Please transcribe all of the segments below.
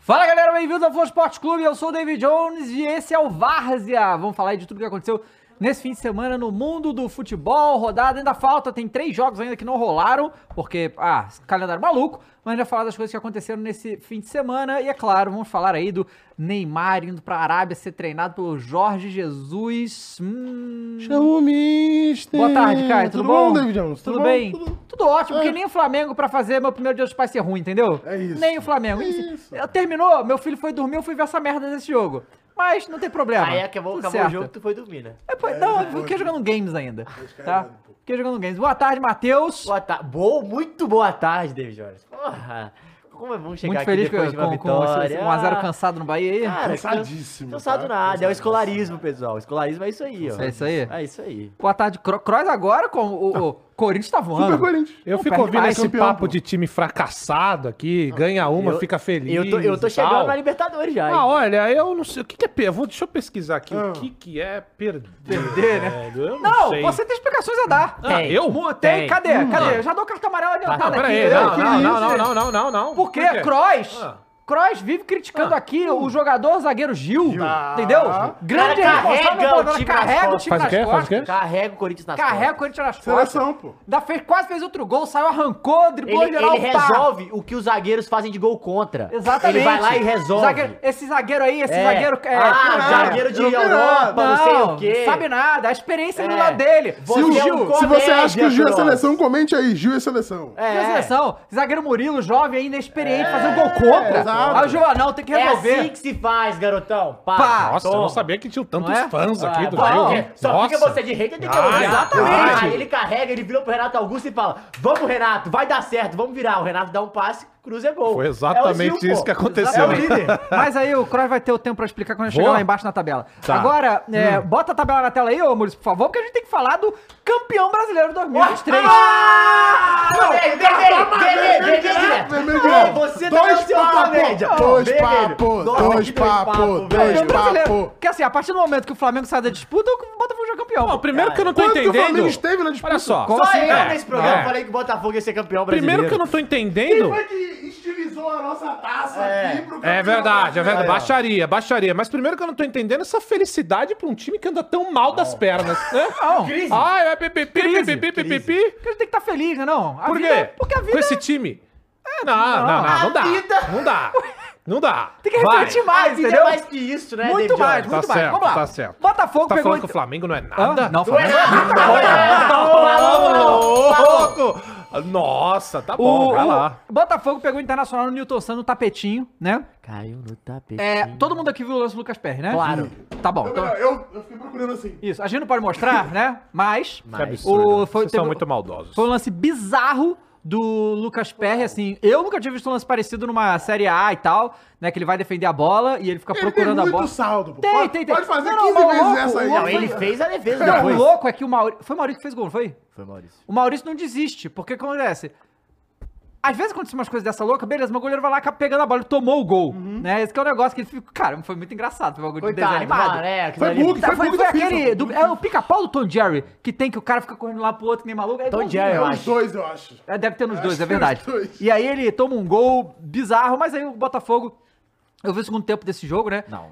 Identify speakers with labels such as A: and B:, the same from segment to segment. A: Fala galera, bem-vindos ao Flow Esporte Clube. Eu sou o David Jones e esse é o Várzea. Vamos falar aí de tudo que aconteceu nesse fim de semana no mundo do futebol. Rodada ainda falta, tem três jogos ainda que não rolaram, porque, ah, calendário maluco. Mas a gente vai falar das coisas que aconteceram nesse fim de semana. E é claro, vamos falar aí do Neymar indo pra Arábia ser treinado pelo Jorge Jesus. Hum...
B: Chama o Mister.
A: Boa tarde, Caio. Tudo,
B: Hum, bom, David Jones?
A: Tudo,
B: bom?
A: bem? Tudo,
B: Tudo-
A: ótimo, porque
B: É.
A: nem o Flamengo pra fazer meu primeiro dia dos pais ser ruim, entendeu?
B: É isso.
A: Nem o Flamengo.
B: É
A: Enfim,
B: isso.
A: eu- Terminou, meu filho foi dormir, eu fui ver essa merda desse jogo. Mas não tem problema.
C: Aí acabou,
A: Tá, tudo
C: acabou o
A: certo.
C: jogo, tu foi dormir, né?
A: É, pô,
B: É,
A: não, eu
B: depois.
A: fiquei jogando games ainda. Tá?
B: Descarregado, pô.
A: Fiquei jogando games. Boa tarde, Matheus.
C: Boa tarde. Boa, muito boa tarde, David Jones. Porra. Como é bom chegar
A: Muito
C: aqui
A: feliz
C: depois de uma
A: com, com
C: vitória. Ah,
A: 1x0 cansado no Bahia aí.
C: Cara,
B: Cansadíssimo,
C: Cansado
B: tá?
C: nada. É o escolarismo, pessoal. O escolarismo é isso aí, ó.
A: É isso aí?
C: É isso aí.
A: Boa tarde, Cro- Kroos agora com o, o- o
C: Ah.
A: Corinthians tá voando.
B: Super Corinthians.
D: Eu
A: Não
D: fico
A: perde
D: ouvindo
A: mais,
D: esse
B: campeão,
D: papo
B: pô.
D: de time fracassado aqui, ganha uma,
C: Eu-
D: fica feliz.
C: Eu tô, eu tô
D: e
C: chegando
D: tal.
C: na Libertadores já. hein?
D: Ah, olha, eu não sei. O que, que é perder? Vou, deixa eu pesquisar aqui.
B: Ah.
D: O que, que é perder?
A: Perder, né?
D: velho? Eu não,
A: Não,
D: sei.
A: você tem explicações a dar.
D: Ah, eu?
A: Mu- Tem,
D: Tem.
A: cadê?
D: Hum,
A: cadê?
D: tem.
A: Eu já dou carta amarela adiantada
C: tá
D: Ah,
A: aqui.
D: peraí,
A: tá entendeu?
D: não,
A: Que
D: não,
A: isso,
D: não, não,
A: gente?
D: não, não, não, não.
A: Porque
D: Por quê?
A: Kroos,
D: Ah.
A: Kroos vive criticando aqui o jogador zagueiro Gil,
B: Tá.
A: entendeu? Grande
C: Cara,
A: responsável
C: carrega
A: pelo
C: o
A: Corinthians,
C: time nas
A: carrega o
C: costas.
A: time
D: Faz o
A: nas
D: quê? Faz o
A: costas,
D: quê?
C: Carrega o Corinthians nas
A: carrega o
C: costas.
A: Corinthians nas costas,
B: Seleção, pô.
A: ainda fez, quase fez outro gol, saiu, arrancou, driblou
C: Ele,
A: geral,
C: ele
A: pá.
C: resolve o que os zagueiros fazem de gol contra.
A: Exatamente.
C: Ele vai lá e resolve.
A: Zagueiro- esse zagueiro aí, esse
C: É.
A: zagueiro... É,
C: ah,
A: não,
C: zagueiro de
B: não tem
C: Europa, não, sei o quê.
A: sabe nada, a experiência do
C: É.
A: lado dele.
C: Você
B: Se,
C: é
B: o
C: um
B: Gil, se você
C: comédia,
B: acha que o Gil é
C: Kroos.
B: seleção, comente aí. Gil é seleção.
C: É.
A: Tinha seleção, zagueiro Murilo, jovem ainda, experiente, fazendo gol contra.
B: É, exato.
A: Aí o Joanão tem que
C: É
A: resolver.
C: assim que se faz, garotão. Pá.
A: Pá.
D: Nossa, eu
C: toma.
D: não sabia que tinha tantos
A: Não é?
D: fãs aqui do
C: Ah,
D: Gil.
C: é,
D: hein?
C: Só fica
D: Nossa.
C: você de hater, tem que
D: Ah,
C: elogiar.
D: exatamente.
C: Ah, ele carrega, ele vira pro Renato Augusto e fala: Vamos, Renato, vai dar certo, vamos virar. O Renato dá um passe, cruza é gol.
D: Foi exatamente
C: É o Gil,
D: isso
C: pô.
D: que aconteceu.
C: É o líder.
A: Mas aí o Kroos vai ter o tempo pra explicar quando chegar
D: Boa.
A: lá embaixo na tabela.
D: Tá.
A: Agora, é, bota a tabela na tela aí, ô Muris, por favor, porque a gente tem que falar do campeão brasileiro 2023.
C: Ah! Vermelho, vermelho,
B: tá
C: vermelho,
B: vermelho
C: vermelho
B: direto,
C: direto.
B: vermelho direto.
C: Ô, Você
B: Dois
C: também é o seu
B: papo,
C: comédia.
B: dois
C: Vermelho.
B: papo,
C: Nossa,
B: dois
C: que
B: papo,
C: papo,
B: dois
C: velho.
A: Campeão brasileiro.
B: papo.
A: Porque assim, a partir do momento que o Flamengo sai da disputa, o Botafogo já é campeão.
D: Não, primeiro que eu não tô
B: Quanto que o
D: entendendo.
B: Flamengo esteve na disputa?
D: Olha só.
A: Como
C: Só
A: assim?
C: eu
A: É,
C: nesse programa
D: é.
C: falei que o Botafogo ia ser campeão brasileiro.
D: Primeiro que eu não tô entendendo.
B: que estilizou a nossa taça
C: É. aqui
B: pro
D: É verdade, é verdade.
C: Aí, ó.
D: Baixaria, baixaria. Mas primeiro que eu não tô entendendo essa felicidade pra um time que anda tão mal das pernas, né?
A: Não.
C: Crise.
D: Ai, é pipi, pipi,
A: Crise,
D: pipi, pipi,
C: crise.
D: pipi.
A: Porque a gente tem que estar feliz, né? Não? A
D: Por
A: vida-
D: quê?
A: Porque a
D: Com
A: vida é
D: esse time. É, Não, não, não,
A: não.
D: não, dá.
C: A vida-
D: Não dá. Não dá.
A: tem que
D: Vai.
A: refletir
C: A
A: mais,
C: vida
A: entendeu?
C: é mais que isso, né,
A: muito
C: David
A: mais,
C: Jones?
A: muito
D: Tá
A: mais.
D: certo,
A: Vamos lá.
D: tá certo.
A: Botafogo
D: Tá
A: pegou...
D: falando que o Flamengo não é
A: Hã?
D: nada?
A: Não,
C: Não é
A: Flamengo.
C: nada, não é nada.
D: Ô,
C: Falou, falou.
D: louco! Nossa, tá bom,
A: o,
D: vai
A: o
D: lá.
A: Botafogo pegou o Internacional no Newton Santos no tapetinho, né?
C: Caiu no tapete.
A: É, todo mundo aqui viu o lance do Lucas Perry, né?
C: Claro.
A: Tá bom.
B: Eu,
A: Então,
B: eu, eu fiquei procurando assim.
A: isso. A gente não pode mostrar, né? Mas.
D: Que
C: Mas-
D: absurdo.
A: O- foi-
D: Vocês são
A: teve-
D: muito maldosos.
A: Foi um lance bizarro do Lucas Perry, assim. Eu nunca tinha visto um lance parecido numa Série A e tal, né? Que ele vai defender a bola e ele fica
B: Ele tem
A: procurando a
B: muito
A: bola.
B: saldo, pô.
A: Tem,
B: pode,
A: tem, tem.
B: Pode fazer
A: Não, não,
B: 15
A: mas o
B: vezes
A: louco-
B: essa aí.
A: o
C: Não,
A: louco-
C: ele fez a defesa
A: Cara, o
C: depois.
A: louco é que o Maurício. Foi o Maurício que fez gol, não foi?
C: Foi, Maurício.
A: O Maurício não desiste, porque o que acontece? Às vezes acontece umas coisas dessa louca, beleza, mas o goleiro vai lá acaba pegando a bola, ele tomou o gol,
B: Uhum.
A: né? Esse que é o negócio que ele fica... Cara, foi muito engraçado, foi um bagulho de desenho
C: Coitado,
A: animado.
C: mano, é, aquilo
B: Foi
C: ali-
B: bug,
A: Tá, foi
B: bug
A: foi
B: da FIFA,
A: aquele...
B: pô.
A: do- é o pica-pau do Tom Jerry, que tem que o cara fica correndo lá pro outro que nem maluco. É
C: Tom
A: igualzinho,
C: Jerry,
A: né?
B: É
C: eu
B: os
C: acho.
B: dois, eu acho.
A: É, deve ter nos
B: Acho
A: dois,
B: que
A: é verdade.
B: nos dois.
A: E aí ele toma um gol bizarro, mas aí o Botafogo. Eu vi o segundo tempo desse jogo, né?
C: Não.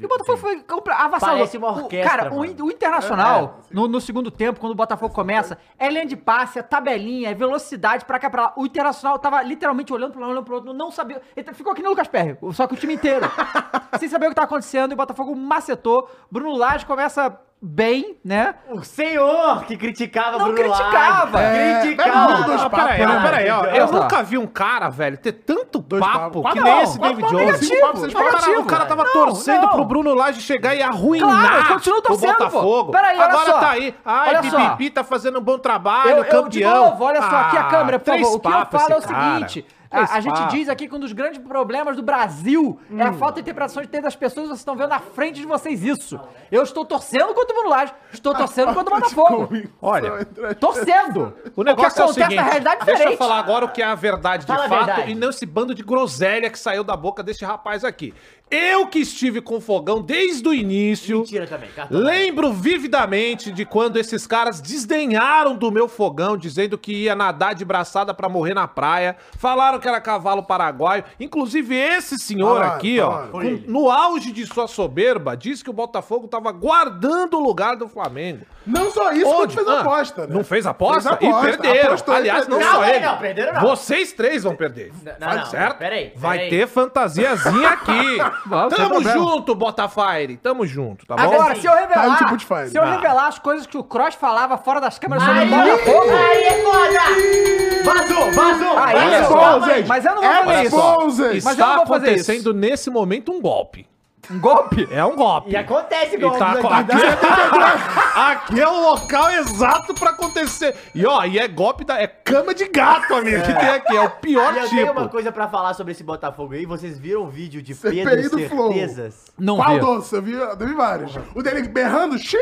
A: E o Botafogo foi compra- avassalador.
C: Parece uma
A: O-
C: orquestra,
A: Cara, o,
C: mano.
A: in- o Internacional,
B: É,
A: no, no segundo tempo, quando o Botafogo começa, é linha de passe, é tabelinha, é velocidade pra cá, pra lá. O Internacional tava literalmente olhando pra lá, olhando pro outro, não sabia. Ele ficou aqui no Lucas Perry, só que o time inteiro. sem saber o que tava acontecendo, e o Botafogo macetou. Bruno Lage começa bem, né?
C: O senhor que criticava
A: Não
C: Bruno Lage.
A: criticava.
B: É,
C: criticava.
B: bebe um dos
D: Ah,
B: papo,
D: peraí,
B: né,
D: ó, peraí, ó.
B: mano?
D: Eu
A: Olha só.
D: nunca vi um cara, velho, ter tanto
B: Dois
D: papo
B: papos.
D: que
B: Não,
D: nem esse
A: papo
D: David Jones.
A: negativo,
D: O cara, o cara tava
A: Não,
D: torcendo
A: não.
D: pro Bruno Lage chegar e arruinar
A: Claro, continua torcendo,
D: o
A: pô.
D: Botafogo.
A: Peraí, olha
D: Agora
A: só.
D: tá aí. Ai,
A: Olha
D: Pipipi tá fazendo um bom trabalho,
A: eu, eu de
D: campeão.
A: novo, olha só, aqui a
D: Ah,
A: câmera, por
D: três
A: favor. O que eu
D: papos
A: falo é o
D: esse cara.
A: seguinte: a,
D: Três
A: a gente
D: papos.
A: diz aqui que um dos grandes problemas do Hum. Brasil é a falta de interpretação de ter das pessoas, vocês estão vendo na frente de vocês isso. Eu estou torcendo contra contra o Mano Laje. Estou torcendo contra o Botafogo.
D: Olha,
A: é Torcendo.
D: O negócio é o
A: Agora
D: seguinte,
A: acontece a realidade
D: deixa eu
A: diferente.
D: falar agora o que é a verdade de
C: Fala a
D: fato
C: verdade.
D: e não esse bando de groselha que saiu da boca desse rapaz aqui. Eu que estive com o fogão desde o início,
C: Mentira também, cartão.
D: lembro vividamente de quando esses caras desdenharam do meu fogão, dizendo que ia nadar de braçada pra morrer na praia, falaram que era cavalo paraguaio, inclusive esse senhor
B: Falaram,
D: aqui,
B: falaram.
D: ó, com-
C: Foi ele.
D: no auge de sua soberba, disse que o Botafogo tava guardando o lugar do Flamengo.
B: Não só isso,
D: Onde?
B: quando fez
D: Ah,
B: a aposta, né?
D: Não fez aposta?
B: Fez aposta,
D: e perderam.
B: apostou e
D: Aliás, não
B: perdeu.
D: só
C: Não,
D: ele.
C: não, perderam não.
D: Vocês três vão perder.
C: Não, não,
D: Faz
C: não,
D: certo?
C: peraí, peraí.
D: Vai ter fantasiazinha aqui.
A: Vamos, sem
D: Tamo
A: problema.
D: junto, Botafire. Tamo junto, tá bom?
A: Agora,
C: assim,
A: se eu revelar,
B: tá no tipo de fire.
A: se eu
B: Ah.
A: revelar as coisas que o Cross falava fora das câmeras sobre o
C: Aí,
A: Botafogo,
C: aí é foda! Vazou, vazou!
A: Aí
C: vazou.
A: é
B: só,
C: Vamos aí.
B: gente.
A: mas eu não vou fazer isso.
B: Exposed.
A: Mas eu
D: É, Está
A: não vou fazer isso.
D: acontecendo nesse momento um golpe.
A: um golpe.
D: É um golpe.
C: E acontece,
D: E tá
C: aqui,
D: com-
C: tá?
D: aqui, aqui é o local exato pra acontecer. E ó, e é golpe da. É cama de gato, amigo, que tem aqui. É o pior
C: E eu tenho uma
D: tipo.
C: coisa pra falar sobre esse Botafogo aí. Vocês viram o vídeo de
B: CPI
C: Pedro
B: do Flow.
C: Certezas?
A: Não
B: Qual
A: vi.
B: doce? Eu vi, eu vi vários. O dele berrando, xiii!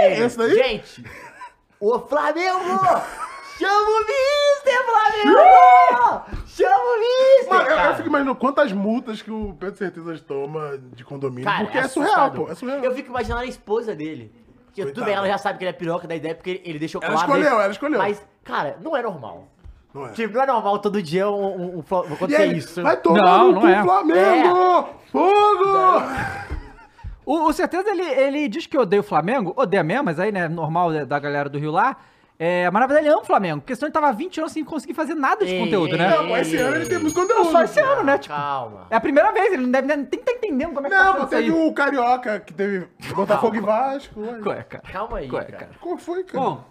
C: É
B: Esse daí?
C: Gente, o Flamengo! Chama o Mister, Flamengo! Chama o Mister!
B: Mano, eu, eu
C: cara.
B: fico imaginando quantas multas que o Pedro Certezas toma de condomínio,
C: Cara,
B: porque é surreal,
C: assustador.
B: pô. É surreal.
C: Eu fico imaginando a esposa dele. Que tudo
B: Coitada.
C: bem, ela já sabe que ele é piroca da ideia, porque ele, ele deixou
B: Ela
C: claro.
B: escolheu,
C: né?
B: ela escolheu.
C: Mas, cara, não é normal.
B: Não é.
C: Tipo, não é normal todo dia um, um, um, fla-
B: E
C: acontecer
B: aí,
C: isso.
B: vai tomar
A: Não,
B: no
A: não
B: cu,
A: é.
B: Flamengo! Fogo!
A: O, o Certeza, ele, ele diz que odeia o Flamengo, odeia mesmo, mas aí, né, normal da- da galera do Rio lá. É, mas na verdade ele ama o Flamengo, porque senão ele tava 20 anos sem conseguir fazer nada de
C: Ei,
A: conteúdo,
C: é,
A: né?
B: Não, É, pô, esse ano ele tem muito
A: Não,
B: conteúdo.
A: só esse ano, né? Tipo,
C: Calma.
A: é a primeira vez, ele não deve nem nem tá entendendo como é que tá
B: Não,
A: sendo
B: pô,
A: isso
B: teve um
A: aí.
B: o Carioca, que teve Botafogo e Vasco. ué.
A: Qual é, cara?
C: Calma aí,
A: Qual é,
C: cara.
A: cara?
B: Qual foi, cara? É,
A: Bom,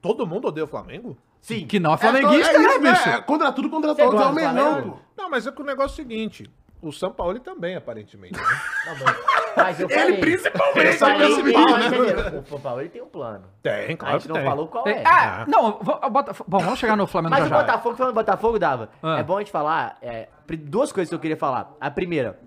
D: Todo mundo odeia o Flamengo?
C: Sim.
A: que não é
B: É, então,
A: flamenguista,
B: é isso,
A: né, bicho? né?
B: É, contra tudo, contra
C: Você
B: todos, é
C: gosta
B: o
C: do
B: Mengão,
C: Flamengo?
B: pô.
D: Não, mas é que o negócio é o seguinte. O São Paulo também, aparentemente. né?
C: Tá bom. Mas eu falei.
B: Ele principalmente,
C: Mas ele-
B: é o principal,
C: ele-
B: né?
C: ele- O São Paulo ele tem um plano.
D: Tem,
C: a gente não falou qual
A: Tem-
C: é.
A: Ah, não, vo- o Botafogo- bom, vamos chegar no Flamengo
C: Mas
A: já
C: o
A: já.
C: Botafogo, falando do Botafogo, Dava,
A: Ah.
C: é bom a gente falar é, pri- duas coisas que eu queria falar. A primeira,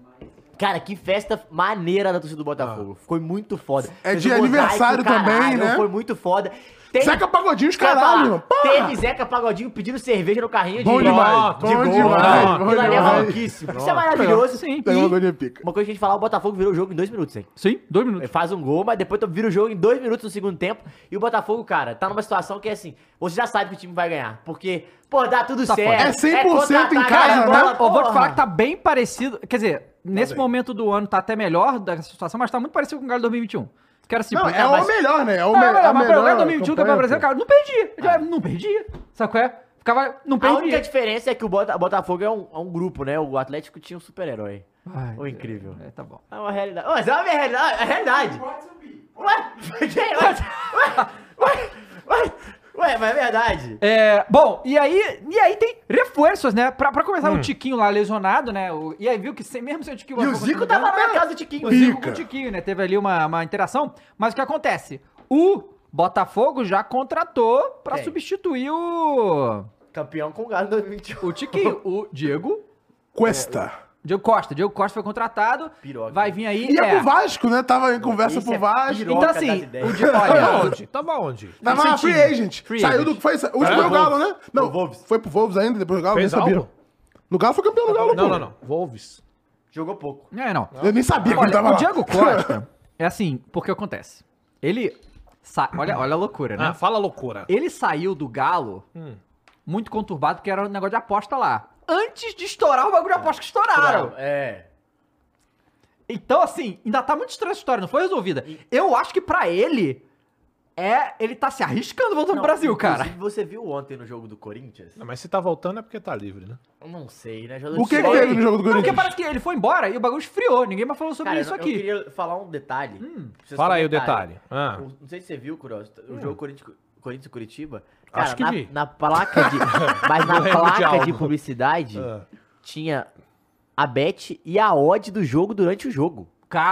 C: cara, que festa maneira da torcida do Botafogo. Foi muito foda.
B: Ah. É
C: Fez
B: de
C: um mosaico,
B: aniversário também, né?
C: Foi muito foda. Tem,
B: Zeca Pagodinho, os
C: Quer falar?
B: caralho, mano. Pá!
C: Teve Zeca Pagodinho pedindo cerveja no carrinho
B: Bom
C: de...
B: demais,
C: de
B: bom
C: gol.
B: demais,
C: Não,
B: bom
C: aquilo ali é
B: demais.
C: maluquíssimo. Isso é maravilhoso.
A: Sim.
B: Zeca
A: E-
B: Pagodinho é pica.
C: Uma coisa que a gente falar, o Botafogo virou o jogo em dois minutos, hein?
A: Sim, dois
C: Ele
A: minutos.
C: Faz um gol, mas depois vira o jogo em dois minutos no segundo tempo. E o Botafogo, cara, tá numa situação que é assim: você já sabe que o time vai ganhar. Porque, pô, dá tudo
A: Tá
C: certo.
A: foda.
B: É 100% em
C: contra-ataque,
B: casa,
C: é
B: né?
C: bola,
A: Eu vou te
C: porra.
A: falar que tá bem parecido. Quer dizer,
B: Tá
A: nesse momento do ano tá até melhor da situação, mas tá muito parecido com o Galo 2021. Que era assim,
B: Não,
A: pô,
B: é
A: mas-
B: o melhor, né? É o
A: É,
B: me-
A: mas,
B: a
A: mas pra jogar
B: melhor
A: 2021 que é pra
B: campanha,
A: Brasil,
B: pô.
A: cara, não perdia. Eu
B: Ah.
A: já- Não perdia. Sabe qual é? Ficava. Não
C: A
A: perdia.
C: única diferença é que o Bota- o Botafogo é um, é um grupo, né? O Atlético tinha um super-herói.
A: Ai,
C: Ô, incrível.
A: É, tá bom.
C: É uma realidade. Ô, Mas é uma realidade. É realidade. Ué? Quem? Ué? Ué? Ué? Ué, mas é verdade.
A: É, bom, e aí, e aí tem reforços, né? Pra, pra começar,
B: Hum.
A: o Tiquinho lá lesionado, né? O- e aí viu que sem, mesmo sem o Tiquinho...
C: E o
A: Botafogo
C: Zico
A: jogando,
C: tava lá na casa do Tiquinho.
A: né, O Zico com
B: Pica.
A: o Tiquinho, né? Teve ali uma, uma interação. Mas o que acontece? O Botafogo já contratou pra
C: Quem?
A: substituir o,
C: Campeão com o Galo em 2021.
A: o Tiquinho. o Diego...
B: Cuesta.
A: Diego Costa. Diego Costa foi contratado.
C: Piroca.
A: Vai vir aí...
B: E é
A: é.
B: pro Vasco, né? Tava em conversa
C: Esse
B: pro
C: é
B: Vasco.
C: piroca.
A: Então assim,
C: das ideias.
A: o Diego...
D: Tava
A: Olha,
D: onde? Tava onde?
B: Tava
A: Tem
B: na
A: sentido.
B: free agent.
A: Free
B: Saiu
A: agent.
B: do. Foi, o último
D: Era
B: foi o Galo, né? Não.
C: Pro Wolves.
B: Foi pro Wolves ainda, depois do Galo,
D: Fez
B: nem sabia.
D: algo?
B: No Galo foi campeão do Galo,
D: Não,
B: pô.
D: não, não. Wolves.
C: Jogou pouco.
A: é, não.
B: Eu nem sabia que ele
A: Olha,
B: Ah, tava
A: o
B: lá.
A: Diego Costa é assim, porque acontece. Ele. sa- Olha, olha a loucura, né?
D: Ah, fala loucura.
A: Ele saiu do Galo muito conturbado, porque era um negócio de aposta lá. Antes de estourar o bagulho de aposta que estouraram.
C: É.
A: Então, assim, ainda tá muito estranha essa história, não foi resolvida. Eu acho que pra ele. É, ele tá se arriscando voltando
C: Não,
A: pro Brasil,
C: inclusive,
A: cara.
C: Você viu ontem no jogo do Corinthians?
D: Não, mas se tá voltando é porque tá livre, né?
C: Eu não sei, né? Já
B: O que que
C: sei.
B: teve no jogo do
A: Não, porque
B: Corinthians?
A: parece que ele foi embora e o bagulho esfriou, ninguém mais falou sobre
C: Cara,
A: isso
C: eu,
A: aqui.
C: eu queria falar um detalhe. Preciso
D: Fala aí o
C: comentar.
D: detalhe. Ah.
C: O- não sei se você viu, Curioso, o jogo Corinthians, Corinthians e Curitiba. Cara,
D: Acho que
C: na,
D: vi.
C: na placa de. mas na
D: lembro de
C: placa de
D: algo.
C: publicidade
D: Ah.
C: tinha a bet e a odd do jogo durante o jogo.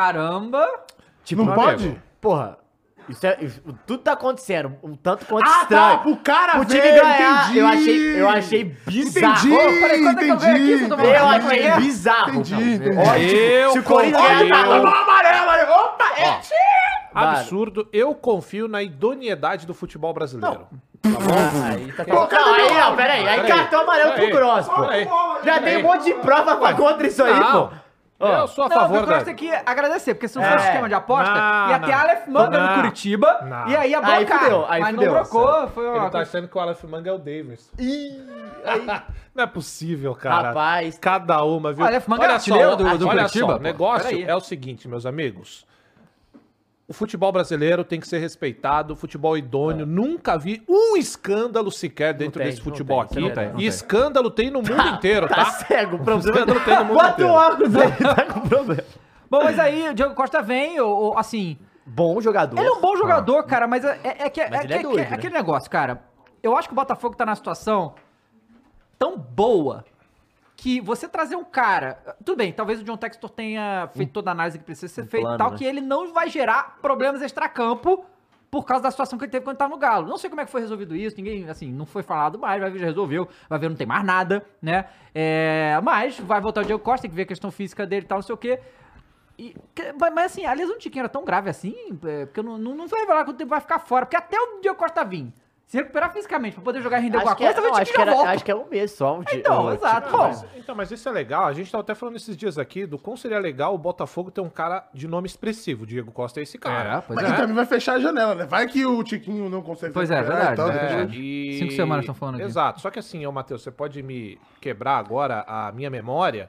A: Caramba!
C: Tipo,
B: Não pode?
C: Porra, isso é, isso- tudo tá acontecendo, um tanto quanto
B: Ah,
C: estranho.
B: tá. O cara
C: O time
B: veio,
C: ganhar,
B: entendi.
C: eu achei, eu achei bizarro.
B: Entendi,
A: Pô, peraí, quando é que eu ganho aqui?
B: entendi.
A: Você tá
C: Eu
A: falando
C: achei
A: amanhã?
C: bizarro.
B: Entendi,
C: Não,
B: entendi.
C: Ó, tipo,
D: Eu
C: se o Corinthians
D: concordo.
C: ganhar, tá
D: Eu-
C: tomando amarelo. olha, Opa, é. Claro.
D: absurdo. Eu confio na idoneidade do futebol brasileiro.
C: Aí tá Não, aí não, peraí. Aí
D: Peraí.
C: cartão amarelo pro
D: Peraí.
C: Gross, pô.
D: Peraí.
C: Já tem um monte de prova pra contra isso aí,
D: Não,
C: pô. Ó.
D: eu sou a
A: Não,
D: favor
A: o Gross
D: da...
A: tem que agradecer, porque se não
C: É.
A: fosse esquema de aposta,
D: Não,
A: ia ter
D: não.
A: Aleph Manga no
D: Não.
A: é Curitiba,
D: Não.
A: e aí ia
C: Aí
A: bancar.
C: fudeu, aí
A: mas não
C: fudeu.
A: trocou, foi
D: Ele
A: uma...
D: tá achando que o Aleph Manga é o Davis.
C: Ih,
D: Não é possível, cara.
C: Rapaz.
D: Cada uma, viu?
A: O Aleph Manga é artilheiro do- do
D: olha
A: Curitiba,
D: só,
A: pô.
D: o negócio
A: Peraí.
D: é o seguinte, meus amigos. O futebol brasileiro tem que ser respeitado, o futebol idôneo. Nunca vi um escândalo sequer dentro
C: tem,
D: desse
C: É. não
D: futebol
C: tem, é
D: aqui.
C: não tem, não
D: e
C: tem.
D: escândalo tem no mundo inteiro,
C: tá
D: tá?
C: cego, o problema. é
D: Escândalo tem no mundo
C: Bota o
D: inteiro.
C: óculos aí, tá com problema.
A: Bom, mas aí o Diego Costa vem, ou, ou, assim...
C: Bom jogador. Ah.
A: Ele é um bom jogador, cara, mas é, é- é que, é,
C: Mas ele
A: que-
C: é doido,
A: que-
C: né?
A: aquele negócio, cara. Eu acho que o Botafogo tá na situação tão boa que você trazer um cara. Tudo bem, talvez o John Textor tenha feito toda a análise que precisa ser feita e
C: Um plano,
A: tal,
C: né?
A: que ele não vai gerar problemas extracampo por causa da situação que ele teve quando tava no Galo. Não sei como é que foi resolvido isso, ninguém, assim, não foi falado mais, vai ver, já resolveu, vai ver, não tem mais nada, né? É, mas vai voltar o Diego Costa, tem que ver a questão física dele e tal, não sei o quê. E, que- mas, mas assim, a lesão de Tiquinho era tão grave assim, é, porque eu não, não, não vou revelar quanto tempo vai ficar fora, porque até o Diego Costa vir, se recuperar fisicamente pra poder jogar e render alguma
C: Acho que, é,
A: coisa,
C: não,
A: talvez o
C: acho, que
A: Tiquinho já
C: era,
A: volta.
C: acho que é um mês só. Um dia,
A: Então,
C: um-
A: exato.
D: Não,
A: Bom,
D: mas- então, mas isso é legal. A gente tava até falando esses dias aqui do quão seria legal o Botafogo ter um cara de nome expressivo. O Diego Costa é esse cara.
A: É, pois
B: Mas
A: é.
B: que também vai fechar a janela, né? Vai que o Tiquinho não consegue.
A: Pois é,
B: recuperar e
A: verdade, né?
B: depois-
A: É.
D: E-
A: Cinco semanas estão falando disso.
D: Exato. Só que assim, ô Matheus, você pode me quebrar agora a minha memória,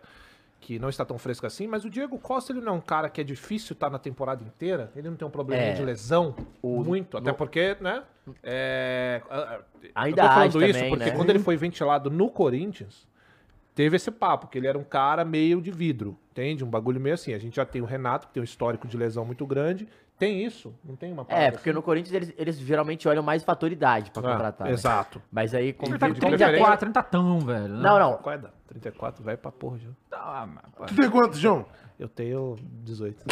D: que não está tão fresca assim, mas o Diego Costa, ele não é um cara que é difícil estar na temporada inteira. Ele não tem um problema
C: É.
D: de lesão muito, até porque, né? É... a- a-
C: Ainda
D: eu tô
C: acho
D: falando isso
C: também,
D: porque
C: né?
D: quando ele foi ventilado no Corinthians, teve esse papo, que ele era um cara meio de vidro, entende? Um bagulho meio assim. A gente já tem o Renato, que tem um histórico de lesão muito grande. Tem isso? Não tem uma
C: É,
D: parada
C: porque
D: assim?
C: no Corinthians eles, eles geralmente olham mais fatoridade pra
D: Ah,
C: contratar. né?
D: Exato.
C: Mas aí, como
A: Ele tá com
D: de
C: o Corinthians já tem-
A: 34, não tá tão, velho. né?
C: Não, não.
D: Qual é, Dan? 34, velho pra porra, já.
A: Tá, mas, pô.
B: Tu tem quanto, João?
D: Eu tenho 18.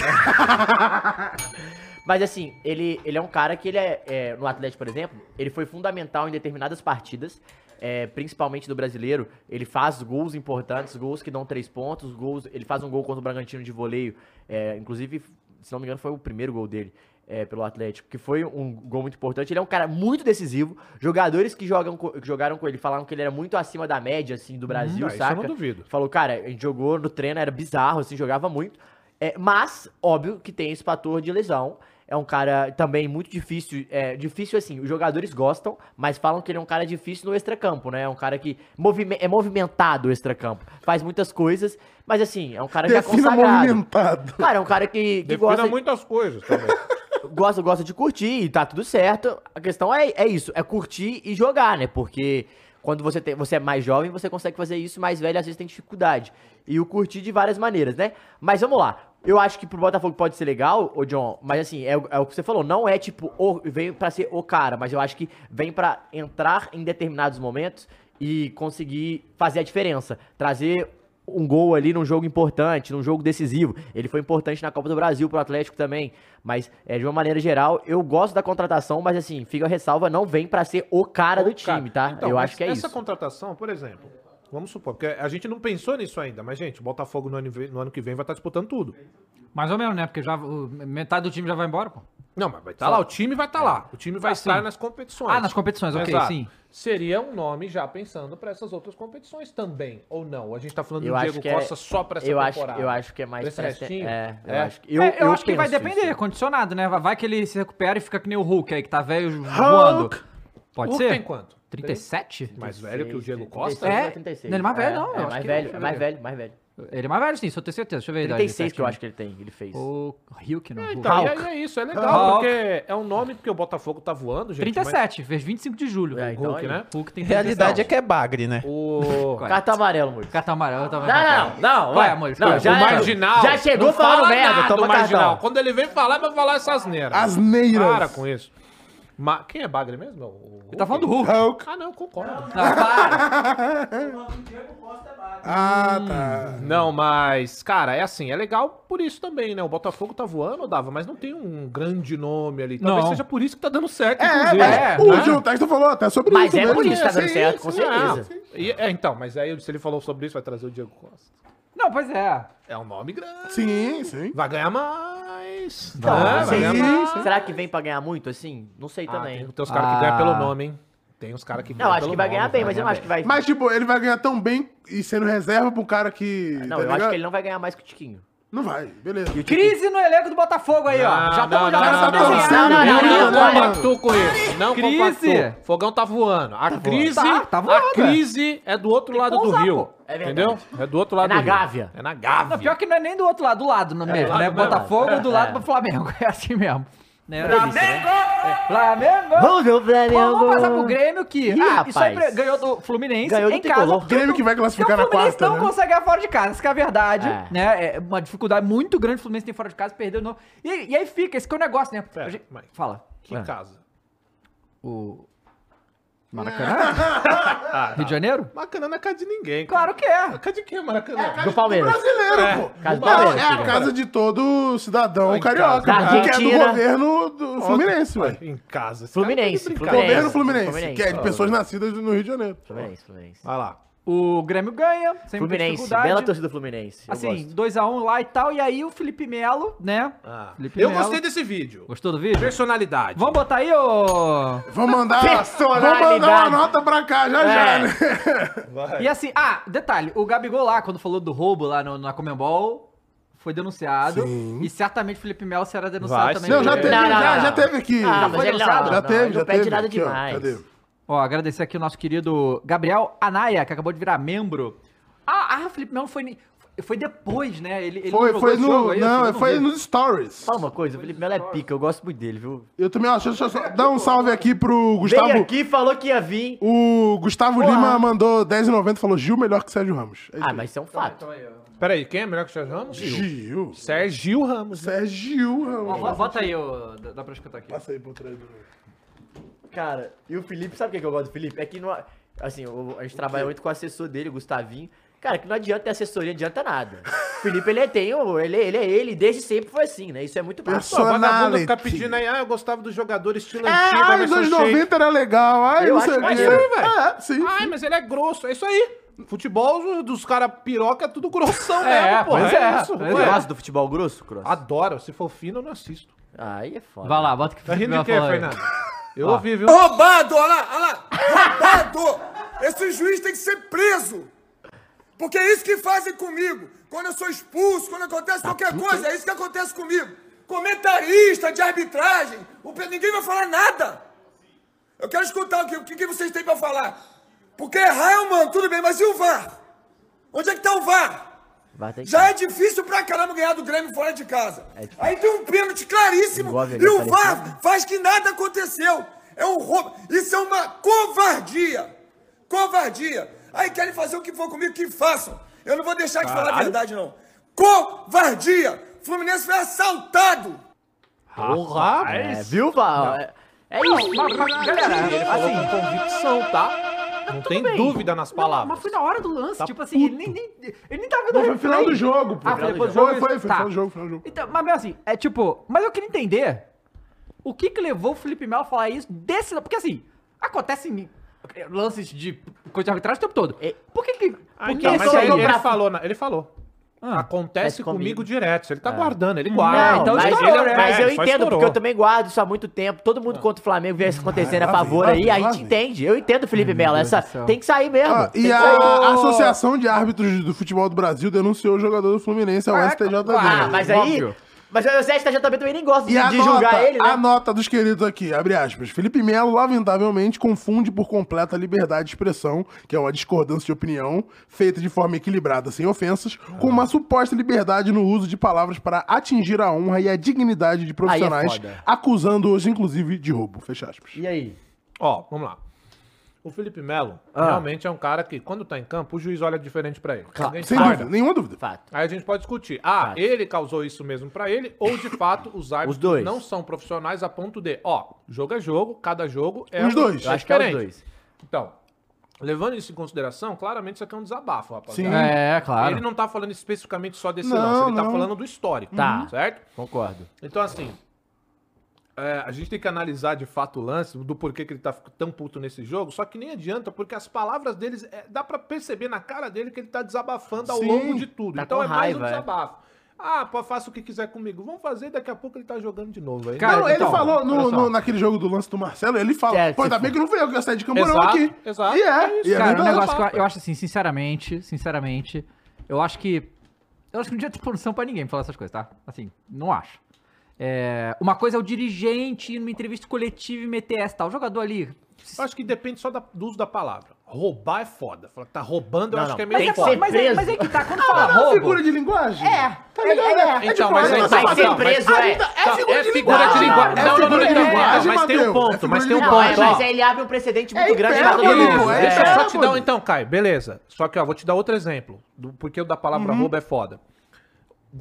C: Mas assim, ele, ele é um cara que ele é, é, No Atlético, por exemplo, ele foi fundamental em determinadas partidas. é, principalmente do brasileiro, ele faz gols importantes, gols que dão três pontos, gols. Ele faz um gol contra o Bragantino de voleio. é, inclusive, se não me engano, foi o primeiro gol dele é, pelo Atlético, que foi um gol muito importante. Ele é um cara muito decisivo. Jogadores que, jogam, co- que jogaram com ele falaram que ele era muito acima da média, assim, do Brasil,
D: Ah, isso eu
C: saca?
D: não duvido.
C: Falou, cara, a gente jogou no treino, era bizarro, assim, jogava muito. É, mas, óbvio que tem esse fator de lesão. É um cara também muito difícil. É, difícil assim, os jogadores gostam, mas falam que ele é um cara difícil no extracampo, né? É um cara que movime- é movimentado o extracampo. Faz muitas coisas, mas assim, é um cara que é
B: Defina
C: consagrado.
B: movimentado.
C: Cara, é um cara que, que
D: Defina
C: gosta,
D: muitas coisas também.
C: gosta, gosta de curtir e tá tudo certo. A questão é, é isso, é curtir e jogar, né? Porque quando você, tem, você é mais jovem, você consegue fazer isso, mais velho às vezes tem dificuldade. E o curtir de várias maneiras, né? Mas vamos lá. Eu acho que pro Botafogo pode ser legal, ô John, mas assim, é, o- é o que você falou, não é tipo, o, vem pra ser o cara, mas eu acho que vem pra entrar em determinados momentos e conseguir fazer a diferença. Trazer um gol ali num jogo importante, num jogo decisivo. Ele foi importante na Copa do Brasil pro Atlético também, mas é de uma maneira geral, eu gosto da contratação, mas assim, fica a ressalva, não vem pra ser o cara do time, tá?
D: Então,
C: eu
D: mas
C: acho que é
D: Essa
C: isso.
D: contratação, por exemplo, vamos supor, porque a gente não pensou nisso ainda, mas, gente, o Botafogo no ano, ve- no ano que vem vai estar disputando tudo.
A: Mais ou menos, né? Porque já, o- metade do time já vai embora, pô.
D: Não, mas vai estar lá, o time vai estar lá. O time vai
A: Ah,
D: estar
A: sim.
D: nas competições.
A: Ah, nas competições, ok,
D: Exato.
A: sim.
D: Seria um nome já pensando pra essas outras competições também, ou não? A gente tá falando
C: Eu
D: do
C: acho
D: Diego
C: que é-
D: Costa só pra essa
C: Eu acho,
D: temporada.
C: eu acho que é mais
D: Desse
C: pra essa-
D: restinho?
C: é, eu
D: É.
C: acho que
A: Eu, eu, acho que vai
C: penso
A: depender,
C: isso.
A: condicionado, né? Vai que ele se recupera e fica que nem o Hulk aí, que tá velho voando. Pode
D: Hulk
A: ser?
D: tem quanto?
A: 37?
D: Mais velho que o Diego
C: 36,
D: Costa?
C: 36,
A: É?
C: 36.
A: Não, ele é mais velho, não, eu
C: É,
A: acho
C: mais
A: que-
C: velho,
A: deixa
C: é
A: eu
C: mais
A: ver.
C: velho, mais velho.
A: Ele é mais velho, sim, isso eu tenho certeza. Deixa eu ver a idade
C: 36 que eu
A: certinho.
C: acho que é ele tem, ele fez.
A: O Hulk, não. Hulk.
D: Então, e
A: Hulk.
D: aí é isso, é legal,
A: Hulk.
D: porque é um nome porque o Botafogo tá voando, gente. mas
A: 37, fez 25 de julho.
C: É, então
D: aí-
A: Hulk tem
E: Realidade é que é bagre, né?
D: O...
A: Vai.
C: Cartão amarelo, Moisés.
A: Cartão amarelo tá também.
C: Não, não, não,
A: Vai,
C: ué,
A: é, amor,
C: não,
A: escolhe.
C: já
D: o
C: era.
D: marginal.
C: Já chegou
D: não
C: falando
D: fala
C: merda,
D: nada,
C: toma
D: o marginal.
C: cartão.
D: Quando ele vem falar, vai falar essas neiras.
B: Asneiras.
D: Para com isso. Ma- Quem é Bagre mesmo? O- o-
A: Tá falando do Hulk.
B: Hulk.
D: Ah, não, concordo.
A: Não, para.
B: Ah, tá.
D: Não, mas, cara, é assim, é legal por isso também, né? O Botafogo tá voando, Dava, mas não tem um grande nome ali. Talvez
A: Não.
D: seja por isso que tá dando certo,
B: É,
D: inclusive.
B: mas
A: É,
B: o
A: né?
B: João Texto falou até sobre
C: Mas
B: isso.
C: é
B: né?
C: por isso que tá dando
B: Sim,
C: certo, com
B: sim.
C: certeza.
D: Ah, e- é, então, mas aí se ele falou sobre isso, vai trazer o Diego Costa.
A: Não, pois é.
D: É um nome grande.
B: Sim, sim.
D: Vai ganhar mais. Mas.
C: Então,
D: né,
C: não sei
D: né?
C: se-
B: sim, sim.
C: será que vem pra ganhar muito, assim? Não sei
D: Ah,
C: também.
D: tem, tem os caras que ganham
A: Ah.
D: pelo nome, hein? Tem os caras que
C: Não,
D: ganham
C: acho
D: pelo
C: que vai ganhar
D: nome,
C: bem, mas eu não
D: ganhar
C: acho que vai...
B: Mas, tipo, ele vai ganhar tão bem e sendo reserva pra um cara que.
C: Não,
B: tá
C: eu acho
B: ligado?
C: que ele não vai ganhar mais que o Tiquinho.
B: Não vai, beleza.
A: Crise no elenco do Botafogo aí, ó.
D: Não,
A: Já
D: não,
A: estamos já
D: não,
A: tamo é.
B: não, não,
A: desenhando.
C: não, não,
D: Não,
C: não, não,
D: não
C: não.
D: compactua com isso. Não
A: Crise.
D: compactua. Fogão tá voando. A crise,
A: Tá, tá voando,
D: a crise é do outro lado do
A: pousar,
D: rio.
A: pô.
C: É verdade.
D: entendeu? É do outro lado
C: na
D: do rio.
C: Gávea.
D: É na Gávea.
A: Não, pior que não é nem do outro lado, do lado no mesmo, né?
D: do lado mesmo.
A: Botafogo do lado do Flamengo. É assim mesmo. Né? É, Flamengo!
C: Vamos ver o
A: Vamos,
C: Flamengo!
A: passar pro Grêmio que
C: né? Ih,
A: ah, isso aí
C: rapaz.
A: ganhou do Fluminense
C: Ganhou do
A: em casa.
C: Tricolor.
A: porque
B: Grêmio que vai classificar
C: um
A: o
B: na
A: Fluminense
B: quarta.
A: não
B: né?
A: consegue ganhar fora de casa, isso que é a verdade,
C: É.
A: né? É uma dificuldade muito grande o Fluminense tem fora de casa, perdeu de novo. E, e aí fica, esse que é o negócio, né?
D: Pera,
A: A gente-
D: Mike.
A: Fala.
D: Que casa.
A: O Maracanã?
B: Ah.
A: Rio de Janeiro?
D: Maracanã Ah, tá. não é casa de ninguém.
A: Claro
D: cara.
A: que é.
D: Casa de quem, Maracanã?
C: Do Palmeiras.
B: Brasileiro,
D: É,
B: pô.
C: casa né, do
B: Não,
C: Palmeiras,
B: é a
C: filho.
B: casa de todo cidadão
D: Em
B: carioca,
D: casa.
C: Da
B: cara, que é do
C: Argentina.
B: governo do Fluminense,
D: Olha,
B: ué.
D: Em casa. Esse
C: Fluminense,
D: cara tá de
C: Fluminense.
D: brincadeira.
B: Governo Fluminense,
C: Fluminense.
B: que é de pessoas nascidas no Rio de Janeiro.
C: Fluminense, Fluminense.
D: Vai lá.
A: O Grêmio ganha, sem muita
C: Fluminense,
A: dificuldade.
C: bela torcida do Fluminense. Eu
A: Assim,
C: gosto.
A: 2x1 lá e tal, e aí o Felipe Melo, né?
D: Ah,
A: Felipe
D: eu
A: Melo.
D: gostei desse vídeo.
A: Gostou do vídeo?
D: Personalidade.
A: Vamos botar aí, ô...
B: Vão mandar, vão
C: Personalidade. É.
B: mandar uma nota pra cá já já, né?
A: E assim, ah, detalhe, o Gabigol lá, quando falou do roubo lá no, na Comembol, foi denunciado. E certamente o Felipe Melo será denunciado
D: Vai
A: também. É.
D: ser.
B: Não, já teve,
C: Não, não,
B: já,
C: não.
B: já teve aqui.
C: Ah,
B: já
A: mas
B: foi
A: ele não,
B: lançado,
A: não,
B: já
C: não,
B: teve,
C: ele
B: já
C: não pede
B: teve.
C: nada
B: Aqui, ó,
C: demais.
B: cadê?
A: Ó, agradecer aqui o nosso querido Gabriel Anaya, que acabou de virar membro. Ah, ah o Felipe Melo foi, ni- foi depois, né? Ele, ele
B: Foi,
A: não jogou
B: foi
A: esse jogo,
B: no,
A: é isso? Eu
B: não, foi
A: vi.
B: nos stories.
C: Fala uma coisa, o Felipe Melo é pica, eu gosto muito dele, viu?
B: Eu também acho, deixa eu só dar um salve aqui pro
C: Veio
B: Gustavo.
C: aqui, falou que ia vir.
B: O Gustavo
C: Porra.
B: Lima mandou 10,90 e falou Gil melhor que Sérgio Ramos. É isso
C: Ah,
B: aí.
C: mas isso é um
A: então.
C: fato.
D: Peraí, quem é melhor que o Sérgio Ramos?
B: Gil.
D: Sérgio Ramos. né?
B: Sérgio
A: Ó,
B: Ramos.
A: bo- Bota aí, ô, dá dá pra escutar aqui.
B: Passa aí por trás do...
C: Cara, e o Felipe, sabe o que que eu gosto do Felipe? É que não. Assim, o- a gente trabalha muito com o assessor dele, o Gustavinho. Cara, que não adianta ter assessoria, não adianta nada. O Felipe, ele é, tem, o- ele, ele é ele, desde sempre foi assim, né? Isso é muito massa.
D: Pô, o vagabundo
B: Personality.
D: fica pedindo aí, ah, eu gostava do jogador estilo
B: É,
D: antigo.
B: ai, os
D: Emerson
B: anos
D: Sheik.
B: 90 era legal. Ai,
C: Eu
B: não
C: acho
B: sei o quê.
C: maneiro,
D: velho.
B: É, sim.
D: Ai, mas ele é grosso. É isso aí. Futebol dos caras piroca é tudo grossão
A: É,
C: Ah,
D: mesmo, pô.
A: pois é, pois
C: Você
A: é.
D: ué.
C: gosta do futebol grosso, Cross?
D: Adoro. Se for fino, eu não assisto.
C: Aí é foda.
A: Vai lá, bota o que o
D: Tá
A: Felipe
D: rindo de
A: Melo
D: quê,
A: falou aí.
D: Fernando? Eu ouvi, viu?
E: Roubado, olha lá, olha lá. Roubado. Esse juiz tem que ser preso. Porque é isso que fazem comigo. Quando eu sou expulso, quando acontece qualquer coisa, é isso que acontece comigo. Comentarista de arbitragem, o pe- ninguém vai falar nada. Eu quero escutar o que, o que que vocês têm pra falar. Porque errar é humano, tudo bem, mas e o VAR? Onde é que tá o VAR?
C: Vai, tem que- É
E: Já é difícil pra caramba ganhar do Grêmio fora de casa.
C: difícil.
E: Aí tem um pênalti claríssimo
C: Engove ali,
E: e o
C: apareceu.
E: VAR faz que nada aconteceu. É um roubo. Isso é uma covardia. Covardia. Aí querem fazer o que for comigo, que façam. Eu não vou deixar de falar a verdade, não. Covardia. Fluminense foi assaltado.
D: Porra,
C: É, viu, Val? É, é isso.
A: Mas, mas, galera, assim,
D: assim, convicção, tá? Não tem
A: bem.
D: dúvida nas
A: Não, mas
D: palavras.
A: foi na hora do lance,
D: Tá
A: tipo assim, ele nem, nem- ele nem tava vendo
B: Foi no final do
A: replay.
B: jogo, pô.
A: Ah, foi depois do
B: Foi,
A: jogo?
B: foi, foi
A: Tá.
B: final do jogo, final do jogo.
A: Então, mas meu, assim, é tipo, mas eu queria entender o que que levou o Felipe Melo a falar isso desse, porque assim, acontece em lances de coisa de arbitragem o tempo todo.
C: É.
A: Por que que
D: Ah,
A: por
D: então,
A: que
D: mas
A: esse é
D: ele,
A: jogo
D: ele
A: pra-
D: falou, na- ele falou. Acontece
C: Acontece
D: Ah, comigo, é,
C: comigo
D: direto. Ele tá guardando, ele
A: Ah,
D: guarda.
A: Não, então
C: mas,
A: estourou,
C: eu-
A: né?
C: mas
D: É, só
C: eu entendo, porque
D: estourou.
C: eu também guardo isso há muito tempo. Todo mundo contra o Flamengo vê isso acontecendo a
B: lá vem,
C: favor
B: lá
C: aí.
B: vem,
C: A
B: lá
C: gente
B: vem.
C: entende. Eu entendo, Felipe Melo. Essa tem que sair mesmo.
B: Ah,
C: tem
B: e
C: que
B: a
C: sair.
B: Associação de Árbitros do Futebol do Brasil denunciou o jogador do Fluminense ao
A: Ah, é,
B: STJD.
A: claro,
C: Ah, mas aí.
A: Óbvio.
C: Mas o STJB também nem gosta
B: E
C: de,
B: a
C: de
B: nota,
C: julgar ele, né?
B: a nota dos queridos aqui, abre aspas. Felipe Melo, lamentavelmente, confunde por completa a liberdade de expressão, que é uma discordância de opinião, feita de forma equilibrada, sem ofensas, com uma suposta liberdade no uso de palavras para atingir a honra e a dignidade de profissionais,
C: é foda.
B: acusando-os, inclusive, de roubo. Fecha aspas.
C: E aí?
D: Ó, vamos lá. O Felipe Melo
C: Ah.
D: realmente é um cara que, quando tá em campo, o juiz olha diferente pra ele. Ninguém
C: é
B: Sem
D: discorda.
B: dúvida, nenhuma dúvida.
C: Fato.
D: Aí a gente pode discutir. Ah,
C: Fato.
D: ele causou isso mesmo pra ele, ou de fato os árbitros
C: Os dois.
D: não são profissionais a ponto de, ó, jogo é jogo, cada jogo é
B: Os
D: um-
B: dois.
D: é
C: Eu acho que é os
D: diferente.
C: dois.
D: Então, levando isso em consideração, claramente isso aqui é um desabafo, rapaziada.
B: Sim.
A: É,
D: Ele
A: claro.
D: não tá falando especificamente só desse
B: Não,
D: lance, ele tá
B: não.
D: falando do histórico.
C: Tá.
D: Certo?
C: Concordo.
D: Então, assim, é, a gente tem que analisar de fato o lance, do porquê que ele tá fic- tão puto nesse jogo, só que nem adianta, porque as palavras deles, é, dá pra perceber na cara dele que ele tá desabafando ao
B: Sim,
D: longo de tudo.
C: tá
D: então
C: com
D: é mais um
C: raiva, é.
D: desabafo. Ah, pô, faça o que quiser comigo. Vamos fazer, daqui a pouco ele tá jogando de novo aí.
A: Cara,
B: não, ele
A: então,
B: falou no,
D: olha só.
B: no- naquele jogo do lance do Marcelo, ele fala,
C: É,
B: pô, ainda
C: se
B: bem que não veio eu que gastei de camburão
D: Exato,
B: aqui.
D: exato,
B: E
D: é
B: é,
D: isso.
B: e é
A: Cara, um
B: verdade.
A: negócio que eu, eu acho assim, sinceramente, sinceramente, eu acho que. Eu acho que não devia ter produção pra ninguém pra falar essas coisas, tá? Assim, não acho. É, uma coisa é o dirigente ir numa entrevista coletiva e meter essa tal. O jogador ali.
D: Eu acho que depende só da- do uso da palavra. Roubar é foda. Falar que tá roubando, eu
C: Não,
D: acho
C: não.
D: que é meio
A: Mas é,
C: que
A: pô,
C: ser
D: foda.
A: mas, é,
C: preso.
A: mas é que tá. Quando
B: Ah,
A: fala
B: mas é uma
A: roubo.
B: figura de linguagem.
C: É,
B: Tá ligado? É,
D: Então,
B: de
D: mas
B: fato,
D: aí
B: mas
D: tá-
B: fala-
C: ser
D: mas- tá-
C: preso, é.
B: ainda- É figura de
D: figura de
B: linguagem.
D: linguagem.
B: É
D: Não, não, não,
B: figura de
D: não, não,
B: linguagem,
D: Mas tem um
B: Mateus. É
D: ponto,
B: figura
D: mas
B: de
D: tem um
C: Não,
B: linguagem.
D: ponto,
C: mas
D: ó.
C: ele abre um precedente
B: É
C: muito grande
A: Tá
C: pra todo
B: hipérbole,
D: Isso,
B: pô,
C: mundo.
B: é
D: deixa eu só te dar um,
B: hipérbole.
D: então, Caio, beleza. Só que, ó, vou te dar outro exemplo, do porquê o da palavra
A: Uhum.
D: roubo é foda.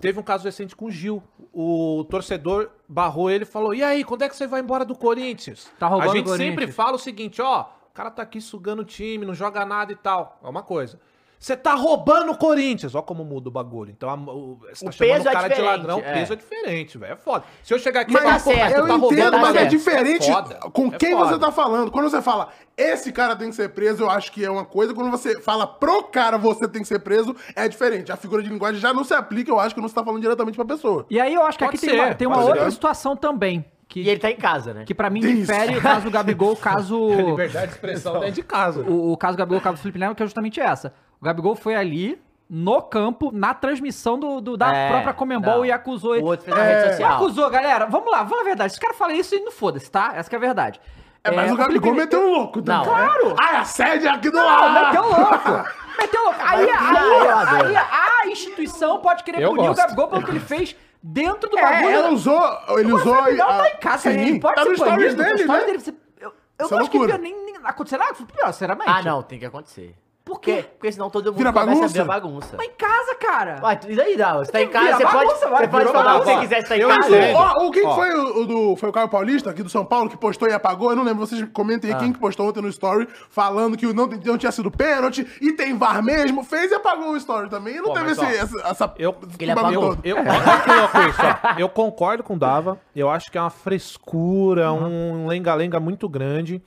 D: Teve um caso recente com o Gil. O torcedor barrou ele e falou: E aí, quando é que você vai embora do Corinthians?
A: Tá roubando
D: A gente
A: o Corinthians.
D: sempre fala o seguinte: Ó, o cara tá aqui sugando o time, não joga nada e tal. É uma coisa. Você tá roubando o Corinthians. Ó como muda o bagulho. Então, a- o, você tá
C: O
D: chamando
C: peso
D: o
C: é
D: cara de
C: diferente,
D: ladrão, o
C: é.
D: peso é diferente, velho. É foda. Se eu chegar aqui e
C: Mas
D: falar,
C: tá
D: "Pô,
C: certo,
B: Eu
C: tu tá roubando,
B: entendo,
C: tá
B: mas é
C: certo.
B: diferente
D: É foda,
B: com
D: é
B: quem
D: foda.
B: você tá falando. Quando você fala, esse cara tem que ser preso, eu acho que é uma coisa. Quando você fala pro cara, você tem que ser preso, é diferente. A figura de linguagem já não se aplica, eu acho que não se tá falando diretamente pra pessoa.
A: E aí eu acho que
D: Pode
A: aqui tem uma,
D: ser,
A: tem uma
D: pode
A: outra
B: ser.
A: situação também. Que,
C: E ele tá em casa, né?
A: que pra mim
B: Isso.
A: difere o caso do Gabigol, o caso.
D: Liberdade de expressão dentro de casa.
A: o, o caso do Gabigol, o caso do Felipe Melo, que é justamente essa. O Gabigol foi ali, no campo, na transmissão do, do- da
C: É,
A: própria Comembol
C: não.
A: e acusou
C: O
A: ele.
C: outro fez na rede social.
A: Acusou, galera. Vamos lá, vamos lá, verdade. Se o cara fala isso, ele não foda-se, tá? Essa que é a verdade.
B: É, mas o Gabigol
A: Felipe-
B: meteu um louco, né?
C: Não,
A: Claro!
B: Ah, a sede é aqui do
A: Ah,
B: lado!
A: meteu louco! Meteu louco! Aí, aí, aí a instituição pode querer
D: Eu
A: punir
D: gosto.
A: o Gabigol pelo que ele fez dentro do
B: É,
A: bagulho.
B: ele usou. Ele usou.
A: O Fernandão
B: a-
A: tá em casa,
B: sim,
A: ele pode
B: tá
A: ser
B: nos
A: banido.
B: stories
A: Dele,
B: dele, né?
A: dele, você- eu eu
B: Isso é
A: não acho que devia
B: loucura.
A: nem, nem acontecerá, pior, sinceramente.
C: Ah, não, tem que acontecer.
A: Por quê?
C: Porque senão todo mundo
B: Vira
C: começa a
B: bagunça?
C: virar bagunça.
A: Mas em casa, cara.
C: Ué, e daí, Dal? Você tá em
A: Vira
C: casa, você pode,
A: bagunça, vai,
C: você pode
A: virou
C: falar o que você
D: bagunça.
C: quiser, você tá em
D: Eu
C: casa.
D: entendo.
B: Ó, o quem
D: Ó.
B: foi o, o do. Foi o Caio Paulista, aqui do São Paulo, que postou e apagou. Eu não lembro, vocês comentem
D: Ah.
B: aí quem que postou ontem no story falando que o não, não tinha sido pênalti e tem VAR mesmo. Fez e apagou o story também. E não
D: Pô,
B: teve
D: mas,
B: esse,
D: ó,
B: essa, essa.
D: Eu,
C: Ele apagou.
D: eu, eu, olha que louco isso, ó. eu concordo com o Dava. Eu acho que é uma frescura, um lenga-lenga muito grande.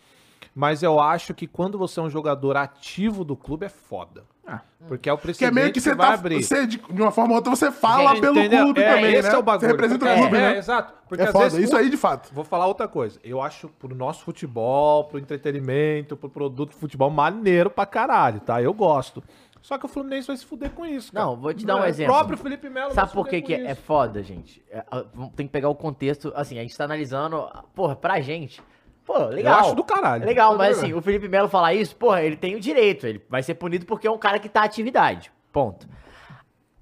D: Mas eu acho que quando você é um jogador ativo do clube é foda.
A: Ah.
D: Porque é o
B: Que
D: precedente
B: é meio que você
D: vai
B: tá.
D: abrir.
B: Você, de, de uma forma ou outra, você fala pelo
D: Entendeu?
B: clube
D: é,
B: também.
D: Esse
B: né?
D: é o bagulho.
B: Você representa
D: Porque-
B: o clube,
D: é,
B: né?
D: É, exato. Porque
B: É
D: às
B: foda,
D: vezes
B: isso
D: o-
B: aí de fato.
D: Vou falar outra coisa. Eu acho pro nosso futebol, pro entretenimento, pro produto de futebol maneiro pra caralho, tá? Eu gosto. Só que o Fluminense vai se fuder com isso, cara.
C: Não, vou te dar um
D: É,
C: exemplo.
D: O próprio Felipe Melo vai
C: Sabe
D: se
C: por que,
D: fuder
C: que
D: com
C: é, é
D: isso.
C: foda, gente? É, a- vamos- tem que pegar o contexto, assim, a gente tá analisando, porra, pra gente. Pô, legal.
D: acho do caralho.
C: Legal,
D: Eu
C: mas
D: também.
C: assim, o Felipe Melo falar isso, porra, ele tem o direito, ele vai ser punido porque é um cara que tá à atividade. Ponto.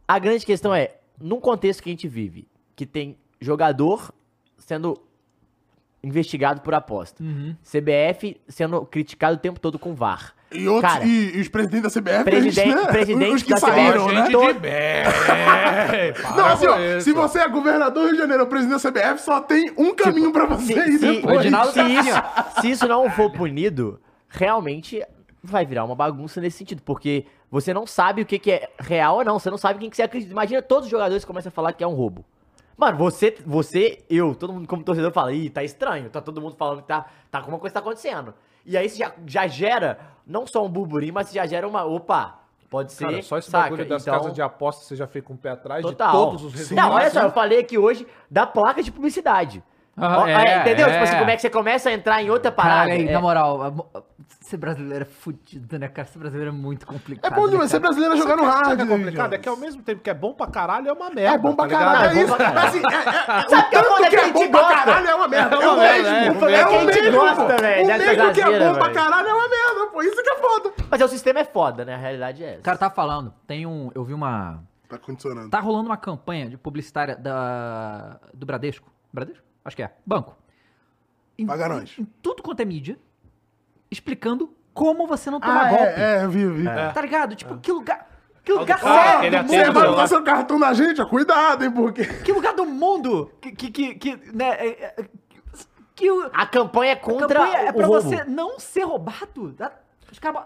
C: A grande questão é, num contexto que a gente vive, que tem jogador sendo investigado por aposta,
D: Uhum.
C: CBF sendo criticado o tempo todo com VAR.
B: E, outros,
C: Cara,
B: e, e os presidentes da CBF,
C: Presidente-
B: eles, né?
C: presidente
B: os que
C: da CBF,
B: saíram, né?
D: gente de bem. Para
B: Não, assim,
D: com
B: ó,
D: isso. Tipo,
B: se você é governador do Rio de Janeiro ou presidente da CBF, só tem um caminho pra você
C: se,
B: ir
C: se-
B: depois.
A: Edinaldo
C: se isso, assim, se isso não for punido, realmente vai virar uma bagunça nesse sentido, porque você não sabe o que, que é real ou não, você não sabe quem que você acredita. Imagina todos os jogadores começam a falar que é um roubo. Mano, você, você, eu, todo mundo como torcedor fala, ih, tá estranho, tá todo mundo falando que tá, tá alguma coisa tá acontecendo. E aí você já, já gera, não só um burburinho, mas você já gera uma, opa, pode ser,
D: Cara, só esse
C: saca?
D: bagulho das
C: Então-
D: casas de apostas, você já fica um pé atrás
C: Total.
D: de todos os né? resultados.
C: Não, olha só, eu falei aqui hoje da placa de publicidade.
A: Ah,
C: Ó,
A: é,
C: é, entendeu?
A: é. então,
C: Tipo assim, como é que você começa a entrar em outra parada?
A: Caralho, aí,
C: É,
A: na moral, a mo- a- ser brasileiro é fudido, né, cara? Ser brasileiro é muito
B: É
A: complicado.
B: bom
A: né,
B: demais ser
A: cara?
B: brasileiro é jogar no
D: Sabe o
B: hard.
D: que é complicado?
B: gente.
D: É que ao mesmo tempo que é bom pra caralho, é uma merda.
B: É bom pra
D: tá ligado?
B: caralho,
C: É
B: é
C: bom
B: isso.
C: pra caralho.
B: Mas, assim, é- é-
C: Sabe
B: o
C: que é
B: tanto
C: foda
B: que
C: que a
B: é bom
C: gente
B: pra
C: gosta?
B: caralho é uma merda.
D: É
B: É
D: uma
B: o
D: merda, é,
B: mesmo.
D: o
B: É
D: mesmo
C: que a
B: o
C: gente
B: mesmo.
C: gosta,
B: pô.
C: velho,
B: O
C: dessa
B: mesmo que é
C: gazeira,
B: bom pra
C: velho.
B: caralho é uma merda, pô. Isso que é foda.
C: Mas é, o sistema é foda, né? A realidade é essa.
A: O cara tá falando, tem um. Eu vi uma.
B: Tá condicionando.
A: Tá rolando uma campanha de publicitária da, do Bradesco. Bradesco? Acho que é. Banco. Em,
B: Paga nós.
A: em tudo quanto é mídia, explicando como você não toma
D: Tá
B: Ah,
A: golpe.
B: é, é, vi, vi.
A: Tá ligado? Tipo, que lugar. Que lugar
D: cara,
A: sério
D: ele
A: do
D: atende
B: Você
A: mundo.
B: vai
D: celular.
B: usar seu cartão da gente, ó, cuidado, hein, porque...
A: Que lugar do mundo que. que, que, que, né, é- é- que o-
C: A campanha é
A: a
C: contra
A: campanha é
C: o
A: pra
C: roubo.
A: você não ser roubado. Dá- Os caras.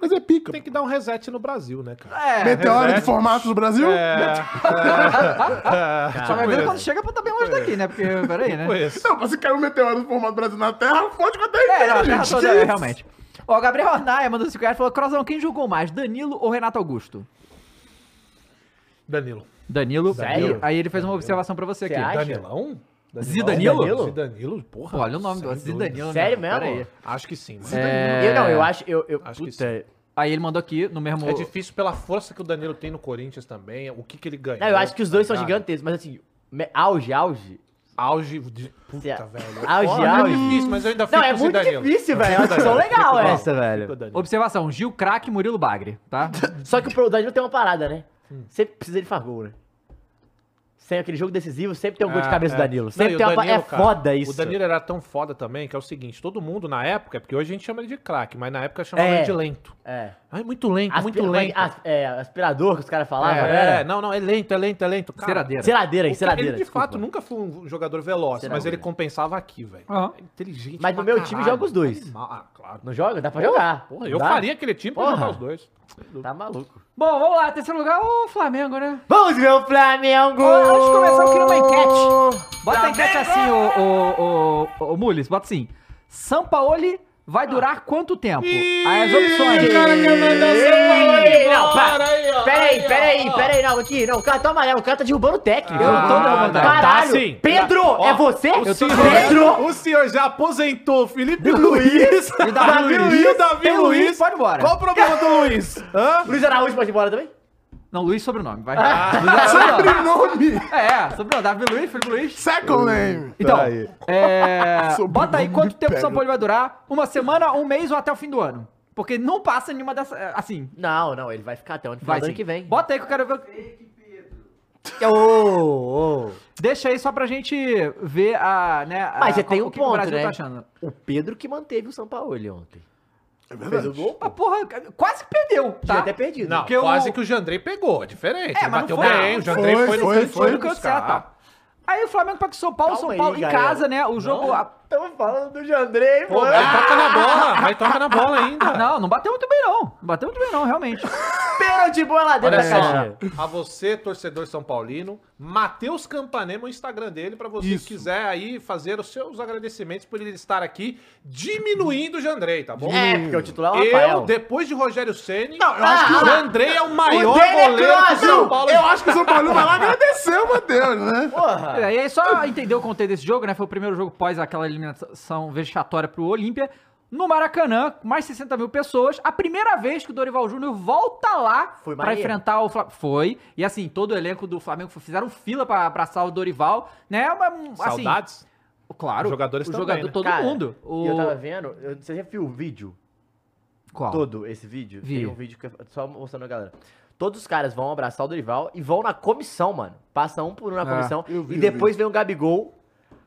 B: Mas é pica.
D: Tem que dar um reset no Brasil, né, cara?
A: É.
B: Meteoro de
D: reset.
B: formato do Brasil?
D: É,
B: né?
A: Só vai ver
D: conheço.
A: quando chega pra também longe daqui, né? Porque, peraí, né?
D: Pois.
B: Não, mas se cair um meteoro do formato do Brasil na Terra, fode com a Terra
A: É, não,
B: inteira,
A: a terra
B: gente.
A: toda,
B: Que isso?
A: realmente. Ó, Gabriel Arnaia mandou 5 reais e falou: Crozão, quem julgou mais, Danilo ou Renato Augusto?
D: Danilo.
A: Danilo.
C: Sério?
A: E aí ele fez uma observação pra você
C: Você
A: aqui.
C: acha?
D: Danilão?
A: Zidanilo?
D: Zidanilo, porra.
A: Olha o nome do
D: sem
A: Zidanilo. né?
C: Sério mesmo?
A: Pera aí.
D: dúvida. Acho que sim, mano.
C: Eu não, eu acho. Eu, eu,
D: Acho que
C: puta.
A: Aí ele mandou aqui no mesmo.
D: É difícil pela força que o Danilo tem no Corinthians também, o que que ele ganhou.
C: Não, eu acho que os dois são
D: tá ligado?
C: gigantescos, mas assim, me- auge, auge.
D: Auge de...
C: Se
D: Puta,
C: a-
D: velho.
C: auge,
D: Foda, é
C: auge.
D: difícil, mas eu ainda fico
C: Não, é
D: com o
C: muito
D: Zidanilo.
C: difícil, velho. É uma
D: Fico com o
C: discussão
D: Danilo.
C: legal
D: Fico com o
C: essa,
D: Danilo.
C: velho.
D: Fico com o Danilo.
A: Observação: Gil Craque Murilo Bagre, tá?
C: Só que o Danilo tem uma parada, né?
D: Hum.
C: Sempre precisa de faz gol, né? Sem aquele jogo decisivo, sempre tem um gol de
D: É,
C: cabeça
D: é.
C: do Danilo.
D: Não,
C: Sempre
D: e o
C: tem uma pa-
D: Danilo,
C: É
D: cara,
C: foda isso.
D: O Danilo era tão foda também que é o seguinte: todo mundo na época, é porque hoje a gente chama ele de craque, mas na época chamava
C: É.
D: ele de lento.
C: É.
D: Ai, muito lento, muito
C: Aspira-
D: lento.
C: as- é, aspirador que os caras
D: é,
C: falavam, né?
D: é, não, não, é lento, é lento, é lento. Cara,
A: Ceradeira.
C: Seladeira,
D: o cara-
C: seladeira.
D: Ele de
C: desculpa.
D: fato nunca foi um jogador veloz, mas
C: Seladeira.
D: ele compensava aqui, velho.
A: Aham.
D: É inteligente.
C: Mas no
D: pra
C: meu time
D: caralho.
C: joga os dois.
D: Animal. Ah, claro.
C: Não joga? Dá pra jogar.
D: Porra, eu
C: Dá?
D: faria aquele time pra
C: Porra.
D: jogar os dois.
C: Tá maluco.
A: Bom, vamos lá. Terceiro lugar, o Flamengo, né?
C: Vamos ver o Flamengo!
A: Antes de começar, eu queria uma enquete. Bota
D: Tá
A: a enquete assim, ô, ô, ô, ô, Mules, bota assim. Sampaoli vai durar quanto tempo? Aí as opções.
C: Ei, não, pá. Peraí, peraí, peraí, não, aqui, não, o cara tá amarelo, o cara tá derrubando o técnico.
A: Eu não tô derrubando, não.
C: Caralho,
D: Tá sim.
C: Pedro,
D: Ó,
C: é você?
D: O senhor,
C: Pedro,
D: o senhor já aposentou Felipe
C: Luiz,
D: Luiz,
A: E Davi Luiz.
D: e Davi
A: Tem
D: Luiz.
A: Luiz, pode embora.
D: Qual o problema do Luiz? Hã?
C: Luiz Araújo pode ir embora também?
A: Não, Luiz sobrenome, vai.
D: Ah.
A: Ah, Luiz é sobrenome.
B: Sobrenome!
A: É, sobrenome. Davi Luiz, Felipe Luiz.
B: Second name!
A: Então,
D: Tá aí.
A: é,
B: Sobrenome
A: bota aí quanto tempo o
B: pega.
A: Sampaoli vai durar? Uma semana, um mês ou até o fim do ano? Porque não passa nenhuma dessas. Assim,
C: Não, não, ele vai ficar até o
A: vai.
C: final do ano
A: sim.
C: que vem.
A: Bota aí que eu quero ver. É,
C: Ô, ô.
A: Deixa aí só pra gente ver a. Né, a-
C: Mas você tem
A: o
C: um
A: que que o
C: ponto,
A: Brasil
C: né?
A: tá achando.
C: O Pedro que manteve o Sampaoli ontem.
B: É
C: Fez o
B: verdade.
C: gol,
A: Ah, porra, quase que perdeu,
C: tinha
A: tá?
C: até perdido.
D: Não,
A: Porque
D: quase
A: o-
D: que o Jandrei pegou, é diferente.
A: É,
D: É,
A: mas
D: bateu
A: não foi-
D: bem, o Jandrei foi,
B: foi, foi,
D: no canto,
A: Foi
B: foi
A: no canto certo, tá? Aí o Flamengo pega o São Paulo,
C: Calma
A: São
C: aí,
A: Paulo em
C: galera.
A: casa, né? O jogo. a-
C: Estamos falando do Jandrei,
D: Pô, mas toca na bola, mas toca na bola ainda.
A: Não, não bateu muito bem, não. Não bateu muito bem, não, realmente.
C: Pênalti, boa lá dentro
D: Olha
C: da caixa.
D: só, a você, torcedor São Paulino, Matheus Campanema, o Instagram dele, pra você
B: Isso.
D: que quiser aí fazer os seus agradecimentos por ele estar aqui, diminuindo o Jandrei, tá bom?
C: É, porque o titular é o Rafael.
D: Eu, depois de Rogério Ceni,
B: Não, eu acho que o-
D: o Jandrei é o
B: O
D: maior
B: dele é
D: goleiro que o
B: clássico.
D: São Paulo
B: Eu acho que o São Paulo vai lá agradecer o Matheus, né?
C: Porra.
A: E aí, é só entender o contexto desse jogo, né? Foi o primeiro jogo pós aquela eliminação vexatória pro Olímpia. No Maracanã, com mais 60 mil pessoas. A primeira vez que o Dorival Júnior volta lá
C: Foi
A: pra
C: maneiro.
A: enfrentar o Flamengo. Foi. E assim, todo o elenco do Flamengo fizeram fila pra abraçar o Dorival, né? Mas, assim,
D: Saudades?
A: Claro.
D: Os jogadores
A: o
D: também,
A: jogador,
D: né?
A: Todo
C: Cara,
A: mundo.
C: E eu
A: O...
C: tava vendo, eu, você já viu o vídeo?
A: Qual?
C: Todo esse vídeo?
A: Vi.
C: Tem um vídeo que eu, só mostrando a galera. Todos os caras vão abraçar o Dorival e vão na comissão, mano. Passa um por um na
A: É,
C: comissão.
B: eu vi,
C: e
B: eu
C: depois vem o Gabigol,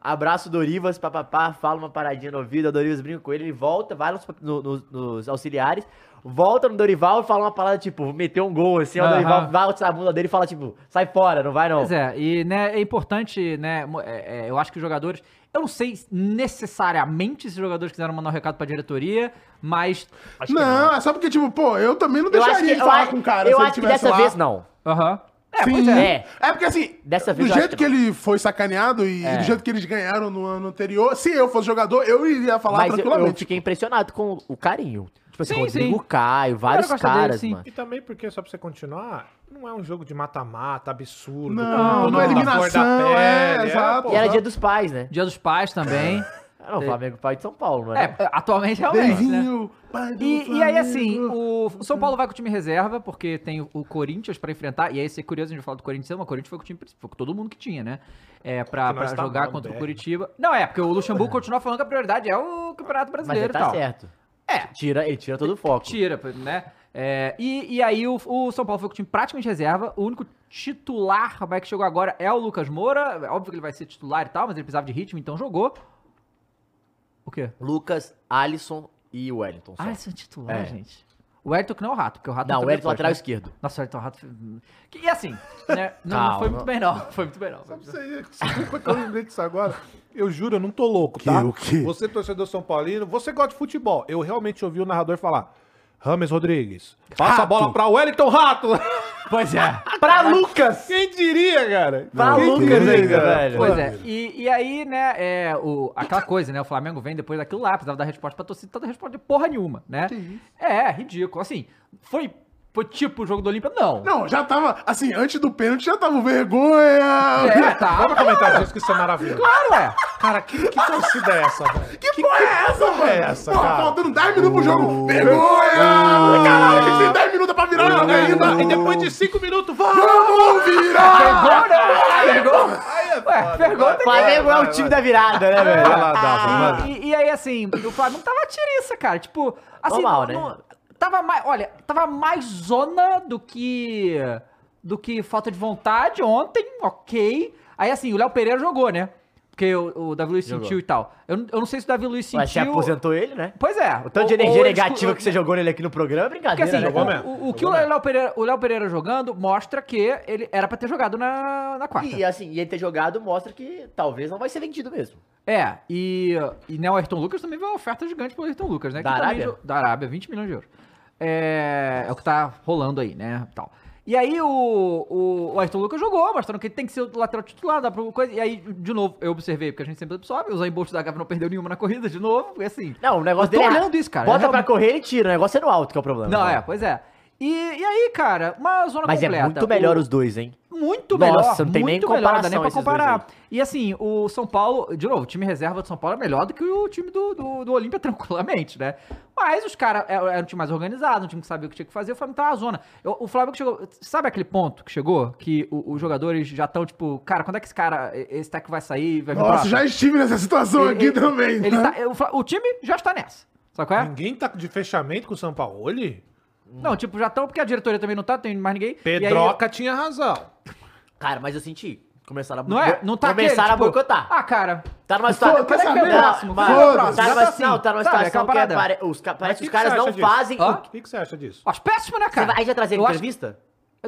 C: abraça o Dorivas, papapá, fala uma paradinha no ouvido, o Dorivas brinca com ele, ele volta, vai nos, no- nos- nos auxiliares, volta no Dorival e fala uma parada, tipo, meteu um gol, assim, o
A: Aham.
C: Dorival vai tirar a bunda dele e fala, tipo, sai fora, não vai não.
A: Pois é, e né, é importante, né? mo- é, é, eu acho que os jogadores. Eu não sei necessariamente se os jogadores quiseram mandar um recado pra diretoria, mas.
B: não, é só porque, tipo, pô, eu também não
C: Eu acho
B: deixaria
C: que,
B: de
C: eu,
B: falar
C: acho-
B: com o cara
C: eu
B: se ele
C: acho que
B: tivesse
C: dessa
B: lá.
C: vez não.
A: Aham. É,
B: Sim.
A: pois é.
C: é.
B: é. porque assim,
C: Dessa
B: do
C: vez eu acho
B: jeito
C: que É.
B: que ele foi sacaneado e do jeito que eles ganharam no ano anterior, se eu fosse jogador, eu iria falar
C: Mas eu- eu,
B: tranquilamente.
C: fiquei impressionado com o carinho. Tipo assim,
A: Sim,
C: Rodrigo
A: sim.
C: Caio, vários
A: gosta dele,
C: caras,
A: sim.
C: mano.
D: E também porque, só pra você continuar, não é um jogo de mata-mata absurdo.
B: Não,
D: com todo mundo
B: não
D: à flor
B: é
D: da
B: eliminação, é,
D: pele,
B: exato.
D: pô.
C: E era dia dos pais, né?
A: Dia dos pais também.
C: Ah, não, Flamengo pai de São Paulo, mano.
A: é, atualmente realmente. Né?
B: Deivinho, pai do
A: E, e aí, assim,
B: Flamengo.
A: o o São Paulo vai com o time reserva, porque tem o- o Corinthians pra enfrentar. E aí, isso é curioso, a gente fala do Corinthians, mas o Corinthians foi com o time principal, com todo mundo que tinha, né? É, pra,
D: Porque nós
A: pra
D: tá
A: jogar
D: mal,
A: contra o
D: BR.
A: Curitiba. Não, é, porque o Luxemburgo continua falando que a prioridade é o Campeonato
C: mas
A: Brasileiro
C: ele
A: e
C: tá
A: tal.
C: certo.
A: É.
C: Tira, ele tira todo o foco.
A: Tira, né? É, e, e aí o, o São Paulo foi com o time praticamente reserva. O único titular rapaz, que chegou agora é o Lucas Moura. É Óbvio que ele vai ser titular e tal, mas ele precisava de ritmo, então jogou. O quê?
C: Lucas, Alisson e Wellington. só.
A: Ah, esse é um titular,
C: É.
A: gente. O Wellington que não é o Rato, porque o Rato...
C: não, o
A: entrou
C: Wellington
A: depois,
C: lateral
A: né?
C: esquerdo.
A: Nossa, o Wellington Rato... Que- E assim, né? Não, não
C: Calma.
A: foi muito bem não, foi muito bem não.
D: Sabe
B: é-
D: você- Desculpa que eu lembrei disso agora. Eu juro, eu não tô louco,
B: Que-
D: tá?
B: o quê?
D: Você, torcedor São Paulino, você gosta de futebol. Eu realmente ouvi o narrador falar. Rames Rodrigues, passa a
B: Rato.
D: bola pra Wellington Rato.
A: Pois é.
C: Pra Lucas!
D: Quem diria, cara?
C: Pra
B: Não,
C: Lucas
B: que
C: ainda,
B: liga.
C: velho.
A: Pois é, e, e aí, né, é, o, aquela coisa, né, o Flamengo vem depois daquilo então lá, precisava dar resposta pra torcida, tá dando resposta de porra nenhuma, né? É, ridículo, assim, foi Foi tipo o jogo do Olímpia? Não.
B: Não, já tava, assim, antes do pênalti já tava o vergonha.
A: É, tá.
D: Vamos comentar disso que isso é maravilhoso.
A: Claro, é.
D: Cara, que, que torcida é essa, velho?
B: Que porra é essa,
D: porra é
B: velho?
D: essa,
B: Pô,
D: cara?
B: faltando 10 minutos pro jogo. Vergonha! Caralho, a gente tem 10 minutos pra virar o jogo ainda.
D: E depois de cinco minutos, vamos!
B: Vamos virar!
A: Vergonha! Vergonha! Ué, vergonha tem que...
C: Flamengo é o time da virada, né, velho?
D: Vai lá, Dava, vai lá.
A: Ah, E, e aí, assim, o Flamengo tava tiriça, cara. Tipo, assim.
C: Normal,
A: não-
C: né?
A: não- tava mais. Olha, tava mais zona do que. do que falta de vontade ontem, ok. Aí, assim, o Léo Pereira jogou, né? Porque o, o Davi Luiz sentiu e tal. Eu, não- eu não sei se o Davi Luiz sentiu.
C: Mas você aposentou ele, né?
A: Pois é.
C: O tanto de
A: Ou- ou
C: energia
A: ele escu-
C: negativa que você jogou nele aqui no programa é
A: Porque
C: brincadeira,
A: assim,
C: né,
D: Jogou
C: cara?
D: mesmo.
A: o, o que o
D: Jogou
A: Léo, Pereira, o Léo Pereira jogando mostra que ele era pra ter jogado na, na quarta.
C: E assim, e ele ter jogado mostra que talvez não vai ser vendido mesmo.
A: É, e, e né, o Ayrton Lucas também veio uma oferta gigante pro Ayrton Lucas, né?
C: Da
A: também
C: Arábia?
A: jo- da Arábia, 20 milhões de euros. É, é o que tá rolando aí, né? Tal. E aí o, o, o Ayrton Lucas jogou, mostrando que ele tem que ser o lateral titular, dá pra coisa. E aí, de novo, eu observei, porque a gente sempre absorve, o Zayn Bolt da Gávea não perdeu nenhuma na corrida, de novo, porque assim...
C: Não, o negócio
A: eu
C: dele
A: tô
C: é.
A: olhando isso, cara.
C: Bota
A: é
C: pra
A: realmente-
C: correr e tira. O negócio é no alto que é o problema.
A: Não, é, pois é. E, e aí, cara, uma zona
C: Mas
A: completa.
C: é muito melhor
A: O-
C: os dois, hein?
A: muito melhor.
C: Nossa, não tem nem
A: muito melhor, não dá nem
C: comparação
A: pra
C: esses
A: comparar. E assim, o São Paulo, de novo, o time reserva do São Paulo é melhor do que o time do, do, do Olímpia, tranquilamente, né? Mas os caras é- era um time mais organizado, um time que sabia o que tinha que fazer, o Flamengo tava na zona. Eu- o Flamengo chegou. Sabe aquele ponto que chegou? Que o- os jogadores já estão, tipo, cara, quando é que esse cara, esse técnico vai sair? Vai vir pra
B: Nossa,
A: lá?
B: já estive nessa situação aqui
A: ele-
B: também.
A: Ele
B: né?
A: tá- o, Fla- o time já está nessa. Sabe qual é?
D: Ninguém tá de fechamento com o Sampaoli?
C: Uhum.
A: Não, tipo, já estão, porque a diretoria também não tá, tem mais ninguém. E aí-
D: Pedroca tinha razão.
C: Cara, mas eu senti. Começaram a
A: não é? Não tá aquele,
C: Começaram a
A: tipo,
C: boicotar.
A: Ah, cara,
C: Tá numa
B: Foda,
C: situação.
B: quer
A: saber?
C: Não,
A: Próximo,
C: mas-
B: foda-se,
C: tá
A: já
C: numa-
A: tá assim,
C: não, tá numa
A: sabe?
C: situação
A: Aquela
C: que
A: parada.
C: é pare- os ca-
D: Mas
C: parece que
D: que
C: os
D: que
C: caras
D: você
C: não
D: acha disso?
C: fazem.
A: Hã?
D: O que, que você acha disso?
A: acho péssimo, né,
C: Você
A: cara?
C: vai- Aí já trazer
A: Eu acho-
C: entrevista?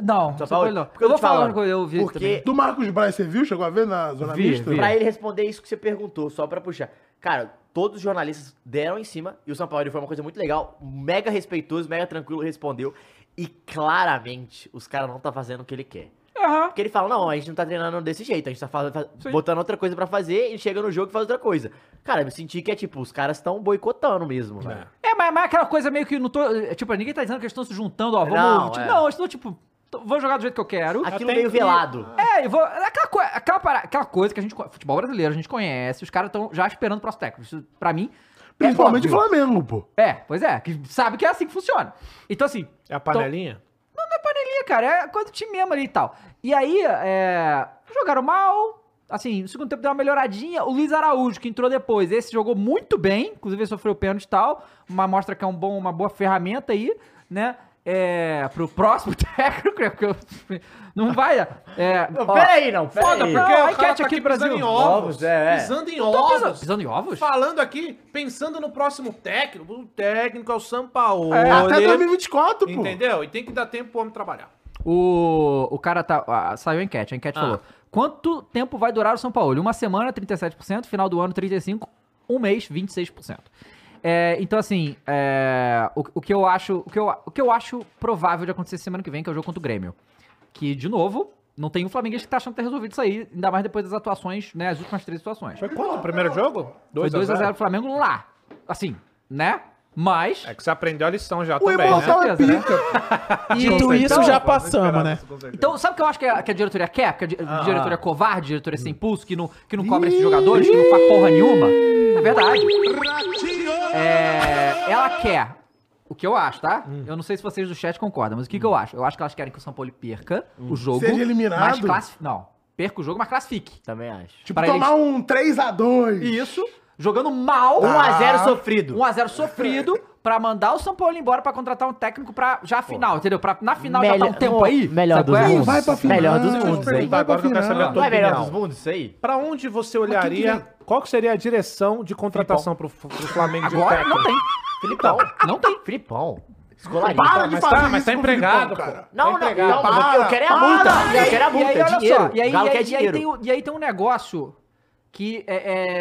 A: Não, São Paulo não.
C: Porque eu
A: eu vou
C: te
A: falar
C: falo,
A: uma coisa, eu vi isso
C: porque-
A: também.
B: Do Marcos Braz, você viu? Chegou a ver na Zona
A: Vi,
B: Mista?
A: vi.
C: Pra ele responder isso que você perguntou, só pra puxar. Cara, todos os jornalistas deram em cima e o São Paulo foi uma coisa muito legal, mega respeitoso, mega tranquilo, respondeu. E claramente os caras não tá fazendo o que ele quer.
A: Aham.
C: Porque ele fala, não, a gente não tá treinando desse jeito, a gente tá fa- fa-
A: Sim.
C: botando outra coisa pra fazer e chega no jogo e faz outra coisa. Cara, eu senti que é tipo, os caras tão boicotando mesmo, velho.
A: É, mas, mas aquela coisa meio que não tô. é, Tipo, ninguém tá dizendo que eles estão se juntando, ó. Vamos.
C: Não,
A: Não, tipo,
C: é.
A: não, eles estão, tipo, tô- vou jogar do jeito que eu quero.
C: Aquilo
D: Até
C: meio
D: que-
C: velado.
A: É, eu vou. Aquela, coi- aquela, para- aquela coisa que a gente. co- Futebol brasileiro, a gente conhece, os caras estão já esperando o próximo técnico. Isso, pra mim.
B: Principalmente
A: é
B: o
A: óbvio.
B: Flamengo, pô.
A: É, pois é, que sabe que é assim que funciona. Então, assim,
D: É a panelinha?
A: não é panelinha, cara, é coisa do time mesmo ali e tal. E aí, é, jogaram mal, assim, no segundo tempo deu uma melhoradinha. O Luiz Araújo, que entrou depois, esse jogou muito bem, inclusive ele sofreu pênalti e tal. Uma mostra que é um bom, uma boa ferramenta aí, né? É, pro próximo técnico, né, porque eu- não vai. É,
C: Não,
A: ó,
C: pera aí, não, pera
D: Foda,
C: aí.
D: porque
A: Não, a
D: o cara
A: enquete
D: tá
A: aqui
D: aqui
A: do Brasil.
D: pisando em ovos.
C: Ovos, é, é.
D: Pisando em
A: eu tô
D: ovos.
A: pisando, pisando em ovos?
D: Falando aqui, pensando no próximo técnico. O técnico é o Sampaoli.
B: Até 2024, pô.
D: Entendeu? E tem que dar tempo pro homem trabalhar.
A: O, o cara tá. ah, saiu a enquete, a enquete
D: Ah.
A: falou. Quanto tempo vai durar o São Paulo? Uma semana, 37%, final do ano, 35%, um mês, 26%. É, então, assim, é, o, o que eu acho, o que eu, o que eu acho provável de acontecer semana que vem, que é o jogo contra o Grêmio. Que, de novo, não tem um flamenguista que tá achando ter resolvido isso aí, ainda mais depois das atuações, né? As últimas três atuações.
D: Foi quanto o primeiro jogo?
A: Foi 2x0 pro
D: 2x0.
A: Flamengo lá. Assim, né? Mas.
D: É que você aprendeu a lição já
B: O
D: também, né?
B: Imortal é
A: certeza, né?
B: pica.
F: Dito isso,
A: então-
F: já passamos, né?
A: Então, sabe o que eu acho que a, que a diretoria quer? Porque a di-
B: Ah,
A: diretoria covarde, diretoria sem pulso, que não, que não cobre esses jogadores, que não faz porra nenhuma. É verdade. É, ela quer. O que eu acho, tá?
B: Hum.
A: Eu não sei se vocês do chat concordam, mas o que, que eu acho? Eu acho que elas querem que o São Paulo perca o jogo.
B: Hum. Seja eliminado.
A: Mas classifique. Não. Perca o jogo, mas classifique.
C: Também acho.
B: Tipo,
A: Pra
B: tomar um 3x2.
A: Isso. Jogando mal. Tá.
C: 1x0 sofrido.
A: 1x0 sofrido pra mandar o São Paulo embora pra contratar um técnico pra já final, entendeu? Pra, na final já tá um
C: Melhor-
A: tempo aí.
C: melhor
A: sabe
C: dos
A: qual é?
C: mundos.
B: Vai pra final.
C: Melhor dos
B: Vai
C: mundos,
B: pra
C: hein?
B: final.
D: Agora eu quero saber a
C: Não
D: tua
C: é melhor
D: opinião.
C: dos mundos isso aí?
D: Pra onde você
B: Mas
D: olharia? Qual que seria a direção de contratação pro, pro Flamengo de
A: Agora
D: técnico?
A: não tem.
C: Filipão.
A: Não tem.
C: Filipão. Escolarinho.
B: Para de
D: Mas
B: fazer
D: tá,
B: isso
D: mas tá
B: com o
D: empregado,
B: Filipão,
D: pô.
C: Não, não, não.
D: Empregado.
C: mas Eu quero é a
B: Para,
C: multa.
B: para.
C: Eu quero é a
A: E
C: multa.
A: aí,
C: é
A: olha
C: dinheiro.
A: só, e aí,
C: Galo
A: e aí- e
C: quer
A: aí
C: dinheiro.
A: tem, o- e aí tem um negócio que é,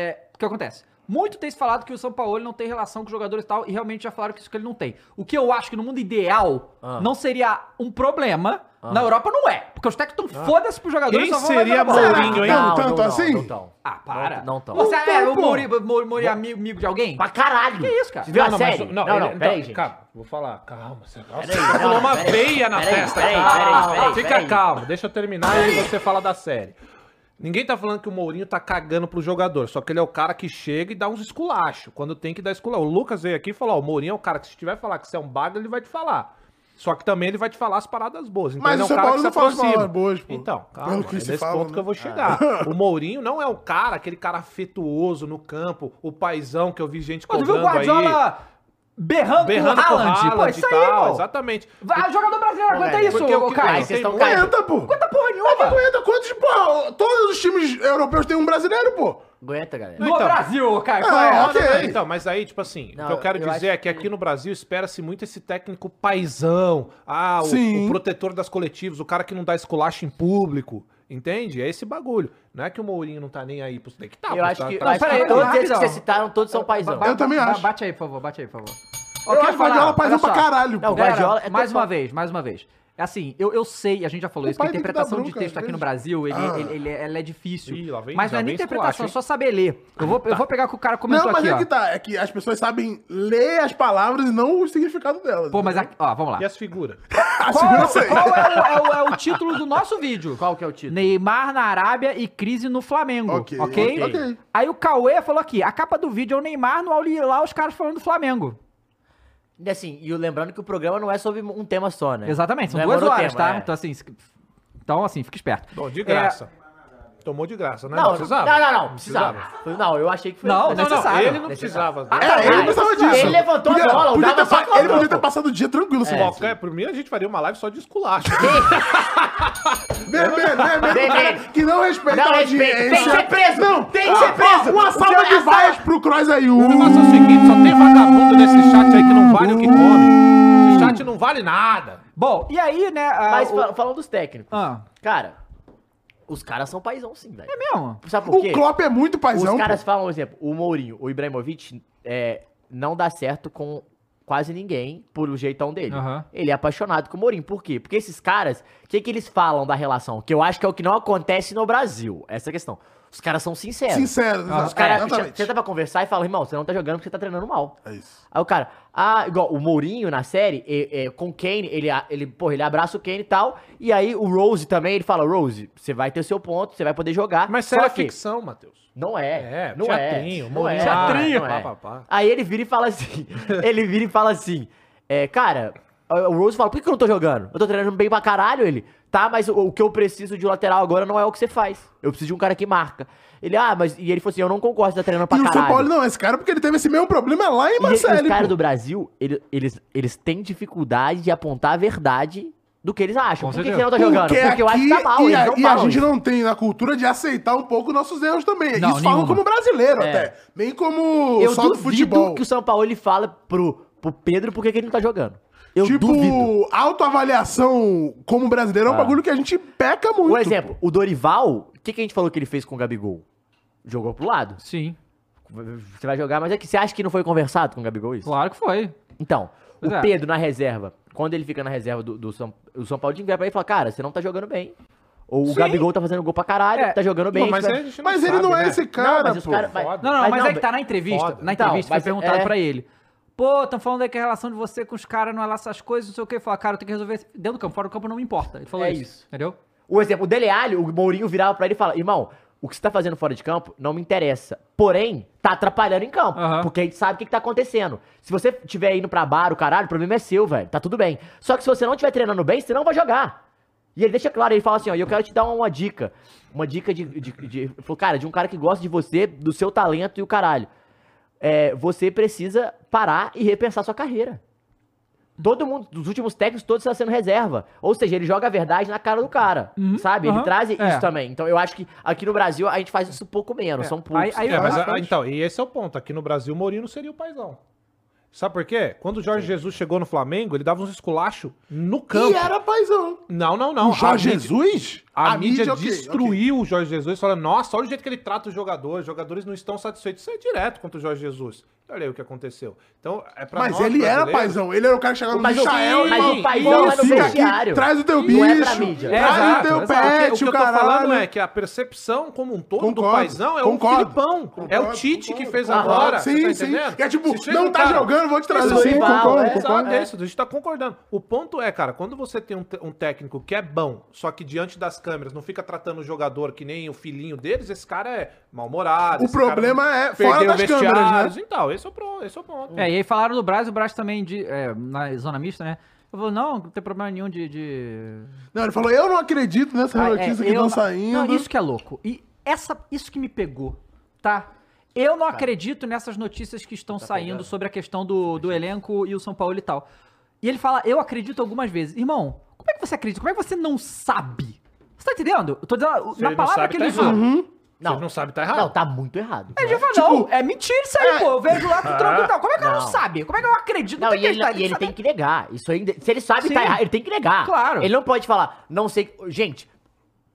A: é- que acontece. Muito tem se falado que o Sampaoli não tem relação com jogadores e tal, e realmente já falaram que isso que ele não tem. O que eu acho que no mundo ideal
C: Ah.
A: não seria um problema. Na Europa não é, porque os técnicos estão foda-se pros jogadores
D: Quem
A: só vão lá
D: seria
A: jogar bola.
D: Mourinho?
C: Não,
B: hein?
C: não,
B: Tanto
C: não,
B: assim?
C: Não, tão.
A: Ah, para.
C: Não, não tão.
A: Você é,
B: Não
A: o
B: tão,
A: Mori, Mori, Mori é ami- amigo de alguém?
C: Pra caralho.
A: Que isso, cara?
C: Você viu a
D: mas-
C: série? Não, não,
D: ele-
C: peraí,
D: então,
C: gente.
D: Calma, vou falar. Calma, você nossa,
C: Peraí,
D: você
C: não,
D: pulou uma
C: peraí,
D: veia na
C: peraí,
D: festa.
C: peraí,
D: calma.
C: peraí, peraí,
D: Fica
C: peraí.
D: calmo, deixa eu terminar e aí você fala da série. Ninguém tá falando que o Mourinho tá cagando pro jogador, só que ele é o cara que chega e dá uns esculachos. Quando tem que dar esculacho. O Lucas veio aqui e falou: ó, o Mourinho é o cara que se tiver falar que você é um baga, ele vai te falar. Só que também ele vai te falar as paradas boas. Então
B: Mas
D: ele é
B: o
D: um
B: São
D: cara que
B: Paulo
D: se
B: não fala as
D: aproxima.
B: palavras boas, pô.
D: Então, calma,
B: Pelo que
D: é
B: se
D: nesse
B: fala,
D: ponto
B: né?
D: que eu vou chegar. O Mourinho não é o cara, aquele cara afetuoso no campo, o paizão que eu vi gente
A: Pô, tu viu o
D: cobrando aí
A: Guardiola berrando,
D: berrando
A: com
D: com
A: o Haaland? Pô,
D: e
A: isso aí,
D: tal,
A: pô.
D: exatamente.
A: Vai, jogador brasileiro, aguenta
C: velho,
A: isso,
D: porque o que- é-
A: cara.
C: Aí vocês estão
D: Não um
C: caindo.
B: Aguenta, pô.
A: Aguenta porra nenhuma.
B: Aguenta. Quantos, pô? Todos os times europeus têm um brasileiro, pô.
C: Aguenta, galera.
A: No
D: Então.
A: Brasil, cara. qual
B: Ah,
A: é?
D: Não, não,
B: ok.
D: não, então, mas aí, tipo assim, o
C: Não,
D: que eu quero
C: eu
D: dizer
C: acho
D: é que aqui no Brasil espera-se muito esse técnico paizão, ah, o,
B: Sim.
D: o protetor das coletivas, o cara que não dá esculacho em público, entende? É esse bagulho. Não é que o Mourinho não tá nem aí pros... Tem que tá,
C: Eu
D: pros-
C: acho
D: tá-
C: que, eu
D: tá-
C: acho
A: peraí,
C: que todos esses que
A: rapidão.
C: vocês citaram, todos são paizão.
A: Ba-
B: Eu também
A: ba-
B: acho.
A: Bate aí, por favor, bate aí, por favor. Ó,
B: Eu
A: quero
B: acho o Guardiola
A: falar,
B: paizão
A: olha
B: pra
A: só.
B: caralho,
C: Não,
B: pô.
C: o Guardiola é
A: mais
C: total.
A: uma vez, mais uma vez. Assim, eu, eu sei, a gente já falou
B: O
A: isso, que a
B: pai tem que dar
A: interpretação de
B: bronca,
A: texto aqui no
B: gente.
A: Brasil, ele,
B: Ah.
A: ele- ele- ela é difícil.
D: Ih, lá vem-
A: mas não é
D: já
A: nem
D: vem
A: interpretação, é
D: esculacho,
A: só saber ler. Eu vou, eu vou pegar o que o cara comentou
B: Tá. Não, mas
A: aqui,
B: é
A: ó.
B: que tá. É que as pessoas sabem ler as palavras e não o significado delas. Ah,
A: Pô, mas aqui, ó, vamos lá.
D: E as figuras?
B: a
A: Qual, é,
B: segunda
A: o-
B: sei.
A: qual é o, é o- é o título do nosso vídeo?
C: Qual que é o título?
A: Neymar na Arábia e crise no Flamengo. Ok.
B: Ok, ok.
A: Aí o Cauê falou aqui: a capa do vídeo é o Neymar no Auli lá, os caras falando do Flamengo.
C: E assim, e o- lembrando que o programa não é sobre um tema só, né?
A: Exatamente, são
C: Não é
A: duas horas,
C: monotema,
A: tá?
C: é.
A: Então, assim, se- então, assim, fica esperto.
D: Bom, de
A: É,
D: graça. Tomou de graça, né?
C: Não, não, não, não, não, precisava. Não, eu achei que foi.
A: Não,
C: foi
A: não, não,
C: necessário.
D: ele não precisava.
C: Ah,
B: É, ele
C: caralho.
B: não precisava disso.
C: Ele levantou
B: Podia-
C: a bola, o
B: podia
C: cara
B: ter
C: só
B: pa- Ele podia
C: acordou,
B: ter
C: pô.
B: passado o dia
A: É.
B: tranquilo, assim.
D: Qualquer, por mim, a gente faria uma live só de esculacho.
B: Vermelho, vermelho.
C: Vermelho.
B: cara Que não respeita
C: Não
B: a
C: respeita.
B: audiência.
C: Tem que ser preso.
B: Não,
C: Tem que ser preso.
B: Uma
C: O
B: salva
C: que é
B: de
C: essa?
B: vaias pro Cross aí.
D: O negócio é o seguinte, só tem vagabundo nesse chat aí que não vale o que come. Esse chat não vale nada.
A: Bom, e aí, né? a-
C: Mas
A: o-
C: fal- falando dos técnicos.
A: Ah,
C: Cara, os caras são paizão sim, velho.
A: é mesmo?
C: Sabe por quê?
B: O Klopp é muito
C: Os
B: paizão. pô.
C: caras falam, por exemplo, o Mourinho, o Ibrahimovic, é, não dá certo com quase ninguém por o jeitão dele.
A: Aham.
C: Ele é apaixonado com o Mourinho. Por quê? Porque esses caras, o que, que eles falam da relação? Que eu acho que é o que não acontece no Brasil. Essa é a questão. Os caras são sinceros.
B: Sincero.
C: Os caras tá-
B: exatamente.
C: senta pra conversar e fala, irmão, você não tá jogando porque você tá treinando mal.
B: É isso.
C: Aí o cara, ah, igual o Mourinho na série, é, é, com o Kane, ele, a- ele, porra, ele abraça o Kane e tal. E aí o Rose também, ele fala, Rose, você vai ter o seu ponto, você vai poder jogar.
D: Mas
C: só
D: sério é
C: que-
D: ficção, Matheus.
C: não é.
D: É,
C: não
D: teatrinho,
C: é. Não é.
D: Mourinho, teatrinho,
C: não é.
D: pá, pá, pá.
C: Aí ele vira e fala assim. ele vira e fala assim. É, cara, o Rose fala, por que que eu não tô jogando? Eu tô treinando bem pra caralho, ele. Tá, mas o, o que eu preciso de lateral agora não é o que você faz. Eu preciso de um cara que marca. Ele, ah, mas. E ele falou assim, eu não concordo, você tá treinando pra
B: E o
C: caralho.
B: São Paulo não, esse cara, porque ele teve esse mesmo problema lá em
C: E os
B: Marcelo.
C: caras do Brasil, ele- eles, eles têm dificuldade de apontar a verdade do que eles acham.
A: Com
C: Por que, que
A: certeza.
C: não tá jogando? Porque, eu acho que tá mal,
B: e,
C: eles
B: a,
C: não
B: e a
C: falam
B: gente
C: isso.
B: não tem na cultura de aceitar um pouco nossos erros também.
A: Não,
B: Isso falam
A: nenhuma.
B: como brasileiro
C: É.
B: até. Nem como
C: Eu
B: só do
C: duvido
B: futebol.
C: que o São Paulo ele fala pro, pro Pedro por que que ele não tá jogando. Eu
B: tipo,
C: duvido.
B: autoavaliação como brasileiro é um bagulho que a gente peca muito.
C: Por Um exemplo, o Dorival, o que, que a gente falou que ele fez com o Gabigol? Jogou pro lado.
A: Sim,
C: Você vai jogar, mas é que você acha que não foi conversado com o Gabigol isso?
A: claro que foi.
C: Então,
A: Pois
C: o
A: é.
C: Pedro na reserva, quando ele fica na reserva do, do São, o São Paulo, vai pra ele e fala, cara, você não tá jogando bem. Ou o Gabigol tá fazendo gol pra caralho,
A: É.
C: tá jogando bem.
D: Pô, mas
C: a gente
D: aí a gente não
B: Mas ele
D: sabe,
B: não é
D: né?
B: esse cara,
C: mas os
B: pô.
C: caras- mas-
D: Foda.
A: Não, não, mas, é
C: be-
A: que tá na entrevista.
D: Foda.
A: Na
C: Então,
A: entrevista
C: mas
A: foi perguntado
C: é-
A: pra ele. Pô, tão falando aí que a relação de você com os caras não é lá essas coisas, não sei o que. Fala, cara, eu tenho que resolver dentro do campo, fora do campo não me importa. Ele falou
C: É
A: isso,
C: isso.
A: Entendeu?
C: O exemplo, o Dele Alli, o Mourinho virava pra ele e fala, irmão, o que você tá fazendo fora de campo não me interessa. Porém, tá atrapalhando em campo.
A: Aham.
C: Porque a gente sabe o que, que tá acontecendo. Se você tiver indo pra bar, o caralho, o problema é seu, velho. Tá tudo bem. Só que se você não tiver treinando bem, você não vai jogar. E ele deixa claro, ele fala assim, ó, e eu quero te dar uma dica. Uma dica de, de, de- ele falou, cara, de um cara que gosta de você, do seu talento e o caralho. É, você precisa parar e repensar sua carreira. Todo mundo, dos últimos técnicos, todos estão sendo reserva. Ou seja, ele joga a verdade na cara do cara, sabe? Ele
A: Uhum, aham,
C: traz
A: é.
C: isso também. Então eu acho que aqui no Brasil a gente faz isso pouco menos, são poucos.
A: Aí- aí-
D: É, mas,
A: bastante.
D: ah, então, e esse é o ponto. Aqui no Brasil, o Mourinho não seria o paizão. Sabe por quê? Quando o Jorge Jesus chegou no Flamengo, ele dava uns esculacho no campo.
B: E era paizão.
D: Não, não, não.
B: o Jorge
D: A mídia-
B: Jesus?
D: A, mídia,
B: ok, ok.
D: destruiu o Jorge Jesus, falando, nossa, olha o jeito que ele trata os jogadores, os jogadores não estão satisfeitos. Isso é direto contra o Jorge Jesus. Olha aí o que aconteceu. Então, é pra
B: Mas
D: nós,
B: ele era
D: brasileiros,
B: paizão. Ele era o cara que chegava no
C: Mas o-
B: Michael e
C: mas
B: falava,
C: o paizão
B: "Não,
C: era no
B: fica aqui,
C: vestiário.
B: traz o teu bicho,
C: Não é pra mídia.
D: É,
B: traz
D: exato,
B: o teu
D: exato. O que-
B: pet,
D: o que
B: o
D: eu tô falando é
B: caralho.
D: que a percepção como um todo do
B: Concordo,
D: paizão é
B: concordo,
D: o Filipão. é o
B: concordo,
D: Tite que
B: concordo.
D: fez
B: Aham,
D: agora.
B: sim,
D: tá
B: sim.
D: entendendo?
B: É tipo,
D: Se chega
B: não
D: um
B: tá jogando, vou te trazer,
D: Isso,
B: sim,
D: rival,
B: concordo,
D: é,
B: concordo.
D: exato, é isso, a gente tá concordando. O ponto é, cara, quando você tem um, te- um técnico que é bom, só que diante das câmeras não fica tratando o jogador que nem o filhinho deles, esse cara é mal-humorado.
B: O
D: esse cara
B: problema
D: não-
B: é
D: perdeu
B: fora das câmeras,
D: vestiários e tal. Esse é o, pro, esse é o
C: Hum.
D: ponto.
A: É, e aí falaram do Braz, o Braz também de, é, na zona mista, né? Eu falei, não, não tem problema nenhum de. de...
B: Não, ele falou, eu não acredito nessas
A: Ah, é,
B: notícias que
A: eu-
B: estão saindo.
A: Não, isso que é louco. E essa, isso que me pegou, tá? Eu não acredito nessas notícias que estão saindo sobre a questão do, do elenco e o São Paulo e tal. E ele fala, eu acredito algumas vezes. Irmão, como é que você acredita? Como é que você não sabe? Você tá entendendo? Eu tô dizendo, na
D: ele não
A: palavra
D: sabe,
A: que
D: tá
A: ele usou.
D: errado.
B: Uhum.
C: Não.
D: Vocês não sabem, tá errado.
C: Não, tá muito errado.
A: Ele já fala, não, é mentira isso aí, pô. Eu vejo lá com o trampo e tal. Como é que eu não
C: Não.
A: sabe? Como é que eu não acredito?
C: Não,
A: tem
C: e ele,
A: acreditar,
C: e ele
A: sabe.
C: tem que negar. Isso aí, se ele sabe que tá
A: né? Sim.
C: errado, ele tem que negar.
A: Claro.
C: Ele não pode falar, não sei. Gente,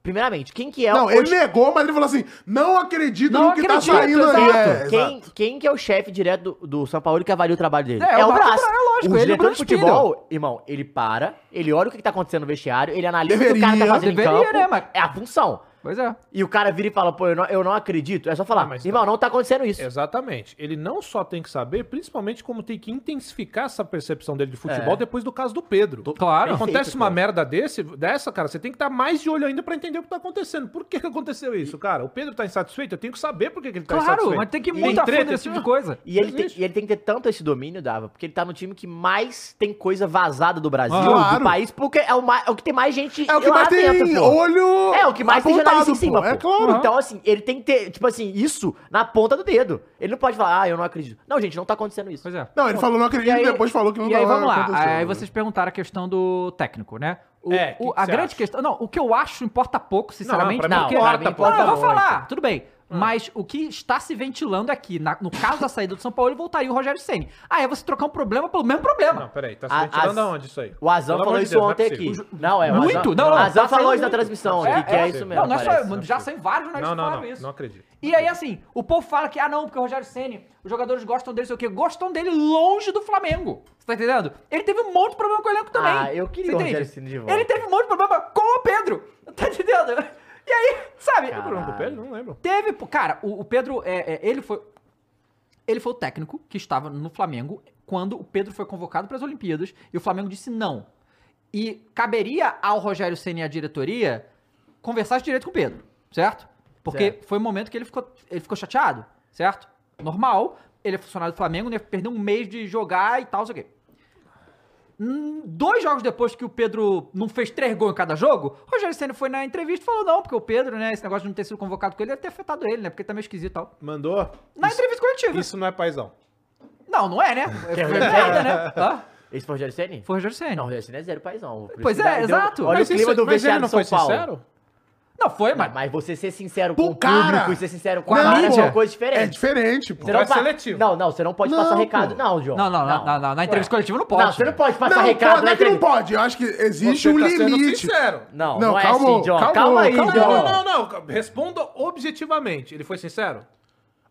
C: primeiramente, quem que é
B: Não,
C: o.
B: ele negou, mas ele falou assim, não acredito
A: Não
B: no que tá
A: acredito,
B: saindo aí.
A: exato.
B: É,
C: quem,
B: exato.
C: quem que é o chefe direto do, do São Paulo que avalia o trabalho dele?
A: É, o Braz, é lógico, ele e
C: o
A: o
C: diretor
A: Bruno
C: de futebol, irmão, ele para, ele olha o que, que tá acontecendo no vestiário, ele analisa o que o cara tá
B: Deveria,
C: fazendo
A: deveria,
C: em campo.
A: né, mas-
C: É a função.
A: Pois é.
C: E o cara vira e fala, pô, eu não, eu não acredito. É só falar,
D: Ah, mas
C: irmão, não tá acontecendo isso.
D: Exatamente. Ele não só tem que saber, principalmente como tem que intensificar essa percepção dele de futebol depois do caso É. do Pedro.
A: Claro.
D: Acontece
C: Perfeito,
D: uma
C: cara.
D: merda desse, dessa, cara, você tem que estar mais de olho ainda pra entender o que tá acontecendo. Por que, que aconteceu isso, cara? O Pedro tá insatisfeito, eu tenho que saber por que, que ele tá insatisfeito.
A: Claro, mas tem que ir muito a fundo
D: treta,
A: nesse tipo de
D: assim,
A: coisa.
C: E ele, tem,
D: Existe.
C: e ele tem que ter tanto esse domínio, Dava, porque ele tá no time que mais tem coisa vazada do Brasil,
B: Claro.
C: do país, porque é o, mais, é o que tem mais gente
B: É o que mais tem olho
C: É, o que mais tem jornalista em
B: apontado,
C: cima,
B: pô. É
C: pô.
B: claro.
C: Então, assim, ele tem que ter, tipo assim, isso na ponta do dedo. Ele não pode falar, ah, eu não acredito. Não, gente, não tá acontecendo isso.
A: Pois é.
B: Não, ele falou não acredito e depois falou que não
A: E aí,
B: tava
A: vamos lá.
B: acontecendo. né?
A: Aí vocês perguntaram a questão do técnico, né? O,
D: É,
A: o-
D: que que
A: a
D: você
A: grande
D: acha?
A: questão. Não, o que eu acho importa pouco, sinceramente.
D: pra mim
A: porque-
D: importa,
A: Não,
D: importa
A: eu vou
D: muito. Ah.
A: falar, tudo bem. Mas o que está se ventilando aqui, na- no caso da saída do São Paulo, ele voltaria o Rogério Senni. Aí é você trocar um problema pelo mesmo
D: Não,
A: problema.
D: peraí, tá se
C: A-
D: ventilando
C: as-
D: aonde isso aí?
C: O
D: Pelo
C: Azam
D: amor
C: falou
D: de
C: isso
D: Deus, não é
C: ontem
D: possível.
C: aqui. Não, é o
A: Muito?
C: Azam-
A: Não, não,
C: O Azam
A: tá
C: falou
A: saindo
C: isso na
A: muito.
C: transmissão aqui, que é isso mesmo.
A: Não, não é só
C: parece.
A: eu, já saiu vários jornais
D: Não,
A: que
D: não,
A: falaram
D: não,
A: isso.
D: não acredito.
A: E aí, assim, o povo fala que, ah, não, porque o Rogério Senni, os jogadores gostam dele, sei o quê, gostam dele longe do Flamengo. Você tá entendendo? Ele teve um monte de problema com o elenco também.
C: Ah, eu queria
A: Você
C: o
A: entende?
C: Rogério Ceni de volta.
A: Ele teve um monte de problema com o Pedro. Tá entendendo? E aí, sabe?
D: Tem problema com o Pedro? Não lembro.
A: Teve, pô, cara, o, o Pedro, é, é, ele foi. Ele foi o técnico que estava no Flamengo quando o Pedro foi convocado para as Olimpíadas e o Flamengo disse não. E caberia ao Rogério Ceni e à diretoria conversar direito com o Pedro, certo? Porque foi o momento que ele ficou, ele ficou chateado, certo? Normal, ele é funcionário do Flamengo, né? Perdeu um mês de jogar e tal, não sei o quê. Hum, Dois jogos depois que o Pedro não fez três gols em cada jogo, o Rogério Senna foi na entrevista e falou: não, porque o Pedro, né, esse negócio de não ter sido convocado com ele deve ter afetado ele, né? Porque ele tá meio esquisito e tal.
D: Mandou?
A: Na
D: Isso,
A: entrevista coletiva.
D: isso não é paizão.
A: Não, não é, né? É foi merda, né? Hã?
C: Esse foi o Rogério Ceni?
A: Foi o Rogério Senna.
C: Não, o
A: Não,
C: Rogério Ceni é zero paizão. Por
A: Pois
C: isso
A: é,
C: dá- deu-
A: exato.
C: Olha
D: Mas
C: o clima
D: isso- é-
C: do
D: mas ele
C: vestiário
D: não
C: de São
D: foi
C: Paulo.
D: sincero?
A: foi, mas.
C: Mas você ser sincero
B: Pro
C: com o
B: cara.
C: público e ser sincero com
A: Com a
C: a mídia
A: mídia.
C: é uma coisa diferente.
B: É diferente, pô.
C: Você não
D: É
C: pa-
D: seletivo.
C: Não, não, você não pode
B: Não,
C: passar
B: pô.
C: recado, não, João.
A: Não, não, não, não, não, na entrevista coletiva não pode.
C: Não, você não pode passar
B: Não,
C: recado né,
B: pode, não
C: na
B: é que não
C: entrevista.
B: pode. Eu acho que existe um
D: tá sendo
B: limite.
D: sincero.
C: Não,
B: Não,
C: não é
B: calma,
C: assim, John.
B: calma,
C: Calma, aí,
B: calma.
C: John.
D: Não, não, não, não. Responda objetivamente. Ele foi sincero?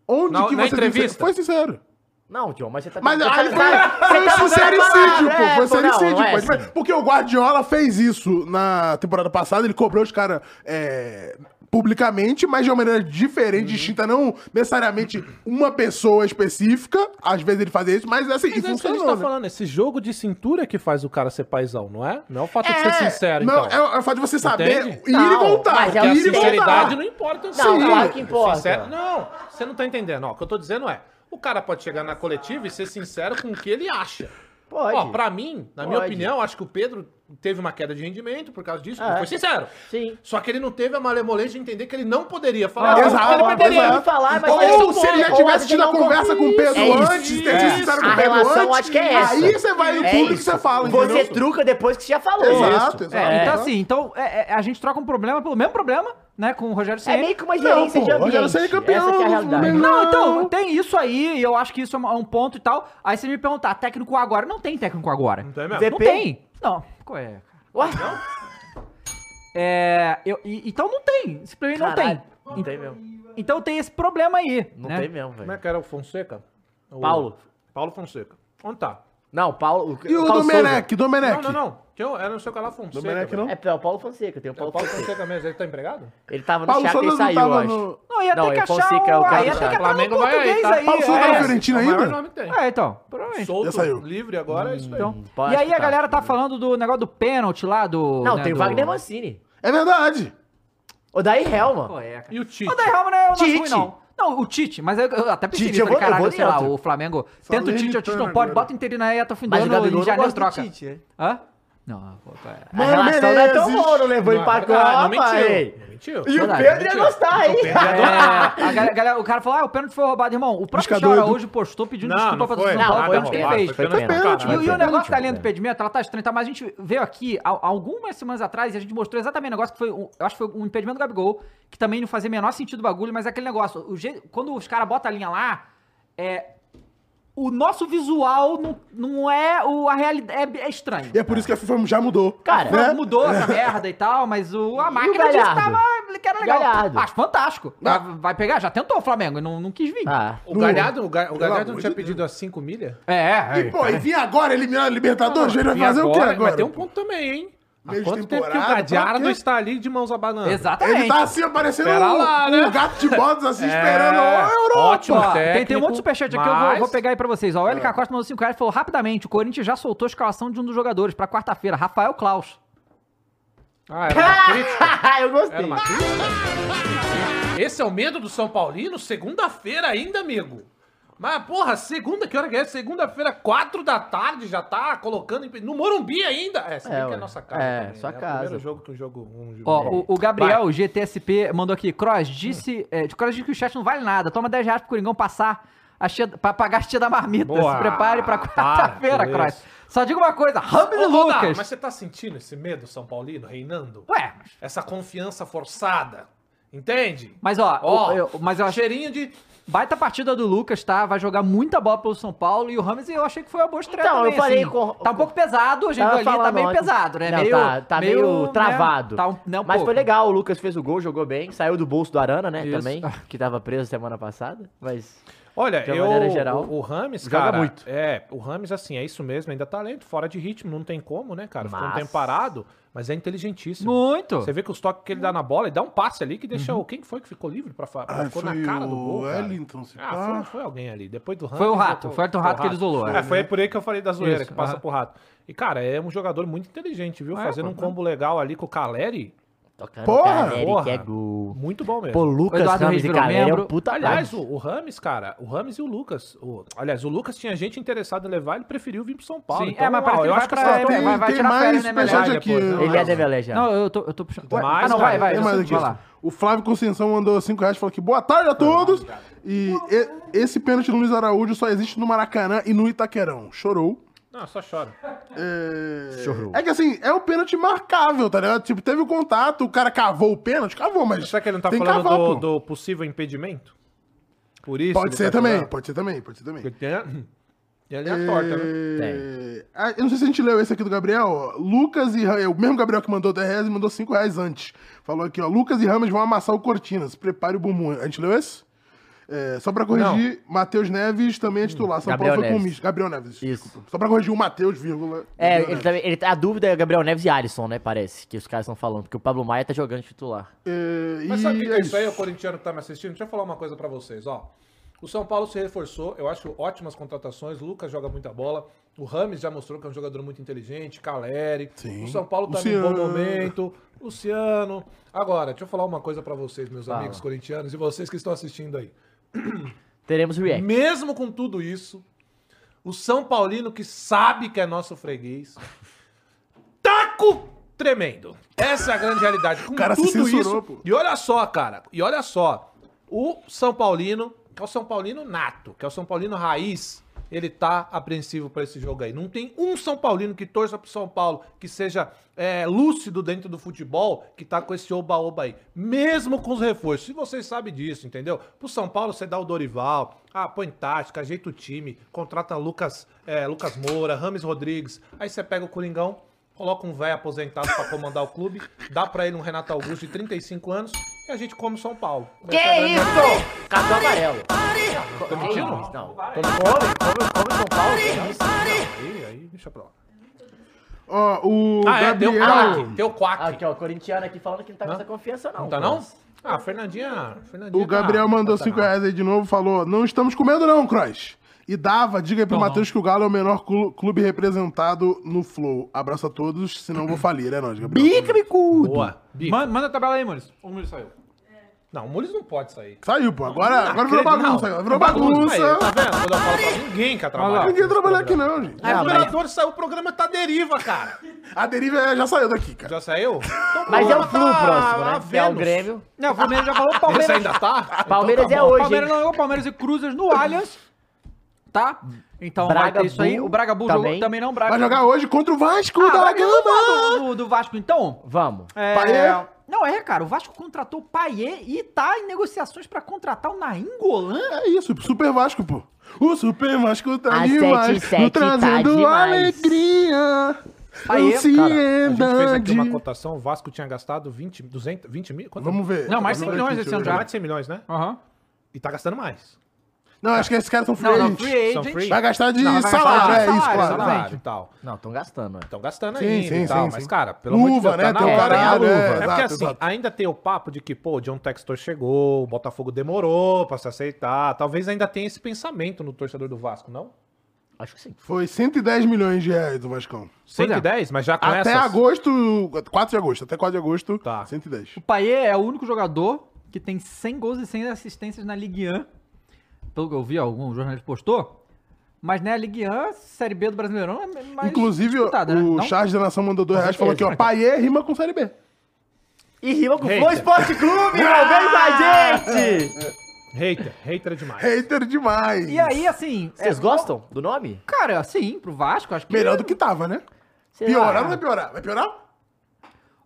B: Onde
D: Na-
B: que
D: na
B: você tem
D: entrevista.
B: sincero? Foi sincero.
C: Não, John, mas você tá...
B: Mas
C: você
B: aí
C: tá-
B: foi,
C: tá-
B: foi
C: você tá
B: um
C: usando a
B: sincericídio,
C: palavra,
B: pô.
C: é,
B: Foi
C: pô, não,
B: sincericídio,
C: não é
B: pô.
C: assim.
B: Mas- Porque o Guardiola fez isso na temporada passada, ele cobrou os caras é, publicamente, mas de uma maneira diferente, distinta, não necessariamente uma pessoa específica. Às vezes ele fazia isso, mas assim, e
D: Mas é isso que a gente
B: funcionou,
D: tá
B: né?
D: falando. Esse jogo de cintura que faz o cara ser paizão, não é? Não é o fato de
B: É,
D: ser sincero,
B: não,
D: então.
B: é, é o fato de você saber
D: Entende?
B: ir e
C: Não,
B: voltar.
C: mas
D: Porque
C: é
D: a
C: o
B: ir e
C: sistema.
D: sinceridade
B: voltar.
D: não importa.
C: Não,
D: sim.
C: claro que importa.
D: Sincero- não, você não tá entendendo. Ó, o que eu tô dizendo é, o cara pode chegar na coletiva e ser sincero com o que ele acha.
C: Pode.
D: Ó, pra mim, na minha
C: Pode.
D: opinião, acho que o Pedro teve uma queda de rendimento por causa disso.
C: É.
D: Ele foi sincero.
C: Sim.
D: Só que ele não teve a malemolência de entender que ele não poderia falar.
B: Não,
D: isso, porque
B: Ah, exato,
D: ele perderia.
B: exato.
C: Poderia falar, mas... esse é o
B: Ou se ele já
C: ponto. Ou
B: tivesse
C: você
B: tido
C: não
B: a conversa com o
C: confia.
B: Pedro
C: É isso.
B: antes, ter sido
D: é
B: sincero com
C: A
B: o Pedro
C: relação,
B: antes,
C: acho que é essa.
B: aí você vai no
C: É
B: público e
C: isso.
B: você fala,
C: Você
B: entendeu?
C: truca depois que você já falou.
B: Exato, Então,
C: Isso. É, então,
B: exato.
A: é, Então, assim, então é- é- a gente troca um problema pelo mesmo problema né, com o Rogério
C: É
A: Ceni.
C: meio que uma
B: Não,
C: gerência
B: pô,
C: de ambiente.
B: Rogério Ceni é campeão.
C: Essa que é a realidade.
B: Não,
A: Não, então, tem isso aí, e eu acho que isso é um- é um ponto e tal. Aí você me perguntar, técnico agora? Não tem técnico agora. Não
D: tem mesmo?
A: Não
C: VP?
A: tem. Não, qual é?
C: Ué?
A: É, eu- e- então não tem, simplesmente não
C: Caralho,
A: tem.
C: Não tem mesmo.
A: Então tem esse problema aí,
C: Não
A: né?
C: tem mesmo,
D: Como é
C: velho.
D: que era o Fonseca? O-
C: Paulo.
D: Paulo Fonseca. Onde tá?
C: Não, o Paulo.
B: E o
C: Paulo
B: Domenech,
D: Não,
B: Domenech.
D: não, não. Tinha um- Era não sei o que lá Fonseca.
B: Domenech
D: velho.
B: não?
C: Souza. É, é o Paulo Fonseca, tem o Paulo
D: O Paulo
C: Fonseca.
D: Fonseca mesmo, ele tá empregado?
C: Ele tava no
B: Paulo
C: Chaco e
B: Souza não
C: saiu, eu
B: tava
C: acho.
B: no...
A: Não, ia
C: Não,
A: ter
C: é
A: que achar
C: Fonseca, é o
A: um,
C: cara
A: aí ia
C: do
A: ter que
C: Chaco.
A: achar um
D: Flamengo vai aí,
A: português
D: tá?
A: aí.
B: Paulo Souza tá na
A: é.
B: Fiorentina
D: É o maior
B: ainda?
D: nome que tem.
A: É, então, provavelmente.
D: Solto,
B: Já saiu.
D: livre agora, é isso aí.
A: Então,
C: pô,
A: e
C: acho
A: aí
C: que
A: a
C: tá.
A: galera tá falando do negócio do pênalti lá do.
C: Não,
A: né,
C: tem o
A: do-
C: Wagner Mancini.
B: É verdade.
C: O Daí Helma.
A: Qual é, cara?
D: E o Tite?
A: O Dai Helma não é o nosso
C: Tite.
A: ruim, não. Não, o Tite, mas eu, eu até pensei
C: Tite,
A: nisso,
C: eu vou-
A: falei,
C: eu vou
A: caralho, sei lá,
C: dentro.
A: o Flamengo tenta o
B: Falei
A: Tite, o Tite não
B: agora.
A: pode, bota o Interino aí até o fim do
C: Mas o
A: ano,
C: Gabigol
A: em
C: não
A: janeiro
C: gosta do
A: troca.
C: Tite, né?
A: Hã? Não, volta, é.
C: A relação não é tão boa, não levou em pacote.
D: Ah, não mentiu. Não mentiu.
C: E o
A: Verdade,
C: Pedro ia
D: mentiu.
C: gostar, hein?
A: É, a gal- galera- o cara falou, ah, o pênalti foi roubado, irmão. O próprio
B: Busca
A: Chora
B: doido.
A: hoje postou pedindo
D: Não,
A: desculpa
D: não
A: pra
D: foi.
A: torcida do
D: Não,
A: São Paulo, pênalti
D: nada
A: que ele
D: roubado,
A: fez.
D: foi
A: E-
D: pênalti.
B: pênalti,
A: E,
B: foi
A: o
B: pênalti,
A: negócio da linha do impedimento, ela tá estranha, tá? Mas a gente veio aqui, há- há algumas semanas atrás, e a gente mostrou exatamente o negócio que foi, um- eu acho que foi um impedimento do Gabigol, que também não fazia o menor sentido o bagulho, mas é aquele negócio, o jeito- quando os caras botam a linha lá, é... O nosso visual não, não é o, a realidade. É, é estranho.
B: E é por isso que a FIFA já mudou.
C: Cara,
B: né?
A: Mudou essa merda e tal, mas o, a máquina disse que,
C: Galhardo?
A: tava, que era legal.
C: Galhardo.
A: Acho fantástico. Vai- Vai pegar? Já tentou o Flamengo e não, não quis vir.
C: Ah,
D: O Galhardo, o Ga- o
B: Pelo
D: Galhardo não
B: amor
D: tinha
B: de
D: pedido as 5 milhas?
A: É, é.
B: E, pô, e vir agora eliminar a Libertadores, ele vai
D: E
B: fazer o que agora?
D: Mas tem um ponto também, hein? Há
B: Meio
D: quanto tempo que o
B: temporada, pra
D: Galhardo
B: quê?
D: está ali de mãos abanando?
A: é. Exatamente.
B: Ele tá assim, aparecendo
D: Pera
B: um,
D: lá, né? É,
B: um gato de botas, assim, esperando a Europa.
D: Ótimo
A: Ó,
D: técnico,
A: tem, tem um monte de superchat aqui, eu vou-
D: mas-
A: vou, pegar aí pra vocês. Ó, o LK Costa mandou 5 reais e falou rapidamente: o Corinthians já soltou a escalação de um dos jogadores pra quarta-feira, Rafael Klaus.
D: Ah, era uma crítica.
C: eu gostei.
D: Era uma crítica. Esse é o medo do São Paulino? Segunda-feira ainda, amigo. Mas, porra, segunda, que hora que é? Segunda-feira, quatro da tarde, já tá colocando... em- No Morumbi ainda? É, se bem
C: É,
D: que é
C: ué.
D: nossa casa.
C: É,
D: também,
C: sua
D: né?
C: casa.
D: O primeiro jogo que um jogo... Um jogo
A: Ó, o, o Gabriel GTSP mandou aqui: Cross disse, é, Cross disse que o chat não vale nada, toma 10 reais pro Coringão passar. A chia, pra pagar a tia da marmita.
D: Boa.
A: Se prepare pra
D: Para
A: quarta-feira,
D: com
A: Cross.
D: isso.
A: Só diga uma coisa: Ramiro
D: Ô, Rodar,
A: Lucas.
D: mas você tá sentindo esse medo São Paulino reinando?
A: Ué,
D: Essa confiança forçada, entende?
A: mas ó,
D: Ó,
A: eu- eu- mas eu achei.
D: cheirinho de...
A: Baita partida do Lucas, tá? Vai jogar muita bola pelo São Paulo e o Ramos eu achei que foi uma boa estreia
C: Então, eu
A: também,
C: falei
A: assim.
C: com-
A: Tá um pouco pesado, a gente
C: Tava
A: viu ali, tá
C: falando
A: meio
C: ontem.
A: pesado, né?
C: Não,
A: meio,
C: tá, tá meio,
A: né?
C: travado.
A: Tá um, né, um
C: Mas
A: pouco.
C: foi legal, o Lucas fez o gol, jogou bem, saiu do bolso do Arana, né,
A: Isso.
C: também, que tava preso semana passada, mas...
D: Olha,
C: De uma
D: eu,
C: maneira geral,
D: o, o Rames,
C: joga
D: cara,
C: muito.
D: é, o Rames, assim, é isso mesmo, ainda tá lento, fora de ritmo, não tem como, né, cara? Ficou um
C: Mas-
D: tempo parado, mas é inteligentíssimo.
A: Muito.
D: Você vê que os toques que ele dá na bola, ele dá um passe ali que
A: Uhum.
D: deixa o... Quem que foi que ficou livre pra falar?
B: Ah,
D: ficou
B: foi
D: na cara do gol,
B: o
D: cara.
B: Wellington, se
D: Ah,
B: pá.
D: foi, foi alguém ali. Depois do Rames...
A: Foi o Rato,
D: jogou-
A: foi o Ayrton Rato que ele isolou,
D: É,
A: né?
D: foi por aí que eu falei da zoeira,
A: Isso,
D: que passa
A: aham.
D: pro Rato. E, cara, é um jogador muito inteligente, viu?
A: É,
D: Fazendo
A: pô,
D: um combo legal ali com o Caleri,
C: Tocando
B: Porra!
C: Caleri,
D: Porra.
C: que é gol.
D: muito bom mesmo.
C: Pô, Lucas
A: Eduardo
C: Ramos
A: Reis
C: e
A: virou
C: Caleri é
A: membro.
C: um puta
D: Aliás, o,
C: craque.
D: o Rames, cara, o Rames e o Lucas. o- aliás, o Lucas tinha gente interessada em levar, ele preferiu vir pro São Paulo.
A: Sim,
D: Então,
A: é, mas parece
D: ó,
A: que
D: eu
A: ele
D: acho que um-
A: vai
D: essa
A: pra-
D: turma-
A: é,
B: Tem,
A: vai- vai
B: tem
A: tirar
B: mais
A: férias, né,
B: superchat
D: Melhor?
B: aqui.
D: Depois, né?
C: Ele é Develé já.
A: Não, eu tô, eu tô puxando.
D: mais,
A: ah, não,
D: cara,
A: vai, vai.
B: Tem
A: já
B: mais
A: sei,
B: aqui.
A: vai lá.
B: O Flávio Conceição mandou 5 reais e falou que boa tarde a todos. E, e- esse pênalti do Luiz Araújo só existe no Maracanã e no Itaquerão. Chorou.
D: Não, só chora.
B: É...
C: Chorou.
B: é que assim, é um pênalti marcável, tá ligado? Tipo, teve o contato, o cara cavou o pênalti, cavou, mas.
D: Será que ele não tá
B: tem que
D: falando
B: cavar,
D: do,
B: pô.
D: do possível impedimento? Por isso.
B: Pode
D: ele
B: ser
D: tá
B: também,
D: chorando.
B: pode ser também, pode ser também.
D: Porque Tem a, tem a linha torta, né?
B: É, ah, Eu não sei se a gente leu esse aqui do Gabriel. ó. Lucas e Ra- é o mesmo Gabriel que mandou 10 reais e mandou 5 reais antes. Falou aqui, ó. Lucas e Ramos vão amassar o Cortinas. Prepare o bumbum. A gente leu esse? É, só pra corrigir, Matheus Neves também é titular. São
C: Gabriel
B: Paulo foi com o
C: Neves.
B: Misto. Gabriel Neves.
C: Isso.
B: desculpa. Só pra corrigir o Matheus, vírgula.
C: É,
B: Gabriel
C: ele
B: Neves.
C: também, ele, a dúvida é Gabriel Neves e Alisson, né, parece, que os caras estão falando, porque o Pablo Maia tá jogando de titular.
B: É,
D: Mas
B: e
D: sabe o que que é isso aí, o
B: isso.
D: corintiano que tá me assistindo? Deixa eu falar uma coisa pra vocês, ó. O São Paulo se reforçou, eu acho ótimas contratações, o Lucas joga muita bola, o Rames já mostrou que é um jogador muito inteligente, Caleri,
B: Sim.
D: o São Paulo tá num
B: Luciano.
D: bom momento, Luciano. Agora, deixa eu falar uma coisa pra vocês, meus
C: Fala.
D: amigos corintianos e vocês que estão assistindo aí.
C: Teremos react.
D: Mesmo com tudo isso, o São Paulino que sabe que é nosso freguês, taco tremendo. Essa é a grande realidade. Com
B: cara se
D: tudo
B: censurou,
D: isso.
B: pô.
D: E olha só, cara, e olha só. O São Paulino, que é o São Paulino nato, que é o São Paulino raiz, ele tá apreensivo pra esse jogo aí. Não tem um São Paulino que torça pro São Paulo, que seja é, lúcido dentro do futebol, que tá com esse oba-oba aí. Mesmo com os reforços. Se vocês sabem disso, entendeu? Pro São Paulo você dá o Dorival, ah, põe tática, ajeita o time, contrata Lucas, é, Lucas Moura, Rames Rodrigues. Aí você pega o Coringão, Coloca um velho aposentado pra comandar o clube, dá pra ele um Renato Augusto de 35 anos e a gente come São Paulo. é
C: Que isso? Cartão amarelo.
D: Tô
C: Que
D: mentindo?
C: isso? Não.
D: Come, come, come, come São Paulo. que isso? Não, aí, aí, deixa pra lá.
B: Ó, o
D: Ah, é, deu
B: Gabriel. Ah,
D: quack, deu quack.
C: Aqui, ó, o corintiano aqui falando que não tá com
D: Hã?
C: essa confiança, não.
D: Não tá não? Ah, Fernandinha, Fernandinha tá
B: O Gabriel mandou 5 reais aí de novo, falou: Não estamos comendo, não, Cross. E dava, diga aí pro Matheus que o Galo é o menor clu- clube representado no Flow. Abraço a todos, senão vou falir, é nóis, Gabriel.
C: Bica, bicudo.
D: Boa. Bico.
A: Manda, manda a tabela aí, Muniz.
D: O Murilo saiu. É. Não, o Mules não pode sair.
B: Saiu, pô. Agora, agora virou
D: Acredito-
B: bagunça.
D: não,
B: agora Virou
D: Aí, tá
B: bagunça.
D: vendo? Quando eu falo pra ninguém quer trabalhar.
B: Ninguém tá trabalha aqui, não, gente.
D: Aí o operador saiu, o programa tá à deriva, cara.
B: A deriva é- já saiu daqui, cara.
D: Já saiu? Então,
C: Mas é o
D: programa
C: Flu
D: tá
C: próximo,
D: lá,
C: né? Que é o
D: Vênus.
C: Grêmio.
A: Não, o Palmeiras já falou, o
D: Esse
A: Palmeiras...
D: ainda tá?
C: Palmeiras é
A: O
C: hoje,
A: Então Palmeiras
C: hein?
A: não jogou, Palmeiras e Cruzas no Allianz, tá? Então vai
C: Braga
A: ter isso aí.
C: Bull
A: O Braga Bull jogou
C: também.
A: também não, Braga.
B: Vai jogar hoje contra o Vasco
A: Ah,
B: da
A: Braga do,
B: Gama.
A: do, do Vasco, então.
C: Vamos.
A: É...
B: Paiê?
A: Não, é, cara, o Vasco contratou o Paiê e tá em negociações pra contratar o Nainggolan.
B: É isso, Super Vasco, pô. O Super Vasco tá
C: A
B: demais,
C: 77
B: no trazendo
C: tá demais.
A: Aí, cara, a gente
D: A gente
B: alegria,
D: fez aqui uma
B: ansiedade.
D: cotação, o Vasco tinha gastado 20, 200, 20 mil? Quanto?
B: Vamos ver.
A: Não, mais 100
B: Vamos ver
A: milhões
B: aqui,
A: esse ano
B: deixa eu
A: já.
D: Mais de 100 milhões, né?
A: Aham.
D: E tá gastando mais.
B: ver. Não, acho que esses caras são free
A: Não, não,
B: agent.
A: free
D: São free?
A: agent.
B: Vai gastar de
A: Não, vai gastar
B: salário,
A: de
B: é isso,
A: salário,
B: claro.
A: exatamente.
D: Salário e tal.
C: Não, tão gastando, né?
D: Estão gastando
B: Sim,
D: ainda
B: sim,
D: e tal.
B: sim,
D: mas,
B: sim.
D: cara, pelo
B: Luva,
D: amor de Deus,
B: né?
D: tá
B: Tem
D: na
B: o
D: hora.
B: caralho, é,
D: é, porque
B: exato,
D: assim,
B: exato.
D: ainda tem o papo de que, pô, o John Textor chegou, o Botafogo demorou pra se aceitar. Talvez ainda tenha esse pensamento no torcedor do Vasco, não?
C: Acho que sim.
B: Foi 110 milhões de reais do Vascão.
D: 110, mas já com
B: é. Até
D: Então é essas...
B: agosto, 4 de agosto, até 4 de agosto,
D: Tá.
B: 110.
A: O Paier é o único jogador que tem 100 gols e 100 assistências na Ligue 1. Pelo que eu vi, algum jornalista postou. Mas, né, a Ligue 1, Série B do Brasileirão é mais
B: Inclusive,
A: disputada, né?
B: o
A: Não?
B: Charles da Nação mandou 2 reais e falou
D: é
B: aqui,
D: né?
B: ó, Paiê rima com Série B.
C: E rima com o
D: Eita.
C: Flow Esporte Clube, irmão. Vem com a gente!
D: Hater, hater é demais.
B: Hater demais.
A: E aí, assim...
C: Vocês
A: é,
C: gostam do nome?
A: Cara, assim, pro Vasco, acho que...
B: Melhor do que tava, né?
C: Sei
B: Piorar
C: lá.
B: ou não vai piorar? Vai piorar?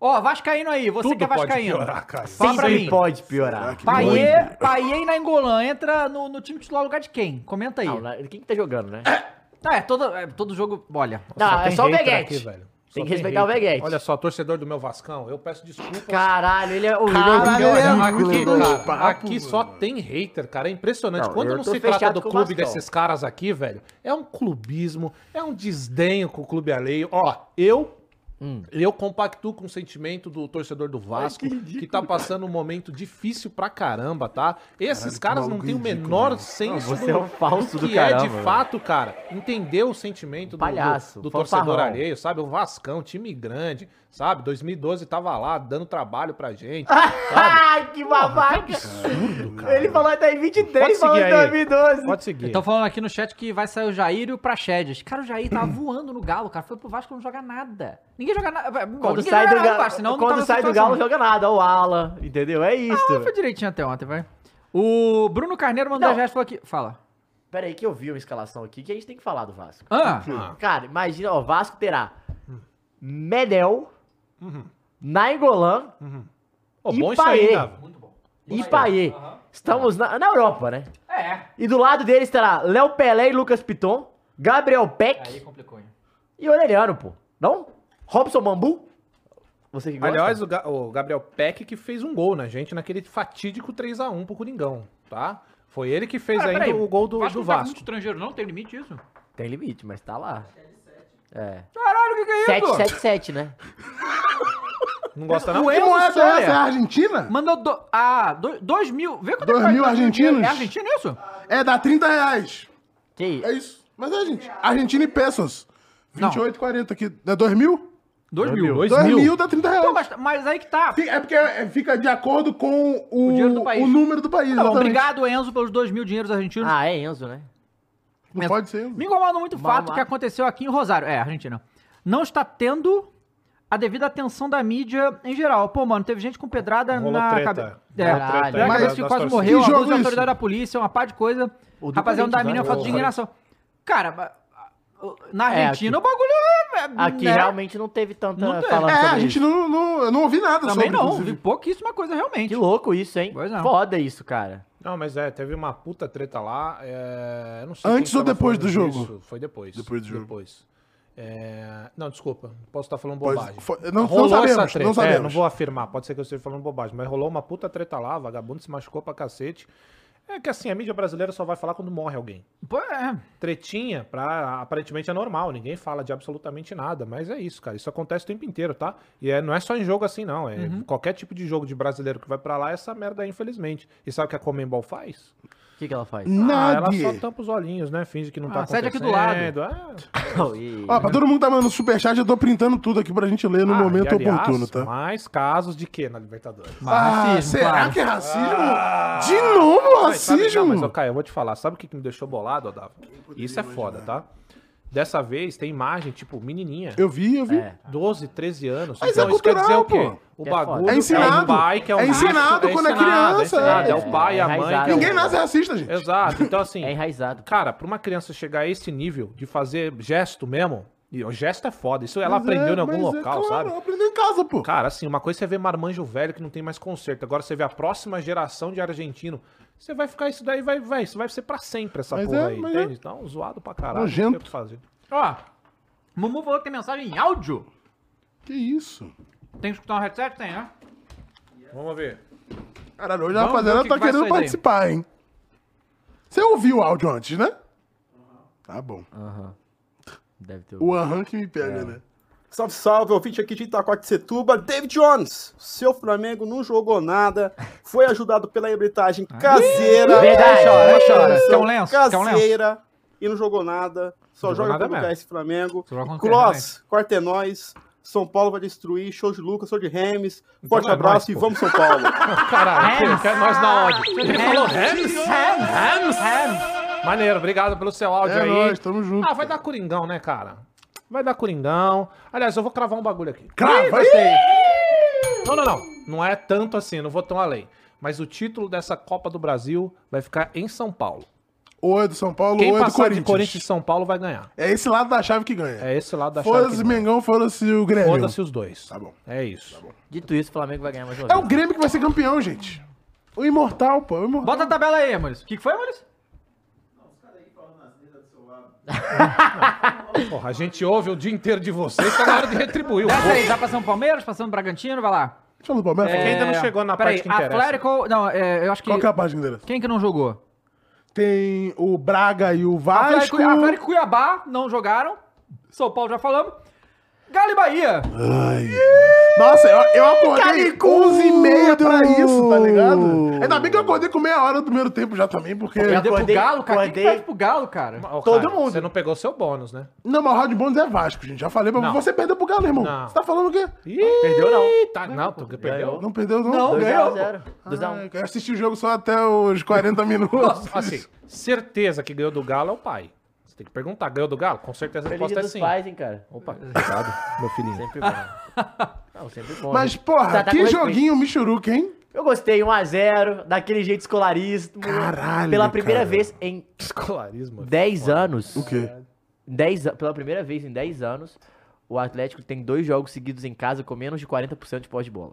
A: Ó, Vascaíno aí, você que é
D: Tudo pode
A: Vascaíno.
D: piorar, cara.
A: Fala pra
C: Sempre
A: mim.
C: pode
B: Ah,
C: piorar.
B: que doido.
A: Paier, Paier e Nainggolan, entra no, no time titular no lugar de quem? Comenta aí.
C: Não, né? Quem que tá jogando, né?
A: Ah, é todo, é todo jogo, olha...
C: Não, é
D: tem
C: só o
D: hater
C: Veguete.
D: aqui, velho. Só
C: Tem que respeitar o
D: hater.
C: Veguete.
D: Olha só, torcedor do meu Vascão, eu peço desculpas.
C: Caralho, ele é o
A: Caralho, ele é
D: aqui,
A: ridículo,
D: cara,
A: esse
B: papo,
D: aqui só tem hater, cara. É impressionante.
C: Não,
D: Quando
C: eu
D: não
C: tô
D: se trata
C: fechado
D: do
C: com o
D: clube
C: Vascão.
D: desses caras aqui, velho, é um clubismo, é um desdenho com o clube alheio. Ó, eu.
C: Hum.
D: Eu compactuo com o sentimento do torcedor do Vasco, que, tá passando um momento difícil pra caramba, tá? Esses caras não
B: maluco
D: têm o
B: ridículo,
D: menor
B: mano.
D: senso
C: Não, você é um falso do
D: que é
C: caramba,
D: de
C: velho.
D: fato, cara, entender o sentimento do,
C: Palhaço,
D: do, do
C: fanfarrão.
D: torcedor alheio meio, sabe? O Vascão, time grande, sabe? 2012 tava lá dando trabalho pra gente.
C: Ai, que babaca! Ele falou até em 23, falou em 2012.
D: Pode seguir.
A: Estão falando aqui no chat que vai sair o Jair e o Praxedes. Cara, o Jair tava voando no Galo, cara. Foi pro Vasco não joga nada. Ninguém joga nada. Bom,
C: Quando
A: ninguém
C: sai
A: joga nada
C: do
A: no
C: Galo,
A: Vasco, senão não
C: quando
A: tava
C: sai do
A: situação.
C: Galo, é joga nada. O ala, entendeu? É isso.
A: Ah, foi direitinho até ontem, vai. O Bruno Carneiro mandou 10
C: Não.
A: reais e falou aqui. Fala.
C: Pera aí que eu vi uma escalação aqui que a gente tem que falar do Vasco.
A: Ah,
D: Ah,
C: Cara, imagina, ó, Vasco terá Medel, Uhum. Nainggolan
D: pô,
C: E
D: bom isso aí,
C: Paê.
D: Gava. Muito bom.
C: e Paê.
A: Uhum.
C: Estamos na, na Europa, né?
A: é.
C: E do lado deles terá Léo Pelé e Lucas Piton, Gabriel Peck
A: Aí complicou, hein?
C: e Orelhano, pô. Não? Robson Bambu? Você que gosta?
D: Aliás, o, Ga- o Gabriel Peck que fez um gol na gente naquele fatídico 3x1 pro Coringão, tá? Foi ele que fez
A: Cara,
D: ainda
A: É, peraí,
D: o gol do
A: Vasco
D: Vasco.
A: não tá com muito
D: Do Vasco.
A: estrangeiro, não? Tem limite isso?
C: Tem limite, mas tá lá. É.
A: Caralho, o que, que é isso?
C: 777, né?
D: Não gosta não?
A: O
B: Que
A: Enzo
B: moeda é essa? É a
A: Soria
B: Argentina?
A: mandou do, ah, do, dois mil. Vê quanto
B: Dois
A: faz
B: mil
A: dois
B: argentinos?
A: É argentino isso?
B: É, dá 30 reais.
C: Que isso?
B: É isso. Mas é, gente. Argentina e pesos. 28,40 aqui. Dá 2 mil?
A: Dois, mil.
D: Dois
B: 2
D: mil.
B: mil dá 30 reais.
A: Pô, Então, mas, mas aí que tá.
B: Fi- É porque é, fica de acordo com o,
A: O dinheiro do país.
B: o número do país.
A: Tá bom,
B: exatamente.
A: obrigado, Enzo, pelos dois mil dinheiros argentinos.
C: Ah, é Enzo, né?
B: Não pode ser.
A: Me incomoda muito o
C: Vamos
A: fato
C: lá.
A: que aconteceu aqui em Rosário. É, Argentina. Não está tendo a devida atenção da mídia em geral. Pô, mano, teve gente com pedrada
D: Rolou
A: na
D: treta.
A: cabeça.
C: Rolou
A: É,
C: treta aí
A: na
B: das-
A: cabeça que quase
D: das torcidas.
A: morreu,
B: Que
A: abuso
B: jogo
A: de
B: isso?
A: autoridade da polícia, uma pá de coisa.
C: O do
A: Rapaziada, não dá
C: Corinthians,
A: mínima
C: né?
A: falta de
D: O-
A: indignação. Cara, ba- na
C: É,
A: Argentina o bagulho é. é-
C: Aqui
A: né?
C: realmente não teve tanta
A: Não teve.
C: falando
B: É,
C: sobre
B: a gente
C: isso.
B: não, não, eu não ouvi nada
A: Também
B: sobre
A: não,
B: inclusive.
A: vi pouquíssima coisa realmente.
C: Que louco isso, hein?
A: Pois não.
C: Foda isso, cara.
D: Não, mas é, teve uma puta treta lá. é, eu não sei
B: Antes
D: quem
B: ou
D: tava
B: depois
D: falando
B: do jogo?
D: disso, Foi depois.
B: Depois do jogo.
D: Depois. É, não, desculpa. Posso estar falando
B: Pois-
D: bobagem.
B: foi- não- não
D: Rolou
B: sabemos,
D: essa
B: não
D: treta. É,
B: sabemos.
D: não vou afirmar, pode ser que eu esteja falando bobagem, mas rolou uma puta treta lá, vagabundo se machucou pra cacete. É que assim, a mídia brasileira só vai falar quando morre alguém.
A: Pô, é.
D: tretinha, pra, aparentemente é normal, ninguém fala de absolutamente nada, mas é isso, cara. Isso acontece o tempo inteiro, tá? E é, não é só em jogo assim, não. É
A: Uhum.
D: qualquer tipo de jogo de brasileiro que vai pra lá, é essa merda aí, infelizmente. E sabe o que a Comembol faz?
C: O que, que ela faz?
D: Ah,
B: Nada.
D: ela só tampa os olhinhos, né? Finge que não tá
A: Ah, sede
D: acontecendo.
A: aqui do lado.
D: É.
C: Ih,
B: Ó, pra todo mundo que tá mandando superchat, eu tô printando tudo aqui pra gente ler no
D: Ah,
B: momento
D: e, aliás,
B: oportuno, tá?
D: Mais casos de quê na Libertadores?
B: Ah,
A: racismo,
B: será
A: claro.
B: que é racismo? De novo
D: Ah. Mas sabe-
B: racismo?
D: não, mas, ô, Caio, eu vou te falar. Sabe o que, que me deixou bolado, Adava? Isso é foda, tá? Dessa vez tem imagem, tipo, menininha.
B: Eu vi, eu vi.
C: É.
D: 12, 13 Ah. anos. então
B: Mas é
D: isso quer dizer
B: cultural,
D: o quê?
C: pô.
D: O
C: Que é foda.
D: bagulho
B: É
D: o
B: ensinado.
D: pai, que é o
B: É
D: macho,
B: ensinado quando é
D: ensinado,
B: criança,
D: É, ensinado,
B: é.
D: é o pai, a
C: É
D: mãe.
C: enraizado.
D: que é o-
B: Ninguém nasce racista, gente.
D: Exato. Então, assim,
C: É enraizado.
D: cara, pra uma criança chegar a esse nível de fazer gesto mesmo, e o gesto é foda. Isso ela aprendeu em algum local, sabe?
B: é Aprendeu em casa, pô.
D: Cara, assim, uma coisa é você vê marmanjo velho que não tem mais conserto. Agora você vê a próxima geração de argentino. Você vai ficar isso daí, vai, vai, isso vai ser pra sempre essa
B: Mas
D: porra
B: é,
D: aí,
B: mas
D: entende? Então, zoado pra caralho. Não tem
B: Nojento.
D: o que fazer.
A: Ó, Mumu falou que tem mensagem em áudio.
B: Que isso?
A: Tem que escutar um headset? Tem, né?
D: Vamos ver.
B: Caralho, hoje a
A: Vamos ver o
B: rapaziada
A: que
B: tá
A: que vai
B: querendo
A: sair daí.
B: participar, hein? Você ouviu o áudio antes, né? Tá bom.
C: Deve ter.
B: O Aham que me
D: É.
B: pega, né?
G: Salve, salve, ouvinte aqui de Itacoaquecetuba, David Jones. Seu Flamengo não jogou nada, foi ajudado pela arbitragem caseira.
A: Ah,
C: Verdade.
A: Chora, chora.
G: Seleção
A: Quer um lenço? Quer um lenço?
G: Caseira e não jogou nada, só
D: Não jogou
G: joga
D: nada
G: pra lugar
D: mesmo.
G: esse Flamengo.
A: Só joga
G: E
A: contra
G: Cross, corta é nóis, São Paulo vai destruir, show de Lucas, show de Remes,
A: Então
G: forte
D: é nóis,
G: abraço e
D: pô.
G: vamos São Paulo.
D: Caralho,
A: Rams.
D: quer nós na ódio. Ele falou Rams?
A: Rams, Rams.
D: Maneiro, obrigado pelo seu áudio
B: É
D: aí.
B: nóis, tamo junto.
D: Ah, vai dar Coringão, né, cara? Vai dar Coringão. Aliás, eu vou cravar um bagulho aqui.
B: Crava!
D: Não, não, não. Não é tanto assim, não vou tão além. Mas o título dessa Copa do Brasil vai ficar em São Paulo.
B: Ou é do São Paulo,
D: Quem
B: ou é do
D: passar de
B: Corinthians.
D: Corinthians e São Paulo vai ganhar.
B: É esse lado da chave que ganha.
D: É esse lado da chave.
B: Foda-se
D: que
B: o
D: ganha.
B: Mengão, foda-se o Grêmio.
D: Foda-se os dois.
B: Tá bom.
D: É isso.
C: Dito isso, o Flamengo vai ganhar mais uma
B: É
C: vez.
B: o Grêmio que vai ser campeão, gente. O Imortal, pô. O Imortal.
A: Bota a tabela aí, Amoris. O que, que foi, Amoris?
D: Porra, a gente ouve o dia inteiro de vocês, tá na hora de retribuir. o
A: Desce
D: povo.
A: aí, tá passando Palmeiras, passando Bragantino, vai lá.
B: Deixa eu do Palmeiras.
D: É,
B: fala.
D: Quem ainda não chegou na
A: peraí,
D: parte que interessa.
A: Atlético... Não, é, eu acho que...
B: Qual que é a página dele?
A: Quem que não jogou?
B: Tem o Braga e Ah, o Vasco.
A: Atlético, Atlético e Cuiabá não jogaram. São Paulo já falamos. Galo e Bahia.
B: Ai. Nossa, eu, eu acordei 11 e meia pra isso, tá ligado? Ainda bem que eu acordei com meia hora do primeiro tempo já também, porque...
A: Perdeu pro
C: acordei-
A: Galo, cara. Quem que
C: acordei-
A: perde pro Galo, cara?
D: Ô,
B: Todo
D: cara,
B: mundo.
D: Você não pegou seu bônus, né?
B: Não, mas o Rádio Bônus é Vasco, gente. Já falei pra
D: Não.
B: você. perdeu pro Galo, irmão.
D: Não.
B: Você tá falando o quê?
D: Ih,
C: Perdeu não.
D: tá, não, tu perdeu.
B: Não perdeu, não?
A: Não, ganhou.
C: 2x0. um.
B: Ai, eu assisti o jogo só até os 40 minutos.
D: Assim, certeza que ganhou do Galo é o pai. Você tem que perguntar, ganhou do Galo? Com certeza a
C: Feliz
D: resposta
C: dia
D: é
C: dos
A: assim.
D: sim.
C: pais, hein, cara.
D: Opa, obrigado, meu filhinho.
C: Sempre bom. Não, sempre bom.
B: Mas,
C: né?
B: porra,
C: Tá- tá
B: que
C: com respeito.
B: joguinho Michuruca, hein?
C: Eu gostei, 1x0, daquele jeito escolarista.
B: Caralho,
C: Pela primeira
B: cara.
C: vez em
D: Escolarismo.
C: 10 anos.
B: O quê?
C: 10, a- pela primeira vez em 10 anos, o Atlético tem dois jogos seguidos em casa com menos de 40% de pós de bola.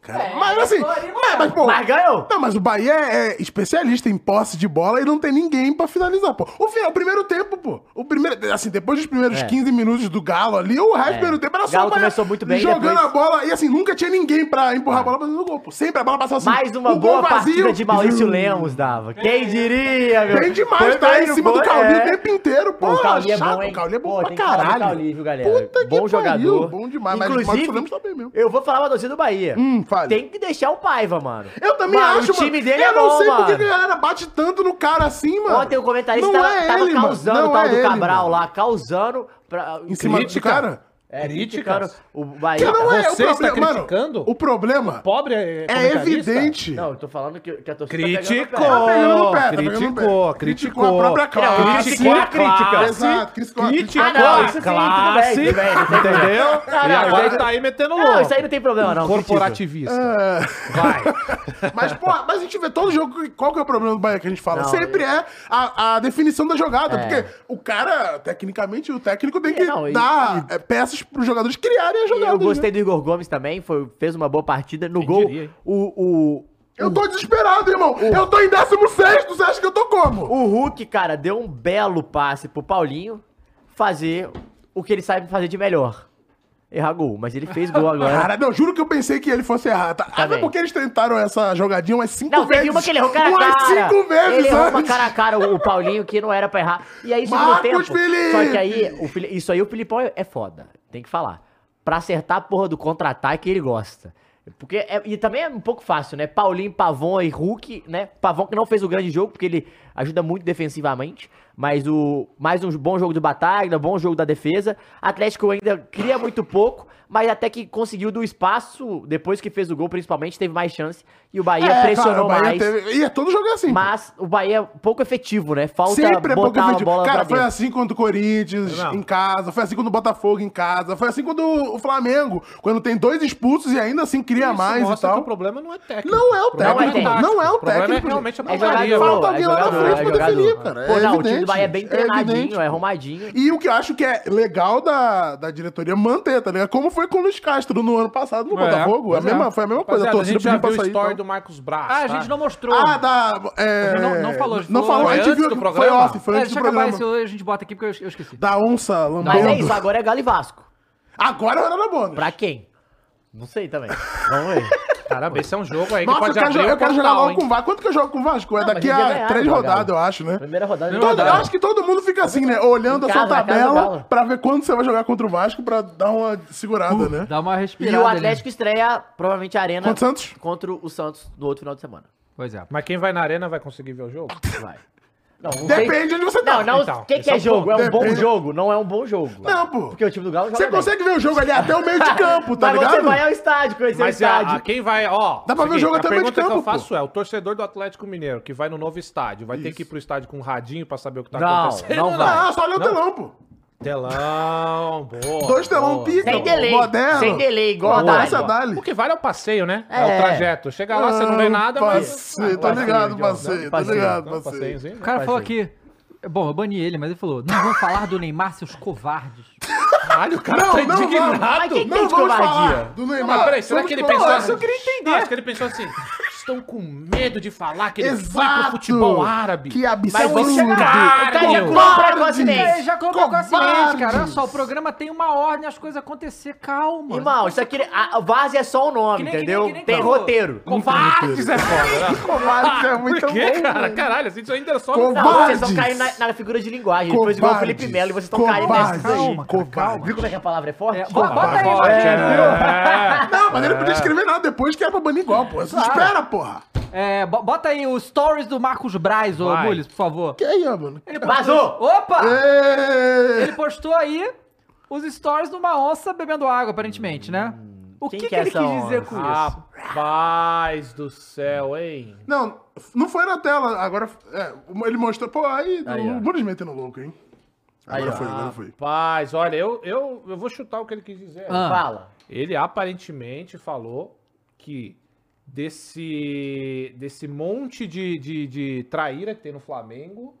B: Cara, mas assim, é, mas pô.
C: Mas ganhou!
B: Não, mas o Bahia é é especialista em posse de bola e não tem ninguém pra finalizar, pô. O, final, o primeiro tempo, pô. O primeiro, assim, depois dos primeiros
C: É.
B: 15 minutos do Galo ali, o resto do primeiro tempo era só
C: Galo
B: o Bahia
C: começou muito bem,
B: jogando
C: depois- É.
B: a bola e assim, nunca tinha ninguém pra empurrar a bola pra dentro do gol, pô. Sempre a bola passava assim.
C: Mais uma
B: o gol
C: boa partida de Maurício
B: Hum,
C: Lemos
D: É.
C: dava. Quem diria, meu?
B: Bem demais,
C: Foi
B: tá? Em
C: mesmo,
B: cima do
C: foi,
B: Cauli
C: é.
B: o tempo inteiro, pô.
C: Pô, o Cauli é
B: chato,
C: bom, hein?
B: O Cauli é bom
C: Pô,
B: pra
C: tem que falar do
B: caralho.
C: Cauli, viu, galera?
B: Puta que
C: Bom
B: pariu,
C: jogador.
B: Bom demais, mas
C: Inclusive-
B: Maurício Lemos tá bem mesmo.
C: Eu vou falar uma torcida do Bahia.
B: Hum, fale.
C: Tem que deixar o Paiva, mano.
B: Eu também
C: Mano,
B: acho,
C: O time
B: mano.
C: dele
B: eu
C: é
B: não
C: bom,
B: sei por que
C: mano.
B: que a galera bate tanto no cara assim, mano.
C: Ontem o comentarista
B: Não
C: tava,
B: é
C: tava
B: ele, mano.
C: causando
B: Não
C: o tal
B: é
C: do
B: ele,
C: Cabral
B: mano.
C: lá, causando. Pra,
B: Em cima do
D: Crítica.
B: cara?
C: É,
D: Críticas?
C: criticaram O Bahia.
B: Que não é
D: Você
B: o
D: está
B: problema. Mano,
D: criticando?
B: o problema
D: Pobre eh,
B: é
D: comentarista?
B: evidente.
C: Não, eu tô falando que, que a torcida. tá pegando no pé.
D: Criticou,
B: pegando no pé, tá pegando no
D: criticou,
B: pé.
D: criticou.
B: Criticou a própria classe.
D: Criticou a classe.
B: Exato, criticou a-
D: Criticou
C: Ah, não,
D: a
C: isso sim,
D: classe.
C: tudo bem, tudo bem, não tem problema.
D: Entendeu?
C: Não,
D: E
C: não,
D: agora
C: mas-
D: tá aí metendo
C: Não,
D: louco.
C: isso aí não tem problema, não.
D: Corporativista.
B: Mas, porra, mas a gente vê todo jogo. Qual que é o problema do Bahia que a gente fala?
C: Não,
B: Sempre é a, a definição da jogada.
C: É.
B: Porque o cara, tecnicamente, o técnico tem que
C: É, não, e-
B: dar é, peças pros jogadores criarem né? a
C: E
B: jogada.
C: Eu gostei do Igor Gomes também, foi, fez uma boa partida. No gol,
D: diria, hein?
C: o, o,
B: Eu tô desesperado, irmão. Eu tô em 16, você acha que eu tô como?
C: o Hulk, cara, deu um belo passe pro Paulinho fazer o que ele sabe fazer de melhor. Errar gol, mas ele fez gol agora.
B: Ah, Cara, não, juro que eu pensei que ele fosse errar. Tá? Até
C: É. bem.
B: porque eles tentaram essa jogadinha umas cinco
C: Não,
B: vezes.
C: teve uma que ele errou cara a cara.
B: umas cinco vezes,
C: ele errou uma
B: antes.
C: cara a cara o, o Paulinho que não era pra errar. E aí, segundo
B: Marcos
C: tempo.
B: Felipe!
C: Só que aí, o Fili- isso aí o Filipão é é foda. Tem que falar. Pra acertar a porra do contra-ataque, ele gosta. Porque é- e também é um pouco fácil, né? Paulinho, Pavon e Hulk, né? Pavon que não fez o grande jogo, porque ele ajuda muito defensivamente. Mas o mais um bom jogo do Bataglia, bom jogo da defesa. Atlético ainda cria muito pouco, mas até que conseguiu do espaço, depois que fez o gol, principalmente, teve mais chance. E o Bahia
B: É, cara,
C: pressionou
B: o Bahia
C: mais.
B: teve- E é todo jogo é assim.
C: Mas o Bahia é pouco efetivo, né? Falta
B: Sempre é pouco
C: botar a
B: efetivo.
C: bola
B: Cara,
C: pra
B: foi
C: dentro.
B: assim contra o Corinthians
D: Não.
B: em casa, foi assim contra o Botafogo em casa, foi assim contra o Flamengo, quando tem dois expulsos e ainda assim cria
D: Isso
B: mais e
D: mostra que
B: tal.
D: o problema não é técnico.
B: Não é o
D: problema
B: técnico,
D: tático.
B: não é o
D: problema
B: técnico,
D: É realmente a
C: É
D: porcaria.
C: jogador,
B: Falta
C: Falta
B: alguém
C: é
B: lá na
C: jogador,
B: frente
C: é
B: pra
C: jogador.
B: definir, cara.
C: Pô,
B: É
C: não, o time
B: evidente,
C: do Bahia é bem
B: é
C: treinadinho,
B: evidente.
C: é, arrumadinho.
B: E o que eu acho que é legal da, da diretoria manter, tá ligado? Como foi com o Luiz Castro no ano passado no Botafogo. A
D: pois é.
B: mesma, foi a mesma coisa.
D: Rapaziada,
B: A torcida
D: gente já
B: pediu pra
D: viu o
B: sair. então. e tal.
D: story do Marcos Braz.
A: Ah, a
D: tá?
A: gente não mostrou.
B: Ah, da. é,
A: Não- não falou, a gente
B: Não
A: falou-
B: falou,
D: foi
B: a gente
D: antes
B: viu.
D: do
B: que Foi
D: programa?
B: off, foi
A: é,
B: antes
A: deixa
B: do
A: acabar
B: programa.
A: esse, a gente bota aqui porque eu, eu esqueci.
B: Da onça
C: Mas é
B: lambendo.
C: isso, agora é Galo e Vasco.
B: Agora é o Renato Bônus.
C: Pra quem? Não sei também. Vamos ver.
D: Caramba, esse é um jogo aí que
B: Nossa, eu
D: pode
B: quero,
D: abrir
B: jo- eu
D: o
B: quero jogar
D: portal,
B: logo
D: hein?
B: com o Vasco. Quanto que eu jogo com o Vasco? É
C: Não, mas
B: daqui
C: ele
B: a
C: vai ganhar, tá
B: três
C: pô,
B: rodadas,
C: Galo.
B: eu acho, né?
C: Primeira rodada.
D: Primeira
C: né?
B: Todo, eu acho que todo mundo fica assim, né? Olhando
C: Em
B: a sua
C: casa, na casa do
B: tabela
C: Galo.
B: pra ver quando você vai jogar contra o Vasco pra dar uma segurada, né?
A: Dá uma
C: E
A: respirada.
C: o
A: ali.
C: Atlético estreia, provavelmente, a Arena
B: Contra o Santos?
C: contra o Santos no outro final de semana.
A: Pois é.
D: Mas quem vai na arena vai conseguir ver o jogo?
C: Vai. Não, não sei-
B: Depende de onde você
C: Não,
B: tá.
C: não, o
D: Então,
C: que, que
D: esse é
C: é
D: um
C: jogo? É um bom
B: Depende-
C: jogo? Não é um bom jogo.
B: Não, pô.
C: Porque o time do Galo joga
B: Você
C: bem.
B: consegue ver o jogo ali até o meio de campo, tá
C: Mas você
B: ligado?
C: vai ao estádio conhecer o
D: Mas a,
C: estádio.
D: a quem vai, ó.
B: Dá pra ver o jogo
D: a
B: até meio
D: pergunta
B: de
D: que eu
B: campo, pô.
D: faço é: o torcedor do Atlético Mineiro que vai no novo estádio, vai ter que ir pro estádio com um radinho pra saber o que tá
C: Não,
D: acontecendo?
C: não vai.
B: Ah, só olha o telão, pô.
D: Telão, boa.
B: Dois telão
D: boa.
B: pica,
C: Sem
B: pô,
C: delay.
B: moderno.
C: Sem delay, igual a
B: Pô,
C: Dali.
B: essa dali.
D: O que vale é o passeio, né? É,
C: É.
D: o trajeto. Chega lá, você não vê nada, mas.
B: Passei, Ah, tá ligado, passei, tá
C: passeio,
B: ligado,
D: Não,
B: passei.
D: passeiozinho,
A: O
D: né?
A: cara falou aqui. Bom, eu bani ele, mas ele falou: não vão falar do Neymar, seus covardes.
D: Caralho, o cara
B: Não,
D: tá
B: não vamos.
D: indignado.
C: Mas quem tem
B: Não
C: de
B: vamos falar
C: covardia?
B: do
D: Não, mas
B: Neymar.
D: peraí, será
B: Somos
D: que ele
B: covardes.
D: pensou
B: Eu
D: assim?
B: queria
D: Não, acho que ele pensou assim, estão com medo de falar que ele foi pro
B: Exato.
D: futebol árabe. é
B: Que
C: Mas
B: absurdo.
C: vamos chegar. O cara já
D: Covarde.
C: colocou precocemente.
A: Ele já colocou a ciente, cara. Olha
B: Covardes.
A: só, o programa tem uma ordem, as coisas acontecer, calma.
C: Irmão, isso aqui. A, a Vaz é só o nome,
A: Que nem- que
C: entendeu?
A: nem- que nem
C: Tem
A: quando-
C: roteiro.
D: Covardes é foda, né?
B: Covarde, é muito
D: Por que,
B: bom.
C: né?
D: cara? Caralho, assim, isso ainda é só...
B: Covarde.
C: Não, vocês estão caindo na, na figura de linguagem. Depois igual o
B: Covardes.
C: Felipe Melo e vocês estão caindo
B: Covardes.
C: nessas aí.
A: Calma,
B: Covarde.
C: Viu como é que a palavra é forte?
A: É, bota bota aí,
D: Forte, né?
A: bota aí.
D: é.
B: Não, mas ele não podia escrever nada depois que era pra banir igual, pô. Você espera, porra.
A: É, bo- bota aí os stories do Marcos Braz, ô
D: Vai.
A: Mules, por favor.
B: Que É. aí, ó, mano? É.
A: Ele
C: Vazou!
A: Opa!
B: Ê!
A: Ele postou aí os stories de uma onça bebendo água, aparentemente, né? O
C: Quem
A: que,
C: que
A: que
C: é
A: ele
C: essa
A: quis dizer
C: onça?
A: com
D: Ah,
A: isso?
D: Rapaz do céu, hein?
B: Não, não foi na tela. Agora, é, ele mostrou. Pô, aí,
C: Aí, ó.
B: o Bruno metendo louco, hein? Agora
C: ó.
B: foi, agora foi.
D: Rapaz, olha, eu, eu, eu vou chutar o que ele quis dizer.
A: Ah.
C: Fala.
D: Ele aparentemente falou que desse, desse monte de, de, de traíra que tem no Flamengo,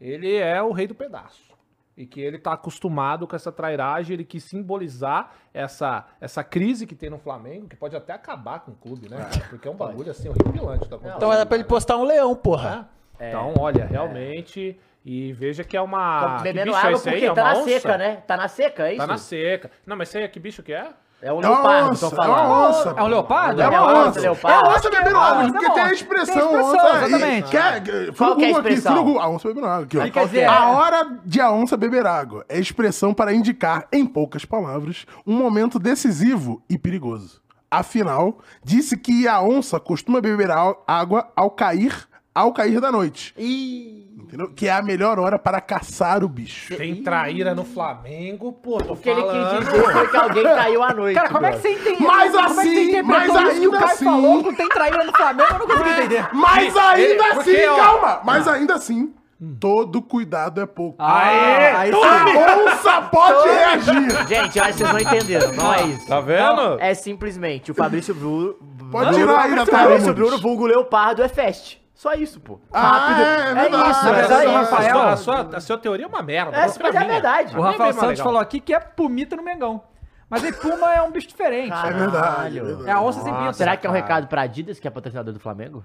D: ele é o rei do pedaço. E que ele tá acostumado com essa trairagem, ele quis simbolizar essa, essa crise que tem no Flamengo, que pode até acabar com o clube, né? cara? Porque é um bagulho assim, horripilante. que Tá acontecendo,
F: Então era pra ele
D: cara.
F: postar um leão, porra.
D: Então, olha, realmente. E veja que é uma. que
C: Tá Bebendo
D: bicho é
C: água
D: esse aí?
C: porque
D: É
C: tá
D: uma
C: na
D: onça?
C: seca, né? Tá na seca, é isso?
D: Tá na seca. Não, mas isso aí é que bicho que é?
C: É um
B: É uma
C: leopardo,
B: onça,
C: estão
B: é uma
C: falando.
B: onça.
A: É um leopardo?
B: É uma onça. É
C: leopardo.
B: uma onça bebendo
A: Ah,
B: água,
A: mas é
B: porque
A: uma
B: tem a
A: onça.
B: expressão
A: Tem a
B: onça.
A: expressão,
B: aí.
A: exatamente.
B: Quer- Fui
C: Qual
B: no
C: que é a
B: Google aqui, fui
C: expressão?
B: no Google. A onça bebendo água aqui, ó.
A: Ele quer dizer-
B: A hora de a onça beber água é expressão para indicar, em poucas palavras, um momento decisivo e perigoso. Afinal, disse que a onça costuma beber a- água ao cair, ao cair da noite.
C: Ih,
B: Entendeu? Que é a melhor hora para caçar o bicho.
D: Tem traíra no Flamengo, pô, tô
C: O que ele quis
D: falando.
C: dizer foi que alguém caiu à noite.
A: Cara, como é que
C: brother.
A: você entendeu?
B: Mas
A: como é que
B: assim,
A: você interpretou
B: mas
A: isso que o
B: ainda
A: Caio
B: assim-
A: falou? Não tem traíra no Flamengo, eu não consigo entender.
B: Mas ainda
D: ele-
B: assim,
D: porque, ó-
B: calma! Mas ainda assim, todo cuidado é pouco.
A: Ah, Aê!
C: aí
B: A onça pode reagir!
C: Gente, eu acho que vocês não entenderam. Não é isso.
D: Tá vendo?
C: É simplesmente o Fabrício Bruno.
B: Pode tirar aí,
C: O
B: Natália.
C: Fabrício Bruno, vulgo Leopardo, é fest. Só isso, pô.
B: Ah, é, é verdade.
C: isso,
B: é
A: na verdade,
B: verdade.
A: o Rafael-
D: a, sua, a sua teoria é uma merda.
C: Essa
D: pra
C: mas é
D: mim,
C: a verdade.
A: O
D: Pra mim é bem
A: Rafael
D: mais
A: Santos
D: legal.
A: falou aqui que é pumita no Mengão. Mas aí puma é um bicho diferente.
B: É verdade. é
C: Caralho.
B: verdade.
A: É a onça sem pinto.
D: Nossa,
C: Será que é um
D: cara.
C: recado pra Adidas, que é patrocinador do Flamengo?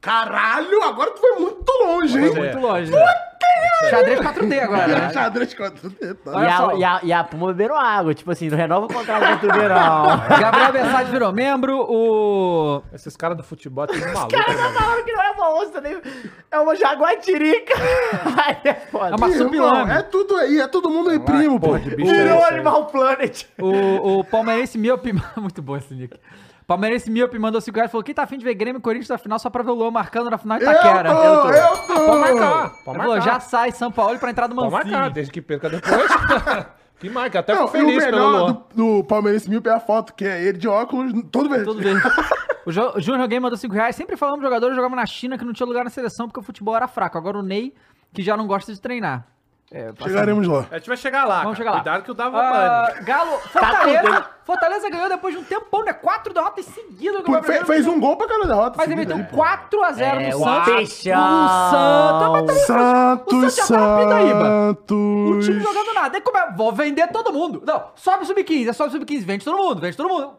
B: Caralho, agora tu foi muito longe,
A: Foi
B: hein?
A: muito longe. né? Xadrez 4D
B: É.
A: agora, né?
B: Xadrez quatro dedos, tá?
A: Olha
C: E a,
A: só.
C: e, a, e a Puma bebendo água, tipo assim, não renova o contrato do Tubeirão. não.
A: Gabriel Bessade virou membro, o...
D: Esses caras do futebol têm um maluco. né?
C: falaram que não é uma onça, nem... é uma jaguatirica. Aí é foda.
A: É uma
B: Irmão,
A: supilame.
B: É tudo aí, é todo mundo aí, primo, pô.
D: porra, que bicho
B: é
C: Virou
D: isso aí?
C: Animal Planet.
A: O, o palmeirense míope... Muito bom esse nick. Palmeirense míope mandou 5 reais e falou, quem tá afim de ver Grêmio e Corinthians na final só pra ver o Luan marcando na final em Itaquera?
B: Eu tô, eu tô.
D: Pode marcar, pode
A: Ele falou,
D: marcar.
A: já sai São Paulo pra entrar do
D: Pode marcar,
A: Mancini.
D: desde que perca depois. que marca, até
B: Não,
D: fico
B: e o
D: feliz pelo
B: melhor
D: Luan.
B: do, do Palmeirense Mil é a foto, que é ele de óculos, todo verde.
A: Tudo bem. O Jo- o Júnior Game mandou 5 reais. Sempre falamos jogador, eu jogava na China que não tinha lugar na seleção porque o futebol era fraco. Agora o Ney, que já não gosta de treinar.
B: Chegaremos lá.
D: A gente vai chegar lá.
A: Vamos chegar
D: cara.
A: lá.
D: Cuidado que o Dava
A: Ah,
D: mano.
A: Galo, Fortaleza,
C: tudo,
A: Fortaleza ganhou depois de um tempão, né? Quatro derrotas seguidas.
B: Pô, fe-
A: Gabriel.
B: fez, um gol pra cada derrota.
A: Mas ele
B: seguida
A: meteu um
B: aí, pô.
A: 4x0
C: É,
A: no
C: o
A: Santos.
C: Peixão.
A: O Santos. mas tá-
B: Santos,
A: O Santos já tá na Pindaíba.
B: Santos.
A: O time jogando nada. Aí como é? Vou vender todo mundo. Não, sobe o sub-15, é sobe o sub-15, vende todo mundo, vende todo mundo.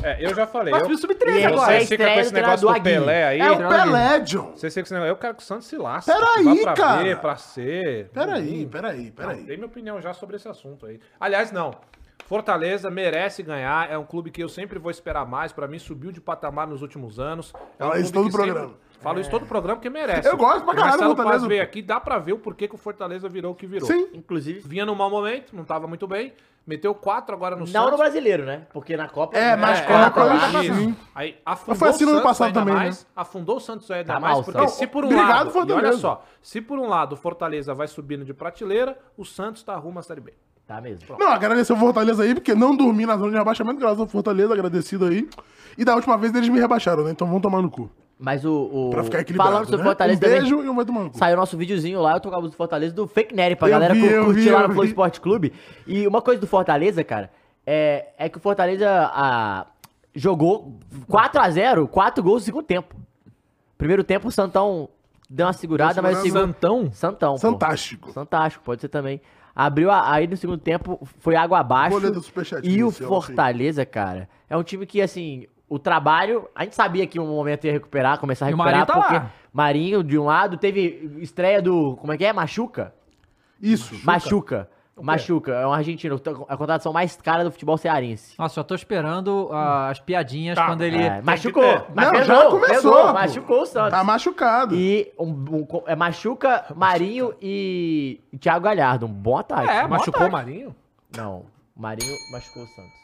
D: É, eu já falei.
A: Vai
D: Eu,
A: subir o sub-13
C: E
A: agora.
C: você-
D: vocês ficam com esse
C: Estreia
D: negócio
C: do
D: do
C: Aguirre.
D: Pelé aí.
B: É o Pelé, John.
D: Vocês ficam com esse negócio. Eu quero que o Santos se lasque.
B: Peraí,
D: Vá pra
B: cara.
D: B, pra C.
B: Peraí, peraí, peraí.
D: Dei minha opinião já sobre esse assunto aí. Aliás, não. Fortaleza merece ganhar. É um clube que eu sempre vou esperar mais. Pra mim, subiu de patamar nos últimos anos. É um
B: Fala isso
D: clube
B: todo
D: que
B: programa.
D: Sempre... Falo
C: É.
D: isso todo programa porque merece.
B: Eu gosto pra
D: O
B: caralho do
D: Marcelo Paz
B: Fortaleza.
D: veio aqui, dá pra ver o porquê que o Fortaleza virou o que virou.
B: Sim.
C: Inclusive,
D: Vinha num mau momento, não tava muito bem. Meteu quatro agora no
C: não
D: Santos.
C: no brasileiro, né? Porque na Copa... Tá
B: É, mas
C: na
B: Copa,
D: na Copa,
B: Copa,
D: isso.
B: sim.
D: Aí afundou
B: Foi assim no
D: o
B: ano
D: Santos
B: passado
D: ainda
B: também,
D: mais, afundou o Santos ainda
C: Tá
D: mais,
C: mal,
D: porque
C: Santos.
D: se por um
B: Obrigado,
D: lado, e
B: Fortaleza.
D: olha só, se por um lado o Fortaleza vai subindo de prateleira, o Santos tá rumo à Série B.
C: Tá mesmo.
B: Não, agradecer o Fortaleza aí, porque não dormi na zona de rebaixamento, graças ao Fortaleza, agradecido aí. E da última vez eles me rebaixaram, né? Então vão tomar no cu.
C: Mas o... o...
B: Pra ficar equilibrado.
C: Falando sobre
B: né?
C: Fortaleza
B: um
C: também,
B: beijo e um vai tomar no cu.
C: Saiu nosso videozinho lá, eu tocava os do Fortaleza do Fake Nery pra
B: Eu
C: galera
B: vi,
C: cur-
B: eu
C: curtir
B: vi,
C: lá
B: eu
C: no Flow
B: vi.
C: Esporte Clube. E uma coisa do Fortaleza, cara, é, é que o Fortaleza a- jogou 4x0, 4 gols no segundo tempo. Primeiro tempo o Santão deu uma segurada, mas o segundo...
D: Santão?
C: Santão, pô.
B: Fantástico.
C: Santástico, pode ser também. Abriu a- aí no segundo tempo, foi água abaixo.
B: Vou ler do superchat, assim.
C: e o
B: Luciano, sim.
C: Fortaleza, cara, é um time que, assim, o trabalho. A gente sabia que um momento ia recuperar, começar a
A: E o
C: recuperar,
A: Marinho tá
C: porque
A: lá.
C: Marinho, de um lado, teve estreia do. Como é que é? Machuca?
B: Isso.
C: Machuca. Machuca, é um argentino, a contratação mais cara do futebol cearense.
A: Nossa, eu tô esperando ah, as piadinhas
D: Tá.
A: quando ele...
C: É, machucou.
D: Não,
C: mas
B: Não,
C: fez
B: já
C: gol,
B: começou.
C: fez gol,
B: pô.
C: Machucou o Santos.
B: Tá machucado.
C: E um, um- é Machuca, Marinho e Thiago Galhardo. Um bom ataque.
A: É,
D: Machucou o Marinho?
C: Não, o Marinho machucou o Santos.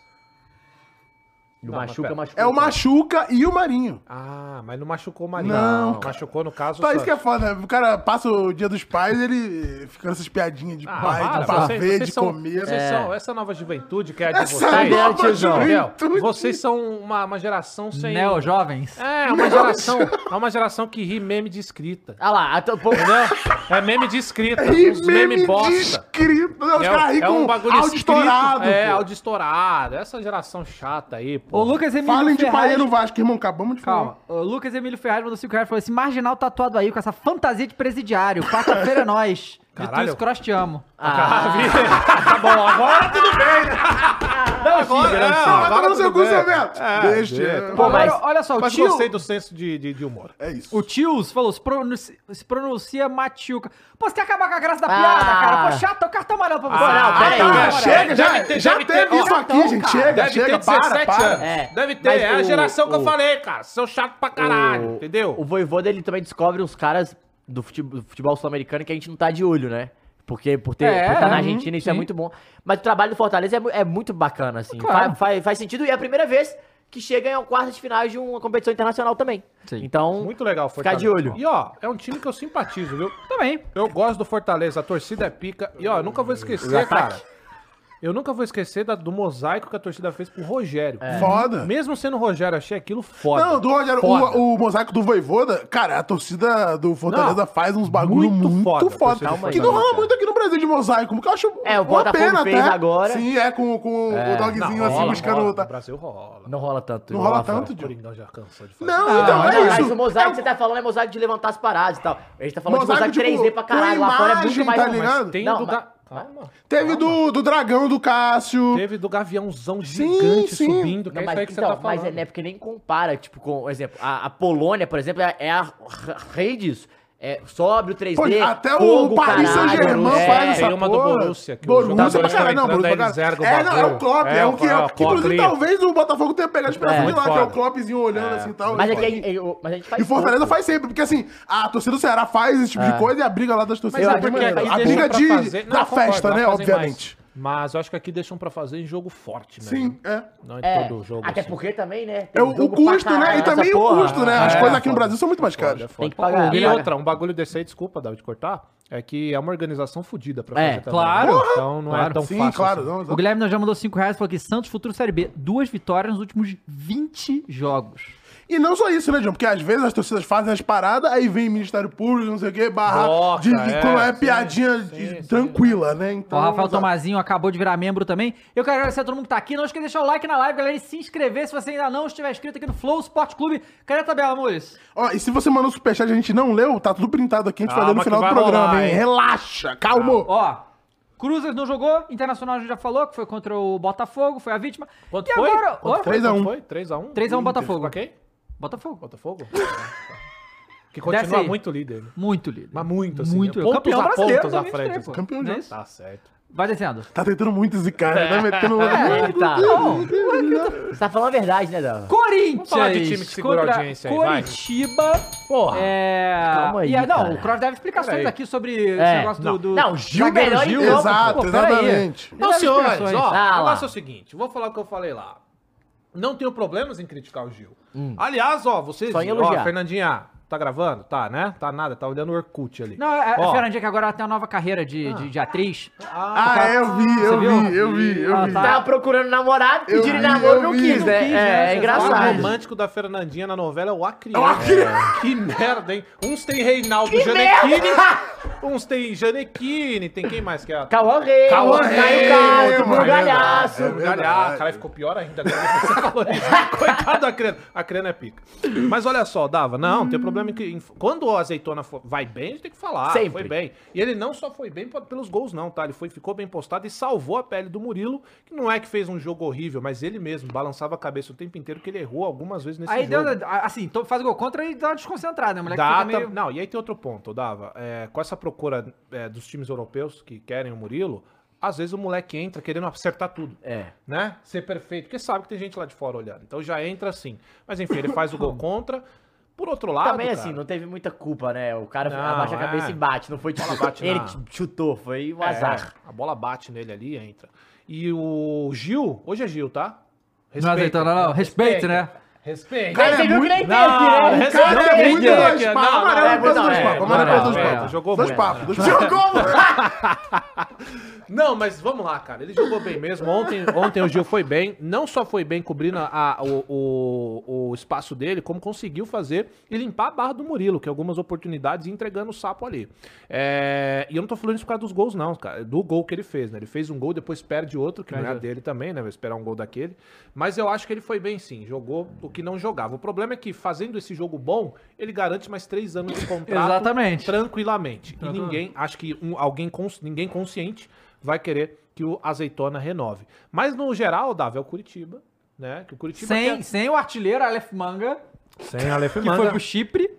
C: E o
D: Não, mas
C: Machuca
D: pera.
C: machucou.
B: É o
C: o Santos.
B: Machuca e o Marinho.
D: Ah, mas não machucou o Marinho.
B: Não,
D: Machucou, no caso,
B: Tá,
D: o
B: isso que é
D: Santos.
B: foda. né? O cara passa o dia dos pais, ele fica nessas piadinhas de
D: Ah,
B: pai,
D: para,
B: de pavê,
D: vocês-
B: de
D: vocês são-
B: comer.
D: Vocês são, essa nova juventude que é a de
B: Essa
D: vocês.
B: nova
D: Gabriel,
B: juventude.
D: Vocês são uma, uma geração sem.
A: Neo Jovens.
D: É, uma geração. É uma geração que ri meme de escrita.
C: Ah lá, até o povo.
D: Entendeu? É meme de escrita.
B: Ih,
D: uns meme bosta.
B: descrito. Não, Os
D: É,
B: caras riem
D: é um
B: com
D: bagulho
B: áudio
D: escrito,
B: estourado.
D: É,
B: pô.
D: áudio estourado. Essa geração chata aí, pô.
A: O Lucas Emílio
B: Falem de
A: Ferraz-
B: Bahia no Vasco, irmão. Acabamos de
A: Calma. O Lucas Emílio Ferraz mandou 5 reais e falou assim: marginal tatuado aí com essa fantasia de presidiário. Quarta-feira é nós.
D: Caralho.
A: De tudo, cross te amo.
C: Ah,
D: tá bom, agora tudo bem, né? agora, É,
B: falar. Ah, vai tomar no seu cu, seu merda.
C: É,
B: Deixa.
D: deixa. né?
C: Pô,
A: Agora,
C: mas-
A: olha só, o
D: Mas
A: tio.
D: gostei do senso de, de, de humor.
B: É isso.
A: O Tios falou, se pronuncia, se pronuncia Matiuca. Pô, você quer acabar com a graça da
C: Ah.
A: piada, cara? Pô, chato, é o cartão amarelo pra você.
C: Ah, não, pera aí,
A: cartão
C: cara.
A: amarelo.
B: Chega, já,
D: Deve ter-
B: já
D: deve ter-
B: teve isso
D: ó,
B: aqui, gente.
D: Deve
B: Chega,
D: ter
B: chega,
D: 17
B: para, para.
D: anos.
C: É,
D: Deve ter,
C: mas
D: é a
C: o-
D: geração que eu
C: o-
D: falei, cara. São chato pra caralho,
C: o-
D: entendeu?
C: O Voivoda ele também descobre uns caras do fute- do futebol, sul-americano que a gente não tá de olho, né? Porque por, ter,
A: É,
C: por estar na
A: uhum,
C: Argentina, isso é
A: sim.
C: muito bom. Mas o trabalho do Fortaleza é, mu- é muito bacana, assim.
A: Claro.
C: Fa- fa- faz sentido e é a primeira vez que chega em quartas de finais de uma competição internacional também.
A: Sim.
C: Então,
D: Muito legal o
C: Ficar
D: Fortaleza.
C: de olho.
D: E ó, é um time que eu simpatizo, viu?
A: Também.
D: Eu gosto do Fortaleza, a torcida é pica. E ó, eu nunca vou esquecer, cara. Eu nunca vou esquecer da- do mosaico que a torcida fez pro Rogério.
B: Foda.
D: Mesmo sendo o Rogério, achei aquilo é foda.
B: Não, do Rogério,
D: Foda.
B: o, o mosaico do Voivoda, cara, a torcida do Fortaleza
D: Não,
B: faz uns bagulho
D: muito
B: muito,
D: foda,
B: foda.
D: a torcida do
B: que não
D: Fortaleza,
B: rola
D: cara.
B: muito aqui no Brasil de mosaico, porque eu acho
C: É, o Botafogo fez agora.
B: Sim, é, com, com o dogzinho
D: Não,
B: assim,
D: rola,
B: buscando...
D: rola.
B: tá-
D: O Brasil rola.
C: não rola tanto.
B: Não
C: igual
B: rola
C: lá fora.
B: tanto,
D: O
B: Diogo.
D: Coringão já cansou de fazer.
B: Não,
D: isso.
B: então,
C: Não,
B: é
C: mas
B: isso.
C: o mosaico
B: É o-
C: que você tá falando é mosaico de levantar as paradas e tal. A gente tá falando
B: Mosaico,
C: de mosaico
B: tipo,
C: 3D pra caralho.
B: com
C: Lá fora é muito
B: imagem,
C: mais
B: tá
C: romântico.
B: ligado?
D: Tem
C: Não,
D: o do
C: mas-
D: Ga- Calma.
B: Teve do, do dragão do Cássio.
D: Teve do Gaviãozão
B: Sim,
D: gigante
B: sim.
D: subindo, que
C: Não,
D: é isso
C: mas,
D: aí que
C: então,
D: você tá falando.
C: mas é né, porque nem compara, tipo, com, por exemplo, a, a Polônia, por exemplo, é, é a r- rei disso. É, sobe o 3D,
B: Pô, até
C: fogo,
B: o Paris
C: caralho,
B: Saint-Germain
C: é,
B: faz
D: Tem
B: essa
D: uma do
B: porra.
D: Borussia, que os jogadores
B: Borussia pra
D: estão
B: caralho, não,
D: entrando,
B: Borussia
D: aí
B: pra
D: eles ergam
B: caralho.
D: o
B: É, não, é
D: bagulho.
B: o Klopp, é,
D: É,
B: o que,
D: é o
B: que inclusive
D: Kloppinho.
B: talvez o Botafogo tenha pegado a inspiração
D: É,
B: de lá, que é
D: foda.
B: o Kloppzinho olhando assim e tal.
C: Mas, é que, aí- eu- mas a gente faz
B: E Fortaleza
C: pouco.
B: faz sempre, porque assim, a torcida do Ceará faz esse tipo de coisa e a briga lá das torcidas
D: Mas
B: é bem
D: aqui-
B: maneira.
D: aqui
B: A
D: deixam
B: briga
D: pra
B: de,
D: fazer-
B: da
D: tá Não, concordo,
B: festa,
D: lá
B: né,
D: fazem
B: obviamente.
D: mais. Mas eu acho que aqui deixam pra fazer em jogo forte, né?
B: Sim, é.
D: Não em
C: É,
D: todo jogo.
C: até
D: assim.
C: porque também, né?
B: É
C: tem
B: o, o
C: jogo pra
B: custo, né?
C: caralho
B: E também
C: nessa
B: o
C: porra.
B: custo, né? As
D: É,
B: coisas aqui no
D: foda.
B: Brasil são muito mais caras.
D: Foda.
C: Tem que pagar. né?
D: E
C: Paga.
D: outra, um bagulho desse aí, desculpa, David, cortar, é que é uma organização fodida pra
C: É,
D: fazer também.
A: claro.
D: né? Então não é
A: Claro.
D: tão
B: Sim,
D: fácil.
B: claro.
D: assim.
B: não,
A: O Guilherme nós já mandou 5 reais e falou que Santos Futuro Série B. Duas vitórias nos últimos 20 jogos.
B: E não só isso, né, John? Porque às vezes as torcidas fazem as paradas, aí vem Ministério Público, não sei o quê, barra.
D: Bloca,
B: de, de-
D: é,
B: quando é
D: sim,
B: piadinha de- tranquila, né? Então.
A: O Rafael
B: exato.
A: Tomazinho acabou de virar membro também. Eu quero agradecer a todo mundo que tá aqui. Não esqueça de deixar o like na live, galera, e se inscrever se você ainda não estiver inscrito aqui no Flow Sport Clube. Cadê a tabela, amores?
B: Ó, e se você mandou superchat e a gente não leu, tá tudo printado aqui, a gente vai
D: Calma
B: ler no
D: Ah, que
B: final do
D: vai
B: programa,
D: rolar,
B: hein?
D: hein?
B: Relaxa, calmo.
A: Ó, Cruzes não jogou, Internacional a gente já falou, que foi contra o Botafogo, foi a vítima.
D: Quanto
A: e
D: foi?
A: agora, ó,
B: foi? 3 a 1.
D: Foi? 3x1?
A: 3x1 Botafogo.
D: Pra quem?
A: Botafogo.
D: Botafogo? Tá, que
A: Desce
D: continua
A: aí.
D: muito líder. né?
A: Muito líder.
D: Mas muito, assim.
A: Muito.
D: né? Pontos
A: Campeão
D: a
A: brasileiro
D: pontos à
A: 2023,
D: frente.
A: pô.
D: assim.
B: Campeão
A: Não é
B: já.
A: isso?
D: Tá certo.
A: Vai descendo.
B: Tá tentando muito esse cara, tá metendo.
C: É, ele tá.
A: Não,
C: Você tá falando a verdade, né, Dan?
A: Corinthians.
D: falar de time que segura a
A: contra
D: audiência aí, vai.
A: Coritiba.
D: Porra.
A: É.
C: Calma aí,
A: e aí, não,
C: cara.
A: o Cross deve explicações
D: Peraí.
A: aqui sobre esse
C: É,
A: negócio
D: não.
A: do, do.
C: Não, Gil
A: zagueiro
C: melhor em
A: Gil.
C: campo,
B: Exato,
A: Pô, peraí.
B: exatamente.
D: Não,
A: Ele deve
D: senhores,
A: explicações.
D: ó, o
C: Ah, lá.
D: negócio é o seguinte, vou falar o que eu falei lá. Não tenho problemas em criticar o Gil.
A: Hum.
D: Aliás, ó, vocês,
C: Só em
D: ó,
C: elogiar.
D: Fernandinha, tá gravando? Tá, né? Tá nada, tá olhando o Orkut ali.
A: Não, é, a,
D: Ó,
A: a Fernandinha que agora ela tem uma nova carreira de, de, de atriz.
B: Ah,
D: tá.
B: é, eu vi, eu
A: viu?
B: vi, eu vi, eu
A: Ah,
B: vi.
A: tá.
C: Tava procurando namorado,
B: Eu
C: pediram
B: vi,
C: namoro,
B: eu
C: não
B: vi.
C: quis,
A: Não quis,
C: né?
A: né?
C: É, é
D: O lado
A: Sabe.
C: engraçado.
D: romântico da Fernandinha na novela é o Acreano.
B: É o Acreano.
D: Que merda, hein? Uns tem Reinaldo Janequini, uns tem Janequini, tem quem mais que é?
C: Cauã Rei,
D: Cauã Reis,
C: Caio Caldo,
B: mano,
C: Bruno
B: é
C: Galhaço.
B: verdade.
D: Olha, ah, caralho, ficou pior ainda. agora que Você falou isso. Coitado da Crena. A Crena é pica. Mas olha só, Dava, não, tem problema que. em- Quando o Azeitona fo- vai bem, a gente tem que falar.
C: Sempre.
D: Foi bem. E ele não só foi bem p- pelos gols, não, tá? Ele foi, ficou bem postado e salvou a pele do Murilo, que não é que fez um jogo horrível, mas ele mesmo balançava a cabeça o tempo inteiro, que ele errou algumas vezes nesse
A: Aí
D: jogo.
A: deu. Assim, to- faz gol contra e dá uma desconcentrada, né? O moleque
D: Data,
A: fica meio.
D: Não, e aí tem outro ponto, Dava. É, com essa procura é, dos times europeus que querem o Murilo, às vezes o moleque entra querendo acertar tudo.
C: É.
D: Né? Ser perfeito, porque sabe que tem gente lá de fora olhando. Então já entra assim. Mas enfim, ele faz o gol contra. Por outro lado.
C: Também
D: cara,
C: assim, não teve muita culpa, né? O cara
D: Não,
C: abaixa a cabeça
D: é.
C: e bate. Não foi tipo,
D: bate
C: ele
D: na-
C: t- chutou, foi um
D: é,
C: azar.
D: a bola bate nele ali e entra. E o Gil, hoje é Gil, tá?
A: Não, Azeitona, não. Respeito, né?
D: Respeito.
C: Aí
B: Cara,
C: você
B: é
C: viu que
B: muito-
C: nem teve,
D: Não,
C: né?
D: respeito.
B: Cara,
D: Não,
B: é muito
D: não,
B: dois
D: não,
B: papos.
D: não,
B: Amarelo
C: não,
B: é dois
C: não, é,
B: papos. Amarelo é
D: não,
B: dois
D: é,
B: papos.
D: jogou
B: Dois
D: muito.
B: papos. dois papos.
D: Não, mas vamos lá, cara. Ele jogou bem mesmo. Ontem, ontem o Gil foi bem. Não só foi bem cobrindo a- o, o- o espaço dele, como conseguiu fazer e limpar a barra do Murilo, que algumas oportunidades e entregando o sapo ali. É, e eu não tô falando isso por causa dos gols, não, cara. Do gol que ele fez, né? Ele fez um gol, depois perde outro, que não é dele também, né? Vai esperar um gol daquele. Mas eu acho que ele foi bem sim. Jogou o que não jogava. O problema é que fazendo esse jogo bom, ele garante mais três anos de contrato.
A: Exatamente.
D: Tranquilamente. E ninguém, acho que um- alguém, cons- ninguém consciente vai querer que o Azeitona renove. Mas no geral, Davi, é o Curitiba, né? Que o Curitiba
A: Sem,
D: quer-
A: sem o artilheiro Aleph Manga,
D: sem Aleph
A: que foi pro Chipre,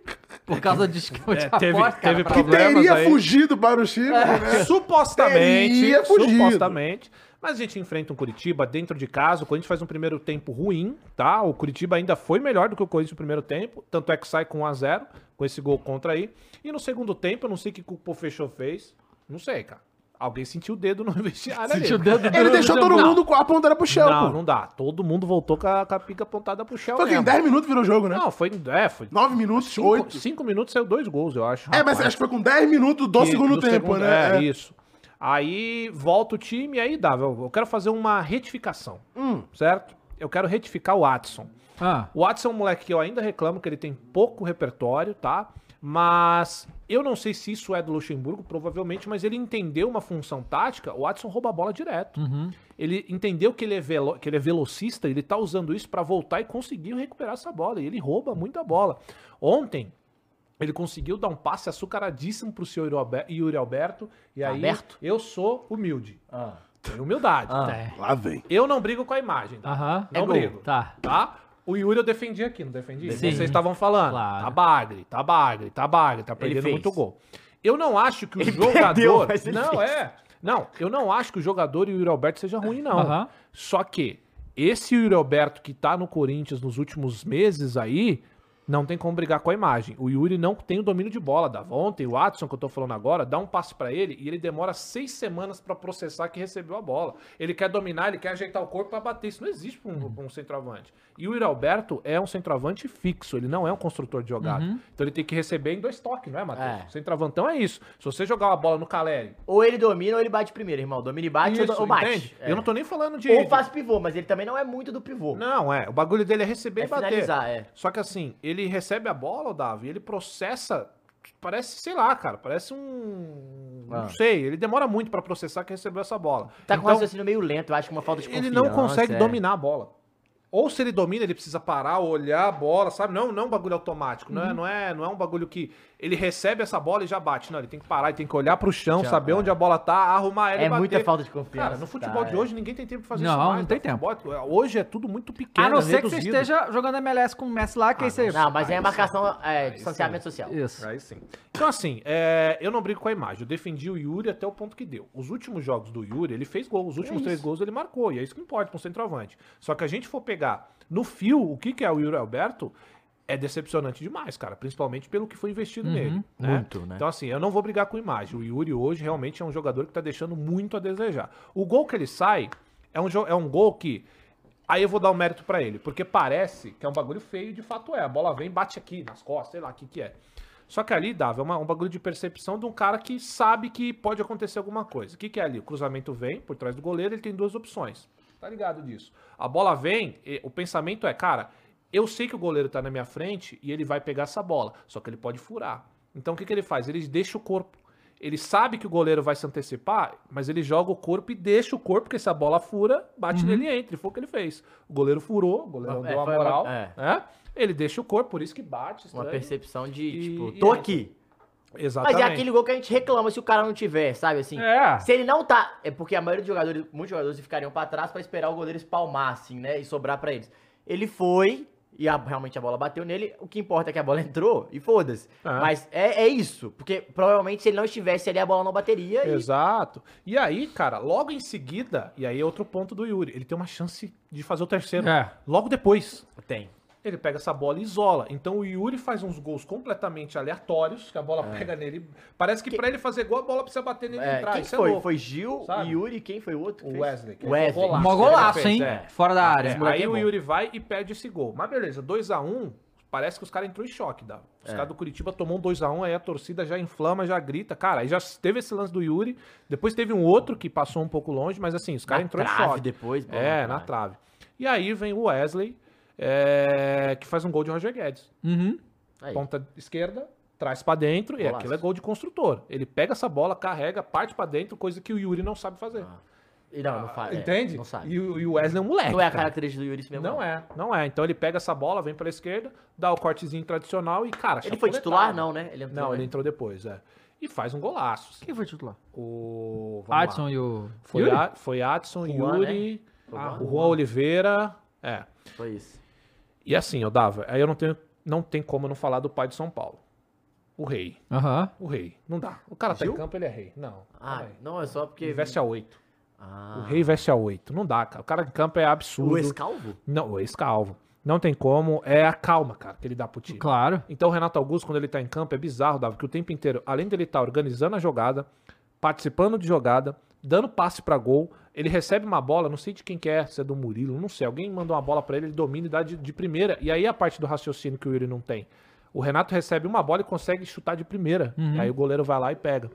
A: por causa de esquema de
D: É, teve-
A: aposta, cara,
D: teve
A: pra-
B: Que
D: Problemas
B: teria
D: aí.
B: fugido para o Chile, né?
D: Supostamente,
B: Teria fugido.
D: supostamente. Mas a gente enfrenta um Curitiba dentro de casa. O Corinthians faz um primeiro tempo ruim, tá? O Curitiba ainda foi melhor do que o Corinthians no primeiro tempo. Tanto é que sai com 1x0, com esse gol contra aí. E no segundo tempo, eu não sei o que o Pofechou fez. Não sei, cara. Alguém sentiu o dedo no vestiário ali.
A: Sentiu o dedo
B: Ele
A: do-
B: deixou
A: do-
B: todo
A: Não.
B: mundo com a ponta pro chão,
D: Não,
B: pô.
D: não dá. Todo mundo voltou com a, com a pica apontada pro Shell.
B: Foi que em 10 minutos virou jogo, né?
D: Não, foi. É, foi.
B: 9 minutos,
D: cinco,
B: 8.
D: cinco minutos saiu dois gols, eu acho.
B: É, mas acho que foi com 10 minutos do
D: que-
B: segundo
D: do
B: tempo,
D: segundo-
B: né?
D: É, isso. Aí volta o time, aí dá. Eu, eu quero fazer uma retificação,
B: Hum.
D: certo? Eu quero retificar o Watson.
A: Ah,
D: O Watson é um moleque que eu ainda reclamo que ele tem pouco repertório, tá? Mas eu não sei se isso é do Luxemburgo, provavelmente, mas ele entendeu uma função tática, o Watson rouba a bola direto. Ele entendeu que ele, é velo- que ele é velocista, ele tá usando isso pra voltar e conseguiu recuperar essa bola. E ele rouba muita bola. Ontem, ele conseguiu dar um passe açucaradíssimo pro senhor Yuri Albe- Yuri Alberto. E aí,
C: Alberto? Ah.
D: eu sou humilde. Tenho humildade.
A: é.
B: Lá vem.
D: Eu não brigo com a imagem, tá?
A: Aham.
D: Não
A: É gol.
D: brigo
A: Tá.
D: tá? O Yuri eu defendi aqui, não defendi?
A: Defendi.
D: Vocês estavam falando.
A: Claro.
D: Tá bagre, tá bagre, tá bagre, tá perdendo
C: fez.
D: muito gol. Eu não acho que o jogador.
C: perdeu, mas ele
D: não,
C: fez.
D: é. Não, eu não acho que o jogador e o Yuri Alberto seja ruim, não.
A: Aham.
D: Só que esse Yuri Alberto que tá no Corinthians nos últimos meses aí. Não tem como brigar com a imagem. O Yuri não tem o domínio de bola. Dava ontem, o Watson, que eu tô falando agora, dá um passe pra ele e ele demora seis semanas pra processar que recebeu a bola. Ele quer dominar, ele quer ajeitar o corpo pra bater. Isso não existe pra um, pra um centroavante. E o Yuri Alberto é um centroavante fixo, ele não é um construtor de jogada. Então ele tem que receber em dois toques, não é, Matheus?
C: É.
D: Centroavantão é isso. Se você jogar uma bola no Caleri,
C: Ou ele domina ou ele bate primeiro, irmão. Domina e bate ou, do-
D: isso,
C: ou bate.
D: entende?
C: É.
D: Eu não tô nem falando de...
C: Ou faz pivô, mas ele também não é muito do pivô.
D: Não, é. O bagulho dele é receber
C: É
D: e bater.
C: finalizar, é.
D: Só que assim, ele recebe a bola, Davi, ele processa. Parece, sei lá, cara, parece um. Não sei, ele demora muito pra processar que recebeu essa bola.
C: Ah. Tá com um raciocínio meio lento, eu acho que uma falta de
D: Então, ele
C: confiança.
D: não consegue
C: é.
D: dominar a bola. Ou se ele domina, ele precisa parar, olhar a bola, sabe? Não, não é um bagulho automático, não, é,
C: Uhum.
D: não, é, não é um bagulho que ele recebe essa bola e já bate. Não, ele tem que parar, ele tem que olhar pro chão, saber onde a bola tá, arrumar ela
C: É
D: e bater.
C: muita falta de confiança.
D: Cara, no futebol
C: tá,
D: de
C: é.
D: hoje ninguém tem tempo pra fazer
A: Não,
D: isso mais.
A: não tem
D: tá?
A: tempo.
D: Futebol- hoje é tudo muito pequeno,
A: A não ser que você
D: reduzido.
A: esteja jogando MLS com o Messi lá, que aí você.
C: Não, mas é a marcação, é, distanciamento social.
A: Isso.
D: Aí sim. Então, assim, é, eu não brigo com a imagem. Eu defendi o Yuri até o ponto que deu. Os últimos jogos do Yuri, ele fez gol.
A: É
D: Os últimos três gols ele marcou. E é isso que importa com o centroavante. Só que a gente for pegar no fio o que, que é o Yuri Alberto, é decepcionante demais, cara. Principalmente pelo que foi investido
A: Uhum.
D: nele. né?
C: muito, né?
D: Então, assim, eu não vou brigar com a imagem. O Yuri hoje realmente é um jogador que tá deixando muito a desejar. O gol que ele sai é um, jo- é um gol que. Aí eu vou dar o mérito pra ele, porque parece que é um bagulho feio, e de fato é. A bola vem, bate aqui nas costas, sei lá o que, que é. Só que ali, Dava, é uma- um bagulho de percepção de um cara que sabe que pode acontecer alguma coisa. O que, que é ali? O cruzamento vem por trás do goleiro, ele tem duas opções. Tá ligado disso? A bola vem, e o pensamento é, cara, eu sei que o goleiro tá na minha frente e ele vai pegar essa bola, só que ele pode furar. Então o que, que ele faz? Ele deixa o corpo. Ele sabe que o goleiro vai se antecipar, mas ele joga o corpo e deixa o corpo, porque se a bola fura, bate nele e entra. E foi o que ele fez. O goleiro furou, o goleiro
C: Uhum. É,
D: deu a
C: foi uma-
D: moral.
C: é.
D: né? Ele deixa o corpo, por isso que bate.
C: Uma
D: estranho.
C: percepção de,
D: E-
C: tipo,
D: e
C: tô
D: é.
C: aqui. Mas
D: Exatamente.
C: é aquele gol que a gente reclama se o cara não tiver, sabe assim?
D: É.
C: Se ele não tá, é porque a maioria dos jogadores, muitos jogadores ficariam pra trás pra esperar o goleiro espalmar, assim, né? E sobrar pra eles. Ele foi, e a- realmente a bola bateu nele. O que importa é que a bola entrou, e foda-se.
D: É.
C: Mas é, é isso, porque provavelmente se ele não estivesse ali, a bola não bateria. E...
D: Exato. E aí, cara, logo em seguida, e aí é outro ponto do Yuri, ele tem uma chance de fazer o terceiro.
A: É.
D: Logo depois,
C: Tem.
D: ele pega essa bola e isola. Então o Yuri faz uns gols completamente aleatórios, que a bola pega nele. Parece que, pra ele fazer gol, a bola precisa bater nele
C: É,
D: e entrar.
C: quem
D: Isso é
C: foi?
D: louco.
C: foi Gil,
D: sabe?
C: Yuri, quem foi o outro? que
D: O
C: fez?
D: Wesley, que
C: Wesley.
D: foi um golaço.
A: Mó golaço,
D: Fez,
A: hein?
D: é.
A: Fora da área.
C: Esse moleque
D: Aí
C: é
D: o
C: bom.
D: Yuri vai e perde esse gol. Mas beleza, 2x1, parece que os caras entrou em choque, dá. Os
C: É.
D: caras do Curitiba tomou um 2x1, aí a torcida já inflama, já grita. Cara, aí já teve esse lance do Yuri, depois teve um outro que passou um pouco longe, mas assim, os caras
C: Na
D: entrou em
C: trave
D: choque.
C: depois, bola
D: É,
C: na
D: na trave. E aí vem o Wesley, é, que faz um gol de Roger Guedes.
A: Uhum.
C: Aí.
D: Ponta esquerda, traz pra dentro, e
C: Hum. Golaço.
D: aquilo é gol de construtor. Ele pega essa bola, carrega, parte pra dentro, coisa que o Yuri não sabe fazer.
C: E Não, não fala. é,
D: Entende?
C: não sabe.
D: E o e o Wesley é um moleque.
C: Não é a
D: cara.
C: característica do Yuri isso mesmo.
D: Não é, não é. Então ele pega essa bola, vem pela esquerda, dá o cortezinho tradicional e, cara,
C: Ele foi
D: chapuletado.
C: titular, não, né? Ele entrou,
D: Não,
C: né?
D: ele entrou depois, é. E faz um golaço. assim.
A: Quem foi titular?
D: O. vamos lá.
A: Adson e o.
D: Foi, a, foi Adson,
C: Juan,
D: Yuri,
C: Foi
D: ah,
C: Juan?
D: o Juan Oliveira. É.
C: Foi isso.
D: E assim, eu dava. Aí eu não tenho. Não tem como não falar do pai de São Paulo. O rei.
A: Aham.
D: O rei. Não dá. O cara tá em campo, ele é rei. Não.
C: Ah,
D: peraí.
C: não, é só porque.
D: Ele veste a 8.
C: Ah.
D: O rei veste a 8. Não dá, cara. O cara em campo é absurdo.
C: O ex-calvo?
D: Não, o ex-calvo. Não tem como. É a calma, cara, que ele dá pro time.
A: Claro.
D: Então o Renato Augusto, quando ele tá em campo, é bizarro, Davi, que o tempo inteiro, além dele estar organizando a tá jogada, participando de jogada, dando passe pra gol. Ele recebe uma bola, não sei de quem que é, se é do Murilo, não sei. Alguém manda uma bola pra ele, ele domina e dá de, de primeira. E aí a parte do raciocínio que o Yuri não tem. O Renato recebe uma bola e consegue chutar de primeira. Aí o goleiro vai lá e pega.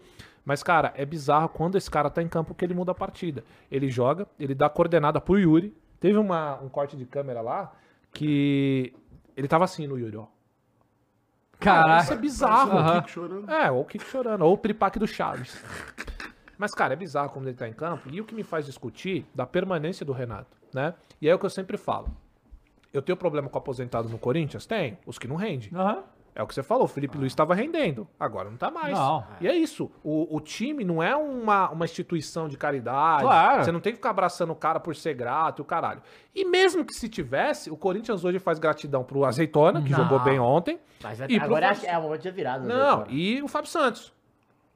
D: Mas, cara, é bizarro quando esse cara tá em campo que ele muda a partida. Ele joga, ele dá coordenada pro Yuri. Teve uma, um corte de câmera lá que ele tava assim no Yuri, ó. Cara, isso é
A: Caraca.
D: bizarro.
A: Aham.
B: Kiko chorando.
D: É, ou o Kiko chorando, ou o piripaque do Chaves. Mas, cara, é bizarro como ele tá em campo. E o que me faz discutir da permanência do Renato, né? E é o que eu sempre falo. Eu tenho problema com aposentado no Corinthians? Tem. Os que não rendem.
A: Aham.
D: É o que você falou, o Felipe Luiz estava rendendo, agora não tá mais.
A: Não.
D: E é isso. O, o time não é uma, uma instituição de caridade.
A: Claro.
D: Você não tem que ficar abraçando o cara por ser grato e o caralho. E mesmo que se tivesse, o Corinthians hoje faz gratidão pro Azeitona, que
C: Não.
D: jogou bem ontem.
C: Mas
D: E
C: agora
D: pro-
C: é, é o momento de virada. né,
D: Não,
C: cara?
D: e o Fábio Santos.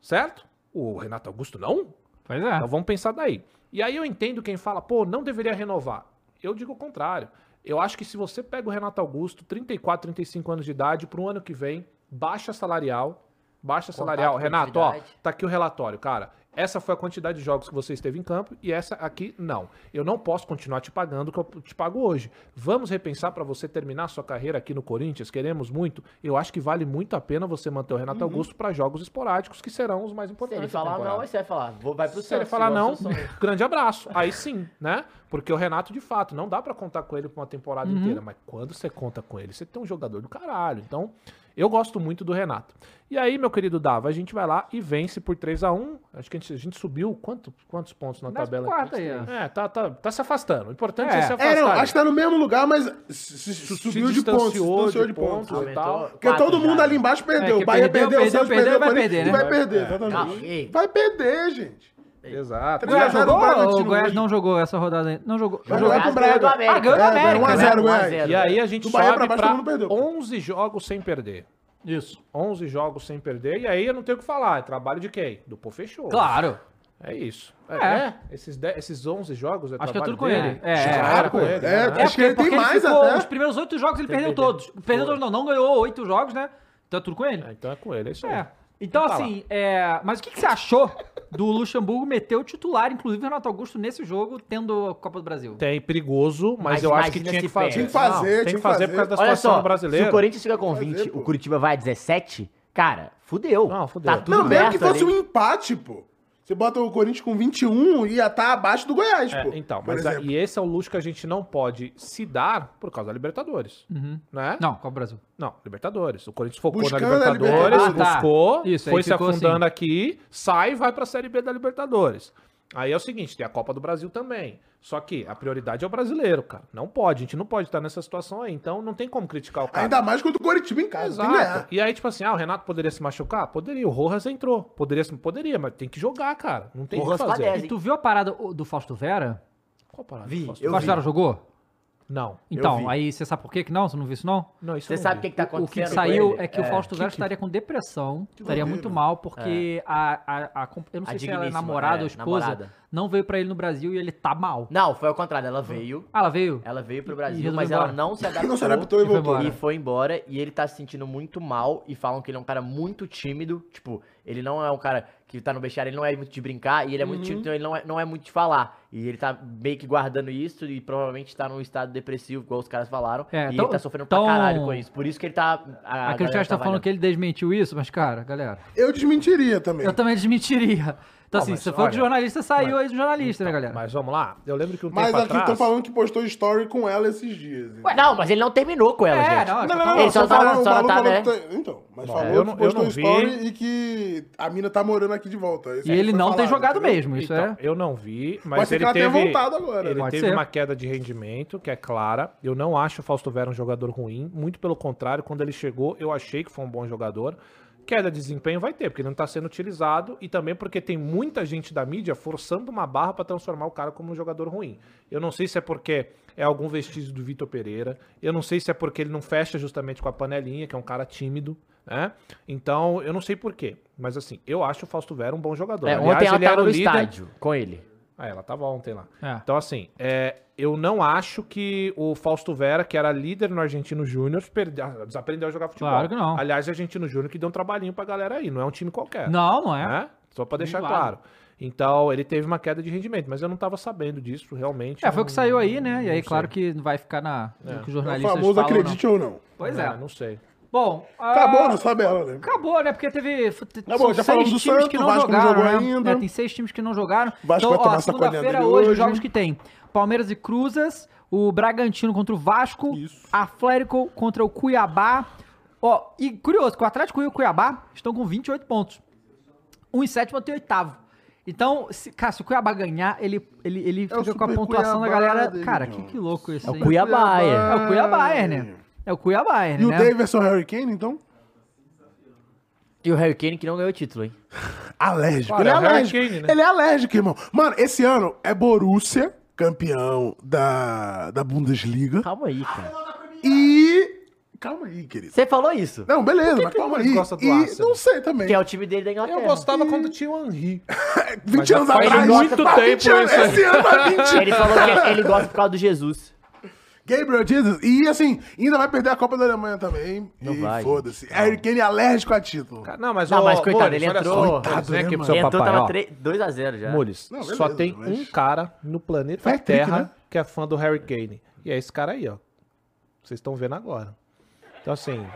D: Certo? O Renato Augusto não?
A: Pois
C: Tá.
A: é.
D: Então vamos pensar daí. E aí eu entendo quem fala, pô, não deveria renovar. Eu digo o contrário. Eu acho que se você pega o Renato Augusto, 34, 35 anos de idade, pro ano que vem, baixa salarial. Baixa
C: Contrato
D: salarial.
C: com
D: Renato, ó,
C: atividade.
D: tá aqui o relatório, cara. Essa foi a quantidade de jogos que você esteve em campo e essa aqui não. Eu não posso continuar te pagando o que eu te pago hoje. Vamos repensar pra você terminar sua carreira aqui no Corinthians? Queremos muito. Eu acho que vale muito a pena você manter o Renato Augusto pra jogos esporádicos que serão os mais
C: Uhum. Se
D: importantes.
C: ele
D: da
C: falar
D: temporada.
C: não, aí você vai falar, vou, vai pro
D: Se
C: Santos,
D: ele falar
C: igual
D: não,
C: o seu sonho.
D: grande abraço. Aí sim, né? Porque o Renato, de fato, não dá pra contar com ele pra uma temporada
A: Uhum.
D: inteira. Mas quando você conta com ele, você tem um jogador do caralho. Então, eu gosto muito do Renato. E aí, meu querido Dava, a gente vai lá e vence por 3 a 1 Acho que a gente, a gente subiu quanto, quantos pontos na
A: Décimo
D: tabela?
A: quarto aí, ó.
D: É, tá, tá, tá se afastando. O importante é,
A: É.
D: se afastar.
B: É, não, acho que tá no mesmo lugar, mas se- se-
D: Se
B: subiu de pontos.
D: distanciou
B: Distanciou
D: de
B: de pontos.
D: pontos. e tal.
C: Aumentou
B: Porque é
C: quatro
B: todo mundo
C: já. né?
B: ali embaixo perdeu.
A: É,
B: o
A: que
B: Bahia
A: perdeu,
B: perdeu, o Santos
A: perdeu,
B: perdeu,
A: vai
B: o
A: perder,
B: Corinthians-
A: né?
B: e vai perder,
C: Calma,
B: exatamente.
C: ei,
B: Vai perder, gente.
D: Exato.
A: O Goiás
B: Zero
A: jogou
B: Bragantino
A: ou o Goiás
B: hoje.
A: não jogou essa rodada? ainda? Não jogou.
B: Vai
A: Jogou.
B: jogar com o Braga.
C: do América.
A: Ah, ganhou do
C: É,
A: América,
C: um a
A: né?
C: zero,
B: Um a
C: Goiás.
B: zero.
D: E aí a gente
B: Do Bahia
D: sobe
B: pra baixo, todo
D: pra
B: mundo perdeu.
D: 11 jogos sem perder.
A: Isso.
D: 11 jogos sem perder. E aí eu não tenho o que falar. É trabalho de quem? Do Pô Fechou.
A: Claro.
D: É isso. É,
A: É.
D: é. Esses, de- esses 11 jogos é
A: Acho que é
D: trabalho
A: tudo com
D: dele.
A: ele. É, é,
D: Claro,
A: é,
D: com ele.
B: É,
D: né?
B: acho que ele tem mais
A: ficou-
B: até.
A: Os primeiros oito jogos ele perdeu todos. Perdeu todos não, não ganhou oito jogos, né? Então é tudo com ele.
D: É, Então é com ele, é isso aí.
A: É. Então,
D: Então tá
A: assim, é, mas o que, que você achou do Luxemburgo meter o titular, inclusive o Renato Augusto, nesse jogo, tendo a Copa do Brasil?
D: Tem é perigoso, mas,
C: Mas
D: eu acho que
C: imagina
D: tinha
C: se
D: que fazer.
C: perde. Tinha
B: que fazer,
D: Não, tem
B: tinha
D: que
B: que
D: fazer
B: fazer.
D: por causa da
C: Olha
D: situação
C: só,
D: brasileira.
C: se o Corinthians fica com 20,
B: pô.
C: o Curitiba vai a 17, cara, fudeu.
D: Não, fudeu.
C: Tá tudo
B: Não, mesmo que
C: aberto
B: fosse um
C: ali.
B: empate, pô. Você bota o Corinthians com 21 e um, ia estar abaixo do Goiás,
D: É,
B: pô.
D: então,
B: Por
D: mas a-
B: exemplo.
D: e esse é o luxo que a gente não pode se dar por causa da Libertadores,
A: Uhum.
D: né?
A: Não, Copa do Brasil.
D: Não, Libertadores. O Corinthians focou
B: Buscando
D: na
B: a
D: Libertadores,
A: Libertadores. Ah, tá.
D: buscou,
A: Isso, aí
D: foi se
A: ficou assim.
D: afundando aqui, sai e vai pra Série B da Libertadores. Aí é o seguinte, tem a Copa do Brasil também. Só que a prioridade é o brasileiro, cara. Não pode, a gente não pode estar nessa situação aí. Então não tem como criticar o cara.
B: Ainda mais contra o Coritiba É. em casa. tem né? que ganhar.
D: Exato. E aí, tipo assim, ah, o Renato poderia se machucar? Poderia. O Rojas entrou. Poderia, se- poderia mas tem que jogar, cara. Não tem o que
C: Rojas
D: fazer.
C: padece.
A: E tu viu a parada o- do Fausto Vera?
D: Qual a parada?
C: Vi,
D: Posso-
A: O
C: eu
A: Fausto
C: vi.
A: Vera jogou?
D: Não.
A: Então,
B: vi.
A: aí você sabe por que que não? Você não viu isso não?
D: Não, isso
C: Você
D: eu não
C: sabe
D: vi.
C: o que, que tá
A: O que
C: acontecendo com
A: saiu
C: ele?
A: é que o Fausto Vera estaria com depressão, estaria muito mal, porque
D: É.
A: a, a, a comp- Eu não
C: A
A: sei se ela é
C: digníssima,
A: namorada
C: é,
A: ou esposa,
C: namorada.
A: não veio pra ele no Brasil e ele tá mal.
C: Não, foi ao contrário, ela veio,
A: Ah, ela veio?
C: ela veio pro
A: E
C: Brasil,
A: resolveu
C: mas
A: embora.
C: ela não se adaptou.
B: Não se adaptou e
A: E foi
B: voltou.
A: embora.
C: E foi embora e ele tá se sentindo muito mal e falam que ele é um cara muito tímido, tipo, ele não é um cara que tá no vestiário, ele não é muito de brincar e ele é
A: Uhum.
C: muito tímido, então ele não é, não é muito de falar. E ele tá meio que guardando isso e provavelmente tá num estado depressivo, igual os caras falaram,
A: É,
C: e
A: tão-
C: ele tá sofrendo
A: tão-
C: pra caralho com isso. Por isso que ele tá... A,
A: Aqueles caras estão falando que ele desmentiu isso, mas, cara, galera,
B: Eu desmentiria também.
A: eu também desmentiria. Então,
D: Não,
A: assim,
D: mas
A: você falou que
D: olha,
A: jornalista saiu aí do jornalista, né, galera?
D: Mas vamos lá. Eu lembro que um
B: Mas
D: tempo
B: aqui estão
D: atrás...
B: falando que postou story com ela esses dias. hein?
C: Ué, não, mas ele não terminou com ela,
A: É,
C: gente.
A: não,
B: Não, não, não,
C: Ele
B: não.
C: só
B: Só
C: tá-
B: falou, o
C: só
B: maluco
C: tá,
B: falou
C: né?
B: que tá- Então, mas
D: Bom,
B: falou
D: eu não-
B: que postou
D: eu não vi.
B: story e que a mina tá morando aqui de volta. Isso
A: E
B: que
A: ele
B: foi
A: não tem
B: falado,
A: jogado
B: entendeu?
A: mesmo, isso
D: Então,
A: é.
D: eu não vi, mas
B: Pode ser
D: ele
B: que ela tenha
D: teve...
B: voltado agora.
D: Ele
A: Pode
D: teve
A: ser.
D: uma queda de rendimento, que é clara. Eu não acho o Fausto Vera um jogador ruim. Muito pelo contrário, quando ele chegou, eu achei que foi um bom jogador. Queda de desempenho vai ter, porque ele não tá sendo utilizado e também porque tem muita gente da mídia forçando uma barra para transformar o cara como um jogador ruim. Eu não sei se é porque é algum vestígio do Vitor Pereira, eu não sei se é porque ele não fecha justamente com a panelinha, que é um cara tímido, né? Então, eu não sei porquê, mas assim, eu acho o Fausto Vera um bom jogador.
C: É, ontem ela tava no estádio com ele.
D: Ah, ela tava ontem lá.
A: É.
D: Então, assim, é, eu não acho que o Fausto Vera, que era líder no Argentino Júnior, perde- ah, desaprendeu a jogar futebol.
A: Claro que não.
D: Aliás, o Argentino Júnior que deu um trabalhinho pra galera aí, não é um time qualquer.
A: Não, não é.
D: Né? Só pra deixar
A: Bem
D: claro. Então, ele teve uma queda de rendimento, mas eu não tava sabendo disso, realmente.
A: É, foi o que
D: não-
A: saiu aí, né? E aí,
D: não
A: claro
D: sei.
A: que vai ficar na,
D: É.
A: no que os
B: É o
A: jornalistas
B: famoso
A: falam.
B: acredite ou não.
A: não. Pois é.
D: não sei.
A: Bom, ah,
B: Acabou na tabela, né?
A: Acabou, né? Porque teve. f- t-
B: Tá bom, já falamos do Santos, o Vasco não jogou ainda.
A: É, tem seis times que não jogaram. Então,
B: Vasco vai tomar
A: ó,
B: essa colhada
A: segunda-feira
B: dele
A: hoje, os
B: hoje.
A: jogos que tem: Palmeiras e Cruzas, o Bragantino contra o Vasco, Atlético contra o Cuiabá. Ó, e curioso, que o Atlético e o Cuiabá estão com 28 pontos. Um em sétimo até oitavo. Então, se, cara, se o Cuiabá ganhar, ele, ele, ele
B: É o
A: fica com a
B: Super
A: pontuação da
B: Cuiabá
A: galera.
B: dele,
A: cara, que,
B: Jones.
A: que louco isso.
C: É o
A: hein?
C: Cuiabá, é.
A: É o Cuiabá, é, né? É o Cuiabá, é,
B: E o
A: né?
B: Davidson Harry Kane, então?
C: E o Harry Kane que não ganhou o título, hein?
B: Alérgico.
D: Olha,
B: ele é
D: é o Harry
B: alérgico.
D: Kane, né?
B: Ele é alérgico, irmão. Mano, esse ano é Borussia, campeão da, da Bundesliga.
C: Calma aí, cara.
B: E. Calma aí, querido.
C: Você falou isso.
B: Não, beleza, mas
D: que
B: calma
D: o
B: aí.
D: gosta do
B: E
D: Arsenal?
B: não sei também.
C: Que é o time dele da Inglaterra.
D: Eu gostava quando tinha o Henry.
B: 20
D: já
B: anos
D: faz
B: atrás.
D: muito
B: Há
D: tempo
B: 20 anos,
D: isso aí.
B: esse ano há 20
C: né? Ele falou que ele gosta por causa do Jesus.
B: Gabriel Jesus. E assim, ainda vai perder a Copa da Alemanha também.
C: Não
B: e
C: vai,
B: foda-se. Harry Kane alérgico a título.
D: Cara, Não, mas,
C: Não,
D: ó,
C: mas coitado,
D: Mules,
C: ele
D: olha
C: entrou-
D: só,
B: Coitado,
D: Mules, vem
B: né,
D: aqui pro
B: mano?
D: seu
C: Ele entrou,
D: papai,
C: tava
D: ó.
C: 3 2x0
A: É.
C: já.
D: Mules,
B: Não,
D: só
B: beleza,
D: tem
B: mas-
D: um cara no planeta
B: Faz trick,
D: Terra
B: né?
D: que é fã do Harry Kane. E é esse cara aí, ó. Vocês estão vendo agora. Então, assim,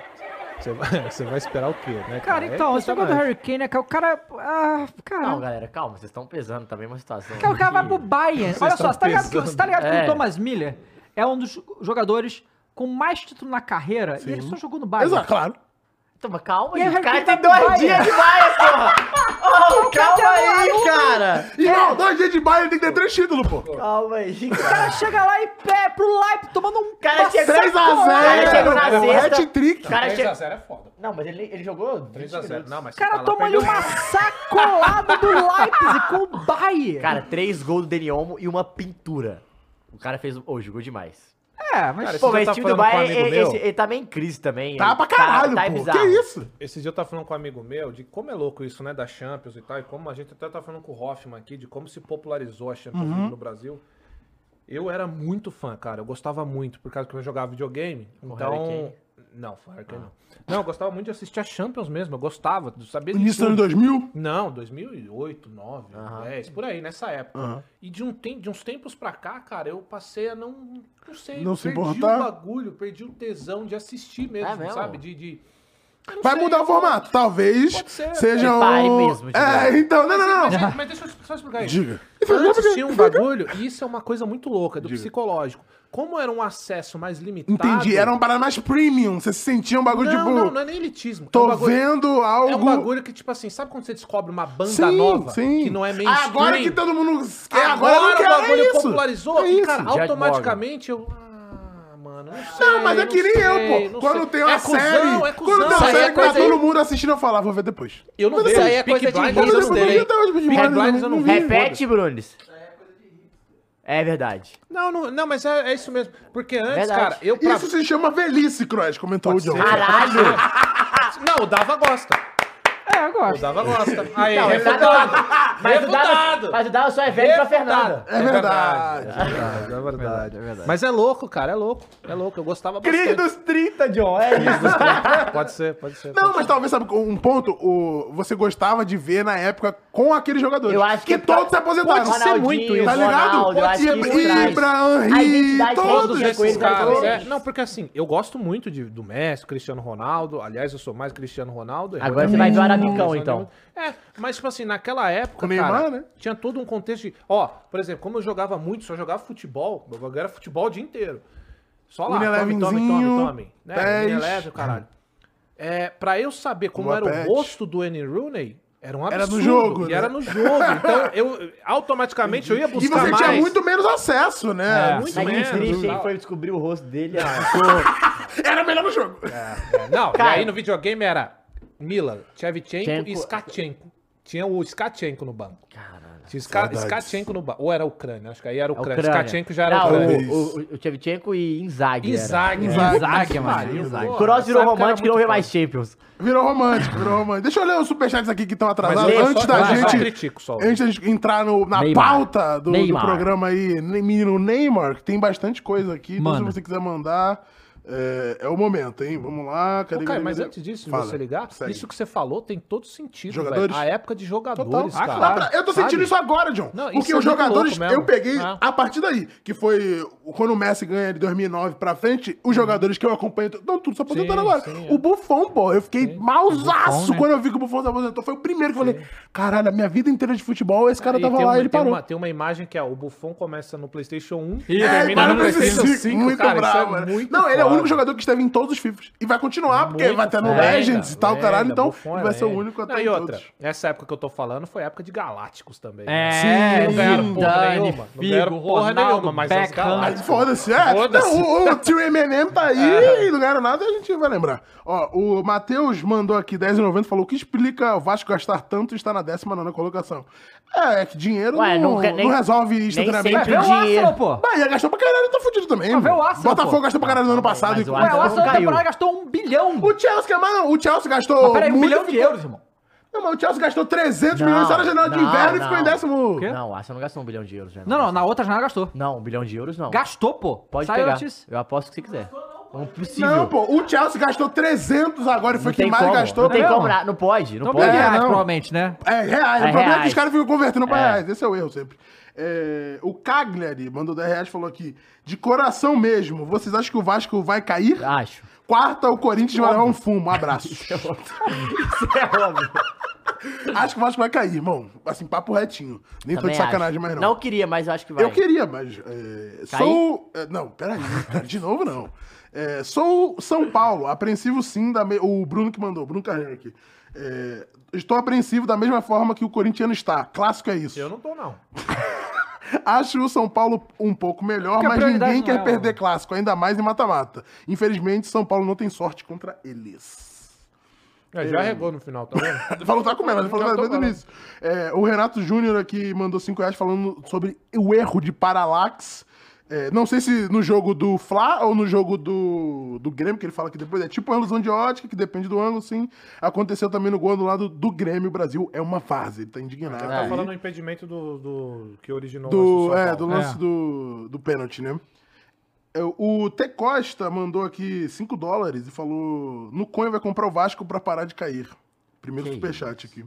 D: você vai, você vai esperar o quê, né?
A: Cara, então,
D: é
A: esse negócio do Harry Kane é que o cara. Ah, cara.
C: Não, galera, calma, vocês estão pesando também uma situação.
A: cara, é o cara vai pro Bayern. Olha só,
D: estão
A: você tá ligado, que,
D: pesando.
A: você tá ligado que
C: É.
A: o Thomas Miller é um dos jogadores com mais título na carreira e ele só jogou no Bayern.
B: Exato, claro.
C: Então, mas calma,
A: E
C: gente.
A: aí,
C: O cara
A: Harry
C: tem
A: Kane
C: dois
A: tá no
C: dias de baia, porra! Ô,
A: cara
C: calma
A: é um
C: aí,
A: maluco.
C: cara!
B: E
D: é.
B: não, dois dias de baile tem que ter três títulos, pô.
C: Calma aí,
A: O cara chega lá e pé pro Leipzig tomando um.
C: cara
A: uma
D: é
C: chega-
B: 3 a 0,
C: Cara, chegou na
B: é um
C: sexta.
B: hat-trick.
C: O cara chega...
D: 3x0 é foda.
C: Não, mas ele, ele jogou 20 minutos.
D: Não, mas
A: O cara toma ali uma sacolada do Leipzig com o Bayern.
C: Cara, três gols do Dani Olmo e uma pintura. O cara fez... Ô, jogou demais.
A: é, mas.
D: Cara,
C: Pô,
D: dia eu
C: mas esse
D: tava
C: time do
D: falando com um
C: Bayern,
D: amigo
C: ele,
D: meu.
C: esse- ele tá meio em crise também.
B: Tá
C: ele
B: pra caralho,
C: tá
B: pô.
C: bizarro.
B: Que isso?
D: Esse dia eu tava falando com um amigo meu de como é louco isso, né, da Champions e tal, e como a gente até tá falando com o Hoffman aqui, de como se popularizou a Champions
C: Uhum.
D: League no Brasil. Eu era muito fã, cara, eu gostava muito, por causa que eu jogava videogame,
C: Harry
D: então...
C: Kane?
D: Não, foi Harry Kane, não. Não, eu gostava muito de assistir a Champions mesmo, eu gostava, eu sabia de
B: Início do ano
D: tudo.
B: 2000.
D: Não, 2008, 9,
C: Aham.
D: 10, por aí, nessa época. E de, um tem- de uns tempos pra cá, cara, eu passei a não. Não sei.
B: Não se
D: perdi
B: importar?
D: o bagulho, perdi o tesão de assistir mesmo,
C: É mesmo?
D: sabe? De. de- eu não
B: Vai
D: sei,
B: mudar
D: eu-
B: o formato. Talvez
D: Pode ser.
B: seja
C: É pai
B: um...
C: mesmo, tipo.
B: É, então, não, não,
D: Mas,
B: não.
D: mas- mas deixa eu só explicar isso.
B: Diga.
D: Eu assisti um bagulho, e isso é uma coisa muito louca, do
B: Diga.
D: psicológico. Como era um acesso mais limitado.
B: Entendi, era um parada mais premium. Você se sentia um bagulho,
D: Não,
B: tipo...
D: não, não é nem elitismo. é um
B: Tô
D: bagulho-
B: vendo algo...
D: É um bagulho que, tipo assim, sabe quando você descobre uma banda
B: Sim,
D: nova
B: sim.
D: que não é mainstream?
B: Agora que todo mundo quer,
D: Agora,
B: agora, eu não quer,
D: o bagulho
B: é isso.
D: popularizou
B: É
D: e,
B: isso.
D: cara,
C: Jack
D: automaticamente eu. Ah, mano, não sei.
B: Não, mas é que nem
D: sei,
B: eu, pô.
D: não
B: Quando
D: sei.
B: tem uma
D: é
B: série.
D: Cuzão, é cuzão,
B: quando tem
D: Isso
B: uma
D: aí
B: série
D: é
B: que tá
D: coisa aí.
B: todo mundo assistindo, eu falava, vou ver depois.
D: Eu não
B: Mas
D: vejo.
B: isso aí
A: é coisa de
D: Blinders
A: hipster,
D: eu não sei.
A: hein?
B: Até hoje, Peaky
D: Peaky
B: Blinders
D: Blinders eu não vi.
C: Repete, Brunes. É verdade.
D: Não, não, não, mas é, é isso mesmo. Porque antes,
C: Verdade.
D: cara, eu pra...
B: Isso se chama velhice, Croix, comentou o John.
C: Caralho!
D: Ah, Não, o Dava gosta.
A: É, eu
D: O
A: gosto.
D: Dava gosta. Aí,
C: Não, mas nada-
D: refutado.
C: Mas o Dava,
D: Refutado.
C: mas o Dava só é velho pra Fernanda.
B: É verdade.
D: É verdade, é verdade. Mas é louco, cara, é louco. É louco, eu gostava
C: Crise
D: bastante.
C: dos 30, John, é isso.
D: Pode ser, pode ser.
B: Não, mas talvez, sabe, um ponto, o, você gostava de ver na época com aqueles jogadores.
C: Eu acho que-
B: todos se aposentaram.
C: Pode ser muito isso.
B: Tá ligado?
C: Ronaldo, eu acho que isso
B: Ibra,
C: traz
B: Ibra,
C: a
B: Henry,
C: identidade
B: todos. né,
C: todos os
D: esses
C: Coisa
D: caras.
C: boa.
D: é. Não, porque assim, eu gosto muito de- do Messi, Cristiano Ronaldo. Aliás, eu sou mais Cristiano Ronaldo.
C: Agora
D: Eu
C: você vai ver o
D: gosto
C: Arabicão,
D: mais
C: então.
D: né? Ronaldo. É, mas tipo assim, naquela época,
B: O Neymar,
D: cara,
B: né?
D: tinha todo um contexto de... Ó, por exemplo, como eu jogava muito, só jogava futebol. Meu bagulho era futebol o dia inteiro. Só lá, tome, tome, tome,
B: Unileverzinho,
D: tome. Né?
B: pés.
D: Unilever, caralho. É, pra eu saber como
B: Uma
D: era
B: pet.
D: o rosto do Annie Rooney... Era um
B: Era
D: absurdo.
B: no jogo,
D: E
B: né?
D: era no jogo. Então, eu automaticamente eu ia
B: E
D: buscar mais.
B: você tinha muito menos acesso, né?
D: É, muito
C: Mas que
D: menos,
C: triste,
D: tal.
C: hein? Foi descobrir o rosto dele.
B: Era melhor no jogo.
D: Não,
C: Cara.
D: e aí no videogame era Milan, Shevchenko
C: Tchenko.
D: e Skatchenko. Tinha o Skatchenko no banco. Tinha Ska,
B: saudades.
D: Skatchenko no banco. Ou era a Ucrânia, acho que aí era a
C: O
D: Ucrânia. Skatchenko já era a
C: É Não,
D: Ucrânia.
B: Ucrânia.
C: o, o, o Tchevchenko e Inzaghi.
D: Inzaghi.
A: Inzaghi,
D: Puta que
A: mano,
D: pariu,
A: Inzaghi.
D: porra.
C: Cross virou
D: Sabe que era
C: romântico e não vê
D: muito
C: mais Champions.
B: Virou romântico, virou romântico. Deixa eu ler os superchats aqui que estão atrasados.
D: Mas eu
B: Antes
D: só-
B: da
D: eu só
B: gente.
D: critico só.
B: Antes da gente entrar no- na
C: Neymar.
B: pauta do, do
C: Neymar.
B: programa aí, ne- menino Neymar, que tem bastante coisa aqui. Então,
A: Mano.
B: se você quiser mandar. É, é o momento, hein? Vamos lá.
D: Ô,
B: Cadê
D: cara,
B: cadê,
D: mas
B: cadê?
D: antes disso, de
B: Fala,
D: você ligar,
B: segue.
D: isso que você falou tem todo sentido,
B: Jogadores?
D: velho. A época de jogadores,
A: Ah,
D: cara.
B: Dá pra- eu tô
D: sabe?
B: sentindo isso agora, John.
D: Não, isso
B: porque
D: é
B: os
D: muito
B: jogadores,
D: louco mesmo.
B: eu peguei
D: Ah.
B: a partir daí, que foi quando o Messi ganha de 2009 pra frente, os jogadores que eu acompanho estão tudo se aposentando
D: Uhum. Sim,
B: agora.
D: sim, é.
B: O Buffon, pô, eu fiquei
A: O Buffon,
B: mausaço
A: né?
B: quando eu vi que o Buffon se aposentou. Foi o primeiro que eu falei, caralho, a minha vida inteira de futebol, esse cara
D: E
B: tava
D: tem
B: lá
D: uma,
B: e ele
D: tem
B: parou.
D: Uma, tem uma imagem que é o Buffon começa no PlayStation 1
A: E
B: É,
A: termina
B: para
A: no
B: o
A: PlayStation 5,
B: muito
D: cara, isso é
B: bravo, né?
D: muito
B: Não, ele é o
D: foda. É
B: único jogador que esteve em todos os FIFAs. E vai continuar, porque
D: Muito
B: vai ter no
D: foda.
B: Legends e tal,
D: Lenda,
B: caralho. Então,
D: Buffon
B: ele
D: é
B: vai ser o
D: lenda.
B: único até
D: Não,
B: em
D: e outra,
B: todos.
D: essa época que eu tô falando foi a época de Galácticos também. né?
A: É,
D: não ganharam porra
A: Zidane,
D: nenhuma. Não
A: Figo,
D: ganharam porra
A: Ronaldo,
D: nenhuma, mas as
A: Beckham.
B: Mas
D: Galácticos.
B: foda-se, é.
D: Foda-se.
B: Não, o, o tio MMM tá aí e não ganharam nada, a gente vai lembrar. Ó, o Matheus mandou aqui 10,90 falou: o que explica o Vasco gastar tanto e estar na 19 colocação? É, é que dinheiro
C: Ué,
B: não,
C: não re-
B: não
C: nem-
B: resolve
A: É,
B: instantaneamente.
A: vê o
B: É,
C: sempre- é
A: Arsenal,
C: Dinheiro.
A: pô.
B: Bahia gastou pra caralho, tá fudido também.
A: Mas vê
B: mano.
A: o Arsenal,
B: Botafogo
A: pô.
B: gastou pra caralho no ano passado.
C: mas
B: e-
C: o
B: Ué,
A: Ué, o
C: Arsenal
A: Arsenal na
C: caiu.
A: temporada gastou um bilhão.
B: o Chelsea, mas não, o Chelsea gastou.
A: Peraí, um
B: muito
A: bilhão
B: e
A: de
B: ficou-
A: euros, irmão.
B: Não, mas o Chelsea gastou 300
C: Não,
B: milhões só na janela de
C: não,
B: inverno e ficou em
C: não.
B: décimo.
A: Quê?
C: Não, o Arsenal não gastou um bilhão de euros, né?
A: Não, não, na outra janela gastou.
C: Não, um bilhão de euros não.
A: Gastou, pô.
C: Pode
A: Saiu
C: pegar.
A: notícia.
C: Eu aposto que você quiser. Não é possível.
B: Não, pô, o Chelsea gastou 300 agora e foi
C: Não
B: quem
C: tem
B: mais
C: como.
B: gastou.
C: Não tem
B: Não.
C: como, não, não pode, não
A: Então,
C: pode.
A: bilhões,
B: É, não.
A: provavelmente, né?
B: É, reais.
C: É
B: o problema é que
C: reais.
B: os caras ficam convertendo pra
C: É.
B: reais. Esse é o erro sempre. É, o Cagliari mandou 10 reais e falou aqui: de coração mesmo, vocês acham que o Vasco vai cair?
C: Acho.
B: Quarta, o Corinthians vai levar um fumo. Abraço.
C: É
B: acho que o Vasco vai cair, irmão. Assim, papo retinho. Nem tô de
C: Também
B: sacanagem
C: acho.
B: mais, não.
C: Não queria, mas eu acho que vai.
B: Eu queria, mas. é, sou. é, não, peraí, cara, de novo não. É, sou São Paulo, apreensivo sim, da me- o Bruno que mandou, o Bruno Carreiro aqui. É, estou apreensivo da mesma forma que o corintiano está. Clássico é isso.
D: Eu não tô, não. É,
B: Acho o São Paulo um pouco melhor,
A: Porque a
B: mas
A: prioridade
B: ninguém
A: não
B: quer
A: é o-
B: perder clássico, ainda mais em mata-mata. Infelizmente, São Paulo não tem sorte contra eles.
D: É, já regou no final, tá vendo?
B: Falou, tá comendo, ele falou
D: Eu tô
B: mais ou menos isso. É, o Renato Júnior aqui mandou 5 reais falando sobre o erro de Paralax. É, não sei se no jogo do Fla ou no jogo do, do Grêmio, que ele fala que depois é tipo uma ilusão de ótica, que depende do ângulo, sim. Aconteceu também no gol do lado do Grêmio. O Brasil é uma fase, ele tá indignado.
D: Tá
B: aí.
D: falando do impedimento do, do- que originou
B: Do,
D: o lance
B: é,
D: São
B: do
D: Paulo.
B: lance
F: É.
B: Do, do pênalti, né? É, O T. Costa mandou aqui 5 dólares e falou: no Conho vai comprar o Vasco pra parar de cair. Primeiro superchat aqui.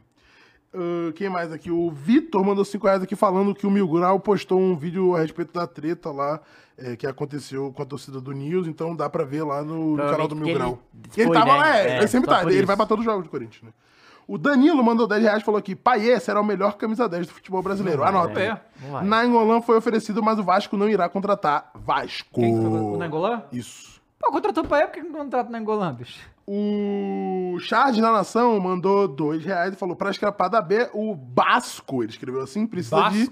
B: Ah, quem mais aqui? O Vitor mandou 5 reais aqui falando que o Mil Grau postou um vídeo a respeito da treta lá é, que aconteceu com a torcida do News, então dá pra ver lá no, no canal do
C: Provavelmente
B: Mil
C: porque ele
B: Grau. Ele,
C: foi,
B: tava
C: né?
B: lá, é,
C: É,
B: ele sempre
C: só
B: tá,
C: por
B: ele
C: isso.
B: vai pra todo os jogos do Corinthians, né? O Danilo mandou 10 reais e falou aqui: Paiê, será o melhor camisa 10 do futebol brasileiro. Anota.
A: É.
C: Não vai.
B: Nangolan foi oferecido, mas o Vasco não irá contratar. Vasco.
A: Quem que foi o Nangolan?
B: Isso.
A: Pô, contratou pra época que não contrata o Nangolan, bicho.
B: O Charles da Nação mandou dois reais e falou: pra escapar da B, o Basco, ele escreveu assim, precisa de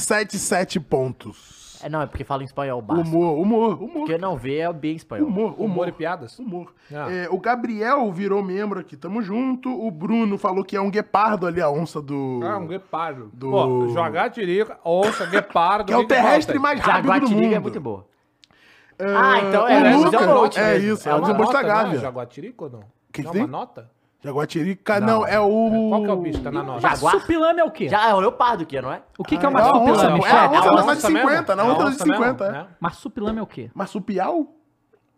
B: 777 pontos.
C: É, não, é porque fala em espanhol básico.
B: Humor, humor, humor.
C: Porque não vê é bem espanhol.
B: Humor, humor.
D: Humor e piadas?
B: Humor.
D: Ah.
B: É, o Gabriel virou membro aqui, tamo junto. O Bruno falou que é um guepardo ali, a onça do.
D: Ah, um guepardo.
B: Do-
D: Pô, jogar tirica, onça, guepardo.
B: Que é o
D: falta
B: terrestre
D: aí?
B: mais rápido do mundo.
C: Jaguatirica é muito boa. Ah, então é,
B: o
C: mas é
B: Lucas,
C: um lote
B: é
C: mesmo.
B: isso,
D: É
B: é o
D: uma
B: desembolso da
D: nota,
B: Gávea.
D: né? Jaguatirica ou não?
B: Que que
D: Não,
B: tem?
D: uma nota?
B: Jaguatirica, não, é o.
D: Qual que é o bicho que tá na nota?
C: Jaguar.
A: Marsupilame é o quê?
C: Já é o leopardo que é, não é?
A: O que, que é o
B: É a onça,
A: marsupilame?
B: pô. É a
A: Chefe?
B: onça
D: É
B: da
D: a
B: mais de
D: onça mesmo?
B: 50, na
D: É a
B: outra de
D: onça mesmo,
B: 50. é.
D: né?
A: Marsupilame é o quê?
B: Marsupial?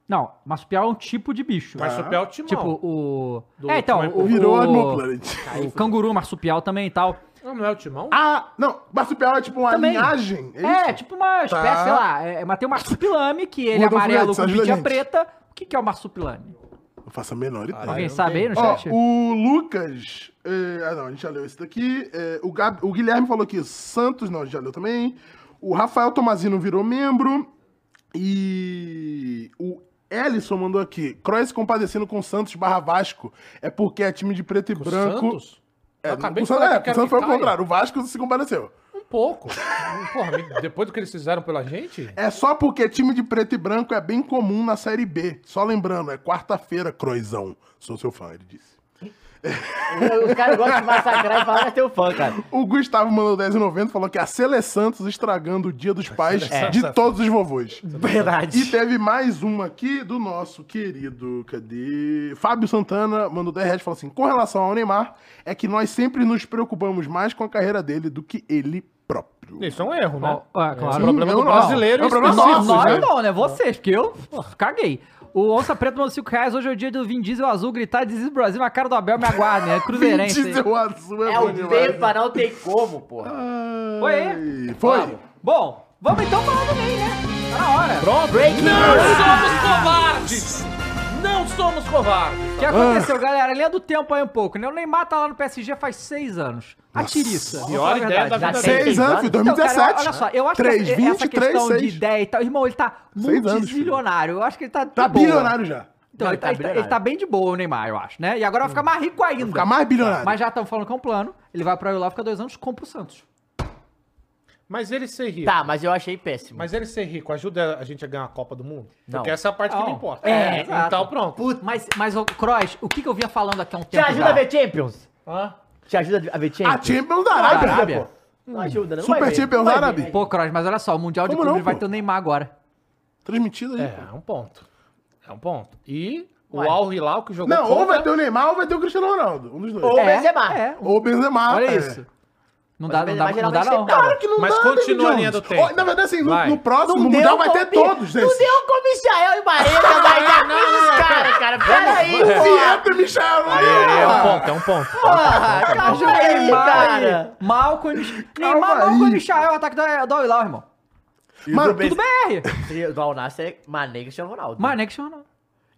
A: Não, marsupial é um tipo de bicho.
D: Mas chupé é o timão.
A: Tipo, o.
D: Do
A: é, então.
D: Timão e
A: O,
B: Virou
A: o...
B: Animal Planet.
A: O canguru marsupial também e tal.
D: Não, não é o timão?
B: Ah, não, marsupial é tipo uma
A: Também.
B: linhagem.
A: É,
B: isso?
A: tipo uma espécie,
B: Tá.
A: sei lá. é, mas tem o marsupilame, que ele é
B: Rodolfo
A: amarelo
B: Neto,
A: com
B: ajuda a
A: pintinha
B: gente.
A: preta. O que, que é o marsupilame?
B: Não faço a menor ideia.
A: Alguém
D: eu não
A: sabe aí
D: tenho.
A: no
B: Ó,
A: chat?
B: o Lucas. eh, ah, não, a gente já leu esse daqui. eh, o, Gab- o Guilherme falou aqui, Santos, não, a gente já leu também. O Rafael Tomazino virou membro. E o Ellison mandou aqui. Cross compadecendo com Santos barra Vasco. É porque é time de preto e
D: O
B: branco.
D: Santos?
B: É,
D: Eu
B: o
D: acabei
B: Santos,
D: de falar
B: é,
D: que eu
B: o
D: quero
B: Santos
D: que
B: foi o
D: caia.
B: contrário. O Vasco se compadeceu.
D: Um pouco. Porra, me- depois do que eles fizeram pela gente?
B: É só porque time de preto e branco é bem comum na Série B. Só lembrando, é quarta-feira, Croizão. Sou seu fã, ele disse.
C: Os caras gostam de massacrar e falar que é teu fã, cara.
B: O Gustavo mandou 10,90 falou que a Sele Santos estragando o dia dos pais de todos os vovôs.
C: Verdade.
B: E teve mais uma aqui do nosso querido, cadê? Fábio Santana mandou 10 reais e falou assim: com relação ao Neymar, é que nós sempre nos preocupamos mais com a carreira dele do que ele próprio.
H: Isso é um erro, né?
D: ah,
A: Ó, é, claro.
H: Esse problema
B: eu
H: do
B: não.
H: brasileiro
B: É um problema
H: específico,
B: nosso,
H: né?
A: Não, não, né? Vocês, porque eu pô, caguei. O Onça Preto mandou 5 reais. Hoje é o dia do Vin Diesel Azul gritar This is Brasil na cara do Abel, me aguarde, né? Cruzeirense.
B: Vin Diesel azul é,
C: É
B: bom
C: o
B: demais.
C: Tempa, não tem como,
B: Ah.
C: porra.
A: Foi?
B: Ih, Foi.
A: Vamos. Bom, vamos então falar do Ney, né? Tá na hora.
C: Break
D: Somos covardes! Não somos covardes!
A: O que
B: Ah.
A: aconteceu, galera? Lendo o tempo aí um pouco, né? O Neymar tá lá no PSG faz seis anos. A tiriça. Vamos falar a
H: Pior ideia
A: verdade.
H: da vida
C: Já
H: dele.
C: sei.
B: Seis anos, filho,
A: Então, cara,
B: 2017.
A: olha só, eu acho
B: Três,
A: que essa- essa
B: 23,
A: questão
B: seis.
A: de ideia é e tal, irmão, ele tá
B: Seis anos,
A: multimilionário. Eu acho que ele tá de
B: Tá
A: boa.
B: bilionário já.
A: Então,
C: Não,
A: ele, tá,
C: ele tá
A: ele tá- ele
C: bilionário.
A: tá bem de boa, o Neymar, eu acho, né? E agora vai ficar mais rico ainda.
B: Hum. Ficar Tá mais bilionário.
A: Mas já estamos falando que é um plano. Ele vai pra lá, fica dois anos, compra o Santos.
D: Mas ele ser rico.
C: Tá, mas eu achei péssimo.
D: Mas ele ser rico ajuda a gente a ganhar a Copa do Mundo?
C: Não.
D: Porque essa é a parte que
A: Não.
D: me importa.
A: É, exato.
D: então pronto.
A: Mas, mas o Kroos, o que, que eu vinha falando aqui há um
C: Te
A: tempo
C: ajuda
A: já?
C: a ver Champions?
D: Hã?
C: Te ajuda a ver
B: A
C: Champions?
B: Ah, Champions da Arábia,
A: Arábia.
B: pô.
C: Não ajuda, não
B: Super
C: vai ver.
B: Champions
C: Não vai ver,
B: árabe.
C: né?
A: Pô, Kroos, mas olha só, o Mundial de
B: Como
A: Clubes
B: não,
A: vai
B: pô?
A: ter o Neymar agora.
B: Transmitida aí,
D: É, é um ponto. É um ponto. E
C: Ué.
D: o Al Hilal que jogou
B: Não, ou
D: contra-
B: vai ter o Neymar ou vai ter o Cristiano Ronaldo. Um dos dois.
C: Ou-
B: Ou,
C: o Benzema.
A: É,
B: o Benzema.
A: olha
B: é.
A: isso. Não dá,
C: o
A: não dá,
C: Benzema
A: não dá, não.
C: geralmente sempre
B: Claro que não
D: Mas
B: dá,
D: continua
B: David
D: a
B: Jones.
D: linha do tempo.
B: Ó, na verdade, assim, no,
D: Vai.
B: no próximo
C: Não
B: Mundial
C: deu
B: vai ter
C: com o
B: todos
C: Mi-
B: desses.
C: Não deu com o Michael e Bareta, vai dar os caras, cara. Peraí,
B: O
C: porra.
B: Vieto e Michel. não Ah.
D: Aí, aí, é um
B: dá.
D: ponto, é um ponto.
C: Porra, calma aí, cara.
A: Neymar, Malcolm, Neymar,
B: Calma
A: Malcolm,
B: aí.
A: Michael, ataque do do Al-Hilal, irmão.
B: Mano,
A: Tudo
B: tudo-
A: BR.
C: E o do Alnasser é Mané e Cristiano Ronaldo.
A: Mas nem que chama, não.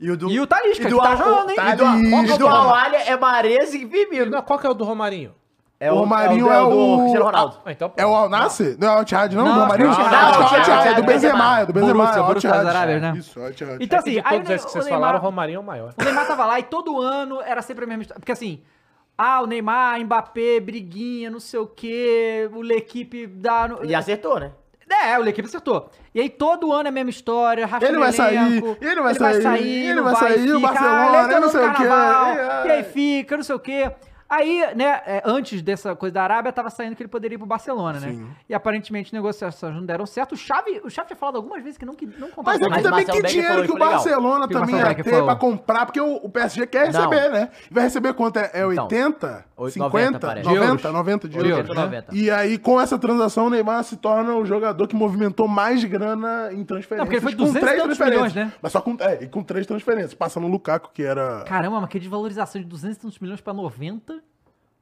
C: E o do...
A: E o Talisca,
C: e
A: que
C: do
A: tá
C: Al-
A: jogando, hein?
C: E do, Al-
B: Talisca.
C: e do Alália é Mares e Firmino.
D: Não, qual que é o do Romarinho?
C: É
B: O Romarinho
C: do-
B: é o-
C: do Cristiano Ronaldo.
D: Ah, então,
B: É o Alnasser? Não é o Al-Tihad, não?
A: Não,
B: Não, Marinho?
A: não,
B: Acho que
C: não,
B: é o Al-Tihad, é do
C: não,
B: Benzema, é do Benzema.
A: Borussia,
B: é o
A: Borussia das
B: Al-Ittihad.
A: Arábias, né?
B: Isso, é o Al-Tihad.
A: Então, assim,
D: de
A: aí o
D: todos esses que vocês
A: Neymar-
D: falaram, o Romarinho é o maior.
A: O Neymar tava lá e todo ano era sempre a mesma história. Porque assim, ah, o Neymar, Mbappé, briguinha, não sei o quê, o L'Equipe dá...
B: Ah.
A: No...
C: E acertou, né?
A: É, o L'Equipe acertou. E aí todo ano é a mesma história, racha
B: Ele
A: no
B: vai sair,
A: elenco,
B: ele vai sair, ele
A: não
B: vai sair, o
A: fica,
B: Barcelona,
A: ah, ele
B: eu não
A: entrou no
B: sei o quê, é.
A: carnaval,
B: e
A: E aí
B: aí-
A: fica, não sei o quê. Aí, né, é, antes dessa coisa da Arábia, tava saindo que ele poderia ir pro Barcelona, né? E aparentemente negociações não deram certo. O Xavi, o Xavi tinha falado algumas vezes que não, que não comprava
B: Mas
A: mais.
B: é que
C: Mas
B: também
C: Marcelo
B: que
C: Becker
B: dinheiro
C: falou
B: que o
C: que foi legal.
B: Barcelona
A: Que o
B: também
A: Marcelo
B: ia
A: Becker
B: ter pra
A: falou.
B: comprar, porque o, o PSG quer
C: Não.
B: receber, né? Vai receber quanto? É, é
C: Então,
B: 80?
C: oito-
B: 50?
C: 90,
B: 90,
C: parece.
B: 90, de euros.
A: né?
C: 80, 90.
B: E aí, com essa transação, o Neymar se torna o jogador que movimentou mais grana em transferências.
A: Não, porque ele foi
B: com
A: 200 e
B: três
A: tantos
B: transferências.
A: milhões, né?
B: Mas só com, é, e com três transferências. Passando o Lukaku, que era...
A: Caramba, mas que desvalorização de 200 e tantos milhões pra 90.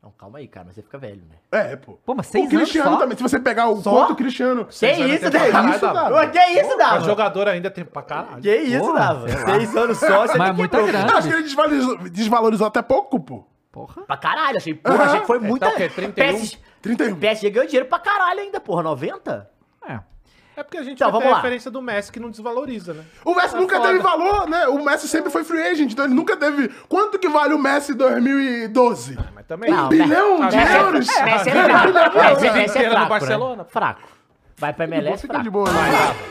C: Não, calma aí, cara, mas você fica velho, né?
B: É, pô.
A: Pô, mas
B: O
A: seis anos
B: Cristiano
A: só?
B: também. Se você pegar o
C: Só?
B: quanto o Cristiano...
C: Que
D: Seis anos
C: isso, Tá
D: tem pra
C: Dava?
D: caralho,
B: isso,
D: Dava?
B: Dava?
C: Ô, Que isso,
D: Mas
C: Dava?
D: jogador ainda tem pra caralho.
C: Que isso, Dava? Seis anos só, você
A: Mas é
C: me
A: muita
C: quebrou.
A: grana.
B: Acho que ele desvalorizou, desvalorizou até pouco, pô.
A: Porra.
C: Pra caralho, achei, porra, achei
B: É,
C: que foi muito...
D: tá o quê? 31?
C: PSG,
B: 31.
C: PSG ganhou dinheiro pra caralho ainda, porra, 90?
A: É.
D: É porque a gente
C: Então,
D: vai ter
C: vamos
D: a
C: lá.
D: referência do Messi que não desvaloriza, né?
B: O Messi
D: Tá
B: nunca
D: foda.
B: teve valor, né? O Messi sempre foi free agent, então ele nunca teve. Quanto que vale o Messi 2012?
D: Mas também.
C: Não,
B: um bilhão
D: Messi-
B: de
D: Messi é-
B: euros?
C: É, Messi é
B: Um
C: fraco.
B: bilhão de euros.
C: Messi, Messi é
D: Inteira no
C: fraco, né?
D: Barcelona.
C: Fraco. Vai pra
B: Pô,
C: MLS,
B: Fica
C: fraco.
B: de boa, né?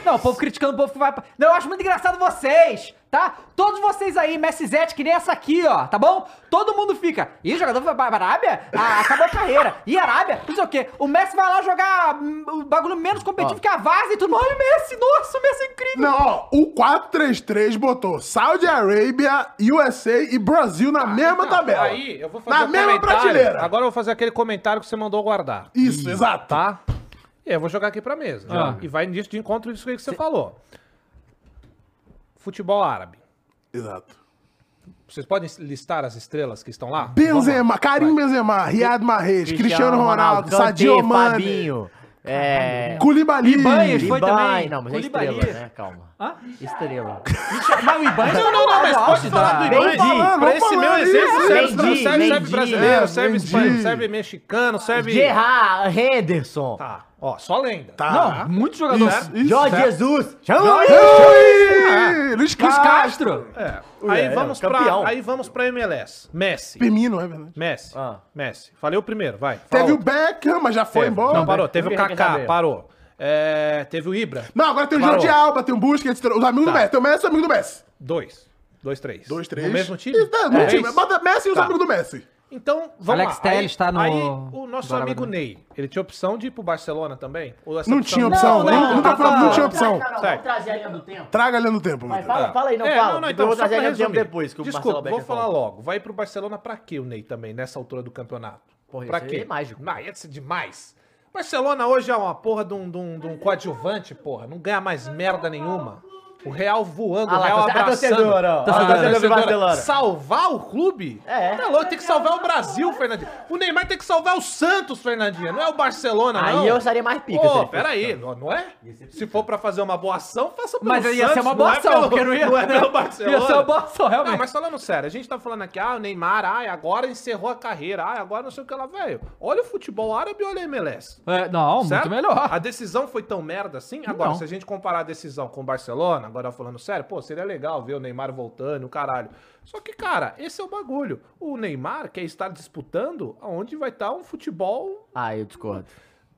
A: Não, o povo criticando o povo que vai pra... Não, eu acho muito engraçado vocês, tá? Todos vocês aí, Messi Zete, que nem essa aqui, ó, tá bom? Todo mundo fica. Ih, jogador foi pra Arábia? Ah, acabou a carreira. Ih, Arábia? Não sei o quê. O Messi vai lá jogar hum, o bagulho menos competitivo que a Vaza e tudo. mais. Olha o Messi, nossa, o Messi é incrível.
B: Não, ó, o 433 botou Saudi Arabia, USA e Brasil na mesma tabela.
D: Tá, então, Aí eu vou fazer
B: Na
D: um
B: mesma
D: comentário.
B: prateleira.
D: Agora eu vou fazer aquele comentário que você mandou guardar.
B: Isso, exato.
D: Tá? E eu vou jogar aqui pra mesa.
B: Ah.
D: E vai nisso de encontro disso aí que você falou. Futebol árabe.
B: Exato.
D: Vocês podem listar as estrelas que estão lá?
B: Benzema, Karim Benzema, Riyad Mahrez, Cristiano Ronaldo,
C: Kanté,
B: Sadio Mane,
C: Fabinho.
A: né?
C: É...
B: Koulibaly.
A: Ibanez foi
C: Ibai-
A: também.
C: Não, mas é
A: Koulibaly.
C: estrela, né? Calma.
A: Hã?
C: Estrela.
A: Mas o Ibanez não, não, não, mas
D: pode falar do
B: Vamos
C: Mendy.
B: falando,
D: Pra
B: vamos
D: esse meu
B: falando
D: exemplo,
B: isso.
D: serve,
C: Mendy,
D: serve, serve
C: Mendy.
D: brasileiro,
B: É,
D: serve
B: Mendy.
D: espanhol, serve mexicano, serve.
C: Gerard, Henderson.
D: Tá, ó, só lenda.
B: Tá.
A: Não, muito jogador.
B: Isso, isso. é-
C: Jorge Jesus. Jean-Louis.
B: Ui, Luiz
A: Luiz
B: Castro.
A: Castro.
D: Aí,
C: é,
D: vamos
C: é, campeão.
D: pra, aí vamos pra MLS. Messi.
B: Firmino, é verdade.
D: Messi.
C: Ah.
D: Messi. Falei o primeiro, vai. Fala
B: Teve o
D: outro.
B: Beckham, mas já foi
D: Teve.
B: embora.
D: Não, parou. Teve o
C: Ninguém quer
D: Kaká,
C: saber.
D: parou. É, teve o Ibra.
B: Não, agora tem o
D: Parou.
B: Jordi Alba, tem o Busquets, tem os amigos do
D: Tá.
B: Messi. Tem o Messi e o amigo do Messi.
D: Dois. Dois, três.
B: Dois, três.
D: No mesmo time?
B: Isso, é, no
D: Três.
B: time. Bota Messi e os
D: Tá.
B: amigos do Messi.
D: Então, vamos
A: Alex
D: lá.
A: Telles
D: aí,
A: tá no-
D: Aí, o nosso
A: Bora,
D: amigo
A: vai.
D: Ney, ele tinha opção de ir pro Barcelona também? Ou essa
B: Não tinha
D: não?
B: opção.
A: não,
B: Nem-
A: não,
B: nunca
A: tá
B: foi,
A: bom.
B: não tinha opção.
D: Certo.
C: trazer a linha do tempo.
B: Traga ali no tempo,
C: Mas
B: Lucas.
C: fala, fala aí, não
D: É,
C: fala.
D: não, não,
C: então, eu
D: então,
C: vou
D: só
C: trazer
D: pra
C: a linha do tempo
D: resumir.
C: depois, que o
D: Desculpa,
C: Marcelo
D: vou
C: Becker
D: falar
C: falou.
D: logo. Vai pro Barcelona pra quê o Ney também, nessa altura do campeonato?
C: Porra,
D: pra
C: isso aí
D: quê?
C: é mágico.
D: Não, ia ser demais. Barcelona hoje é uma porra de um, de um- de um coadjuvante, porra. Não ganha mais merda nenhuma. O Real voando,
C: Ah
D: o
C: lá,
D: Real
C: torce- a
D: abraçando.
C: torcedora, ó.
D: A
C: Tá torcedora do Barcelona.
D: Salvar o clube?
C: É.
D: Tá louco, tem que salvar o Brasil, Fernandinho. O Neymar tem que salvar o Santos, Fernandinho. Não é o Barcelona, não.
C: Aí eu estaria mais pica. se ele
D: Pô,
C: fosse.
D: peraí, não não é? Se for pra fazer uma boa ação, faça pelo
A: Mas ia ser uma boa ação,
D: não é pelo,
A: porque não ia,
D: não é pelo Barcelona.
A: ia ser uma boa ação, realmente.
D: Não, mas falando sério, a gente tá falando aqui, ah, o Neymar, ai, agora encerrou a carreira, ai, agora não sei o que lá, velho. Olha o futebol árabe e olha a MLS.
A: É, não,
D: certo?
A: muito melhor.
D: A decisão foi tão merda assim? Agora, se a gente comparar a decisão com o Barcelona, agora falando sério, pô, seria legal ver o Neymar voltando, o caralho. Só que, cara, esse é o bagulho. O Neymar quer estar disputando aonde vai estar um futebol...
C: Ah, eu discordo.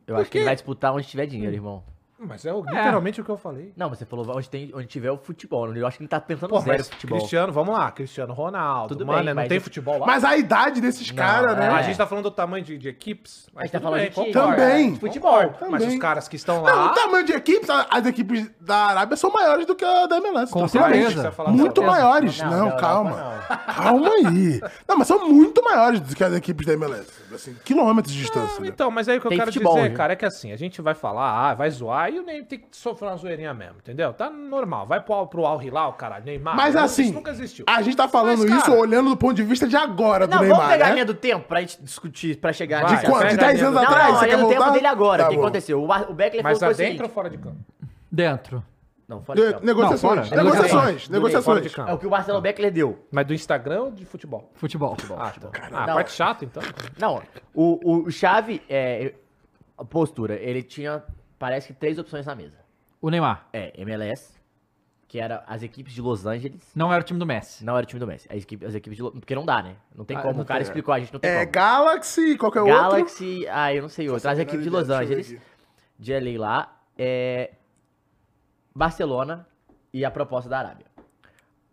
C: Eu
D: Por
C: acho que ele
D: quê?
C: vai disputar onde tiver dinheiro, irmão.
D: Mas é o- literalmente o que eu falei.
C: Não, mas você falou onde, tem, onde tiver o futebol. Eu acho que ele tá pensando
D: Pô,
A: é,
C: zero
D: mas
C: futebol.
D: Cristiano, vamos lá, Cristiano Ronaldo,
C: Tudo
D: mano,
C: bem,
D: não
C: mas
D: tem
C: eu-
D: futebol lá?
B: Mas a idade desses caras, né?
D: A
C: é.
D: gente tá falando do tamanho de, de equipes.
C: A gente tá
D: tudo
C: falando de time.
D: concordo.
B: Também.
D: É,
C: Futebol,
D: concordo. Mas
B: também.
D: os caras que estão lá...
B: Não, o tamanho de equipes, a- as equipes da Arábia são maiores do que a da MLS.
A: Com
B: tranquilamente.
A: certeza.
D: Você vai falar
B: Muito
D: dessa-
B: maiores. Não, calma. Calma aí. Não, mas são muito maiores do que as equipes da MLS. Assim, quilômetros de distância.
D: Não,
B: né?
D: Então, mas aí o que
C: Tem
D: eu quero
C: futebol, né?
D: dizer,
C: viu?
D: cara, é que assim, a gente vai falar, ah, vai zoar e o Neymar tem que sofrer uma zoeirinha mesmo, entendeu? Tá normal. Vai pro, pro Al Hilal, cara, Neymar.
B: Mas
D: nunca-
B: assim,
D: ah, isso nunca existiu.
B: a gente tá falando
D: Mas, cara-
B: isso olhando do ponto de vista de agora do
C: Não,
B: Neymar,
C: vamos pegar a
B: né?
C: linha do tempo pra gente discutir, pra chegar
D: Vai,
C: nisso.
B: De quanto?
D: pega
B: De
D: a
B: 10
D: linha
B: anos
D: do-
C: Não,
B: atrás?
C: não,
B: Você
C: a
B: quer
C: linha do
B: voltar?
C: tempo dele agora.
B: Tá
C: o que
B: bom.
C: aconteceu? O Bar- o Beckler
D: Mas
C: falou
D: lá
C: que foi o seguinte-
D: dentro ou fora de campo?
A: Dentro.
C: Não, fora de
B: De-
C: campo.
B: negociações,
A: Não, fora.
C: Do
B: negociações,
C: Ney,
D: Fora de
B: negociações.
C: É o
D: campo.
C: que o Marcelo Beckler deu.
D: Mas do Instagram ou de futebol?
A: Futebol.
D: Ah, tá. Ah,
C: Não.
D: parte chata, então.
C: Não, o, o Chave, é, a postura, ele tinha, parece que três opções na mesa.
A: O Neymar.
C: É, MLS, que era as equipes de Los Angeles,
A: Não era o time do Messi.
C: não era o time do Messi, as equipes, as equipes de Lo- porque não dá, né? Não tem
A: Ah,
C: como,
A: não
C: o cara
A: tem.
C: explicou, a gente não tem
B: É
C: como.
B: Galaxy, qualquer outro.
C: Galaxy, ah, eu não sei outra, as
B: Essa
C: equipes de Los
B: menor ideia, deixa
C: Angeles,
B: eu ver
C: de LA lá, é, Barcelona e a proposta da Arábia.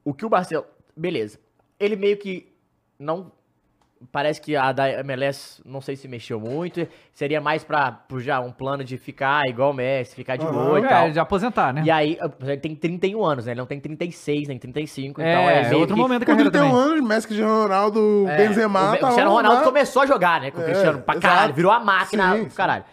C: O que o Barcelona... Beleza. Ele meio que não... Parece que a da MLS, não sei se mexeu muito. Seria mais pra, pro já um plano de ficar igual o Messi, ficar de boa e
A: é,
D: então.
C: tal.
A: de aposentar, né?
C: E aí, ele tem 31 anos, né? Ele não tem 36, nem 35.
A: É,
C: então é, meio
A: outro
C: que-
A: momento da
B: Com
A: carreira
B: 31
A: também.
B: anos, Messi, Cristiano Ronaldo, Benzema,
C: o Cristiano
B: rolando
C: Ronaldo
B: lá.
C: começou a jogar, né? Com o
B: É,
C: Cristiano pra
B: exato.
C: caralho. Virou a máquina,
B: Sim, sim.
C: caralho.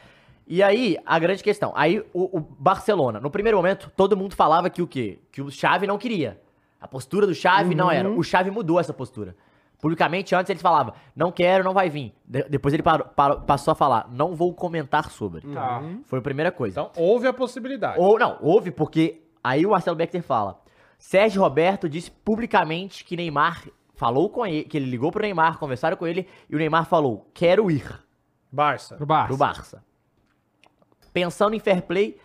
C: E aí, a grande questão. Aí, o, o Barcelona, no primeiro momento, todo mundo falava que o quê? Que o Xavi não queria. A postura do Xavi não
B: Uhum.
C: era. O Xavi mudou essa postura. Publicamente, antes ele falava, não quero, não vai vir. De- depois ele parou- parou- passou a falar, não vou comentar sobre.
D: Tá.
C: Foi a primeira coisa.
D: Então, houve a possibilidade.
C: Ou não, houve porque aí o Marcelo Becker fala. Sérgio Roberto disse publicamente que Neymar falou com ele, que ele ligou pro Neymar, conversaram com ele e o Neymar falou: "Quero ir
D: Barça.
A: Pro Barça.
C: pro Barça". Pensando em fair play,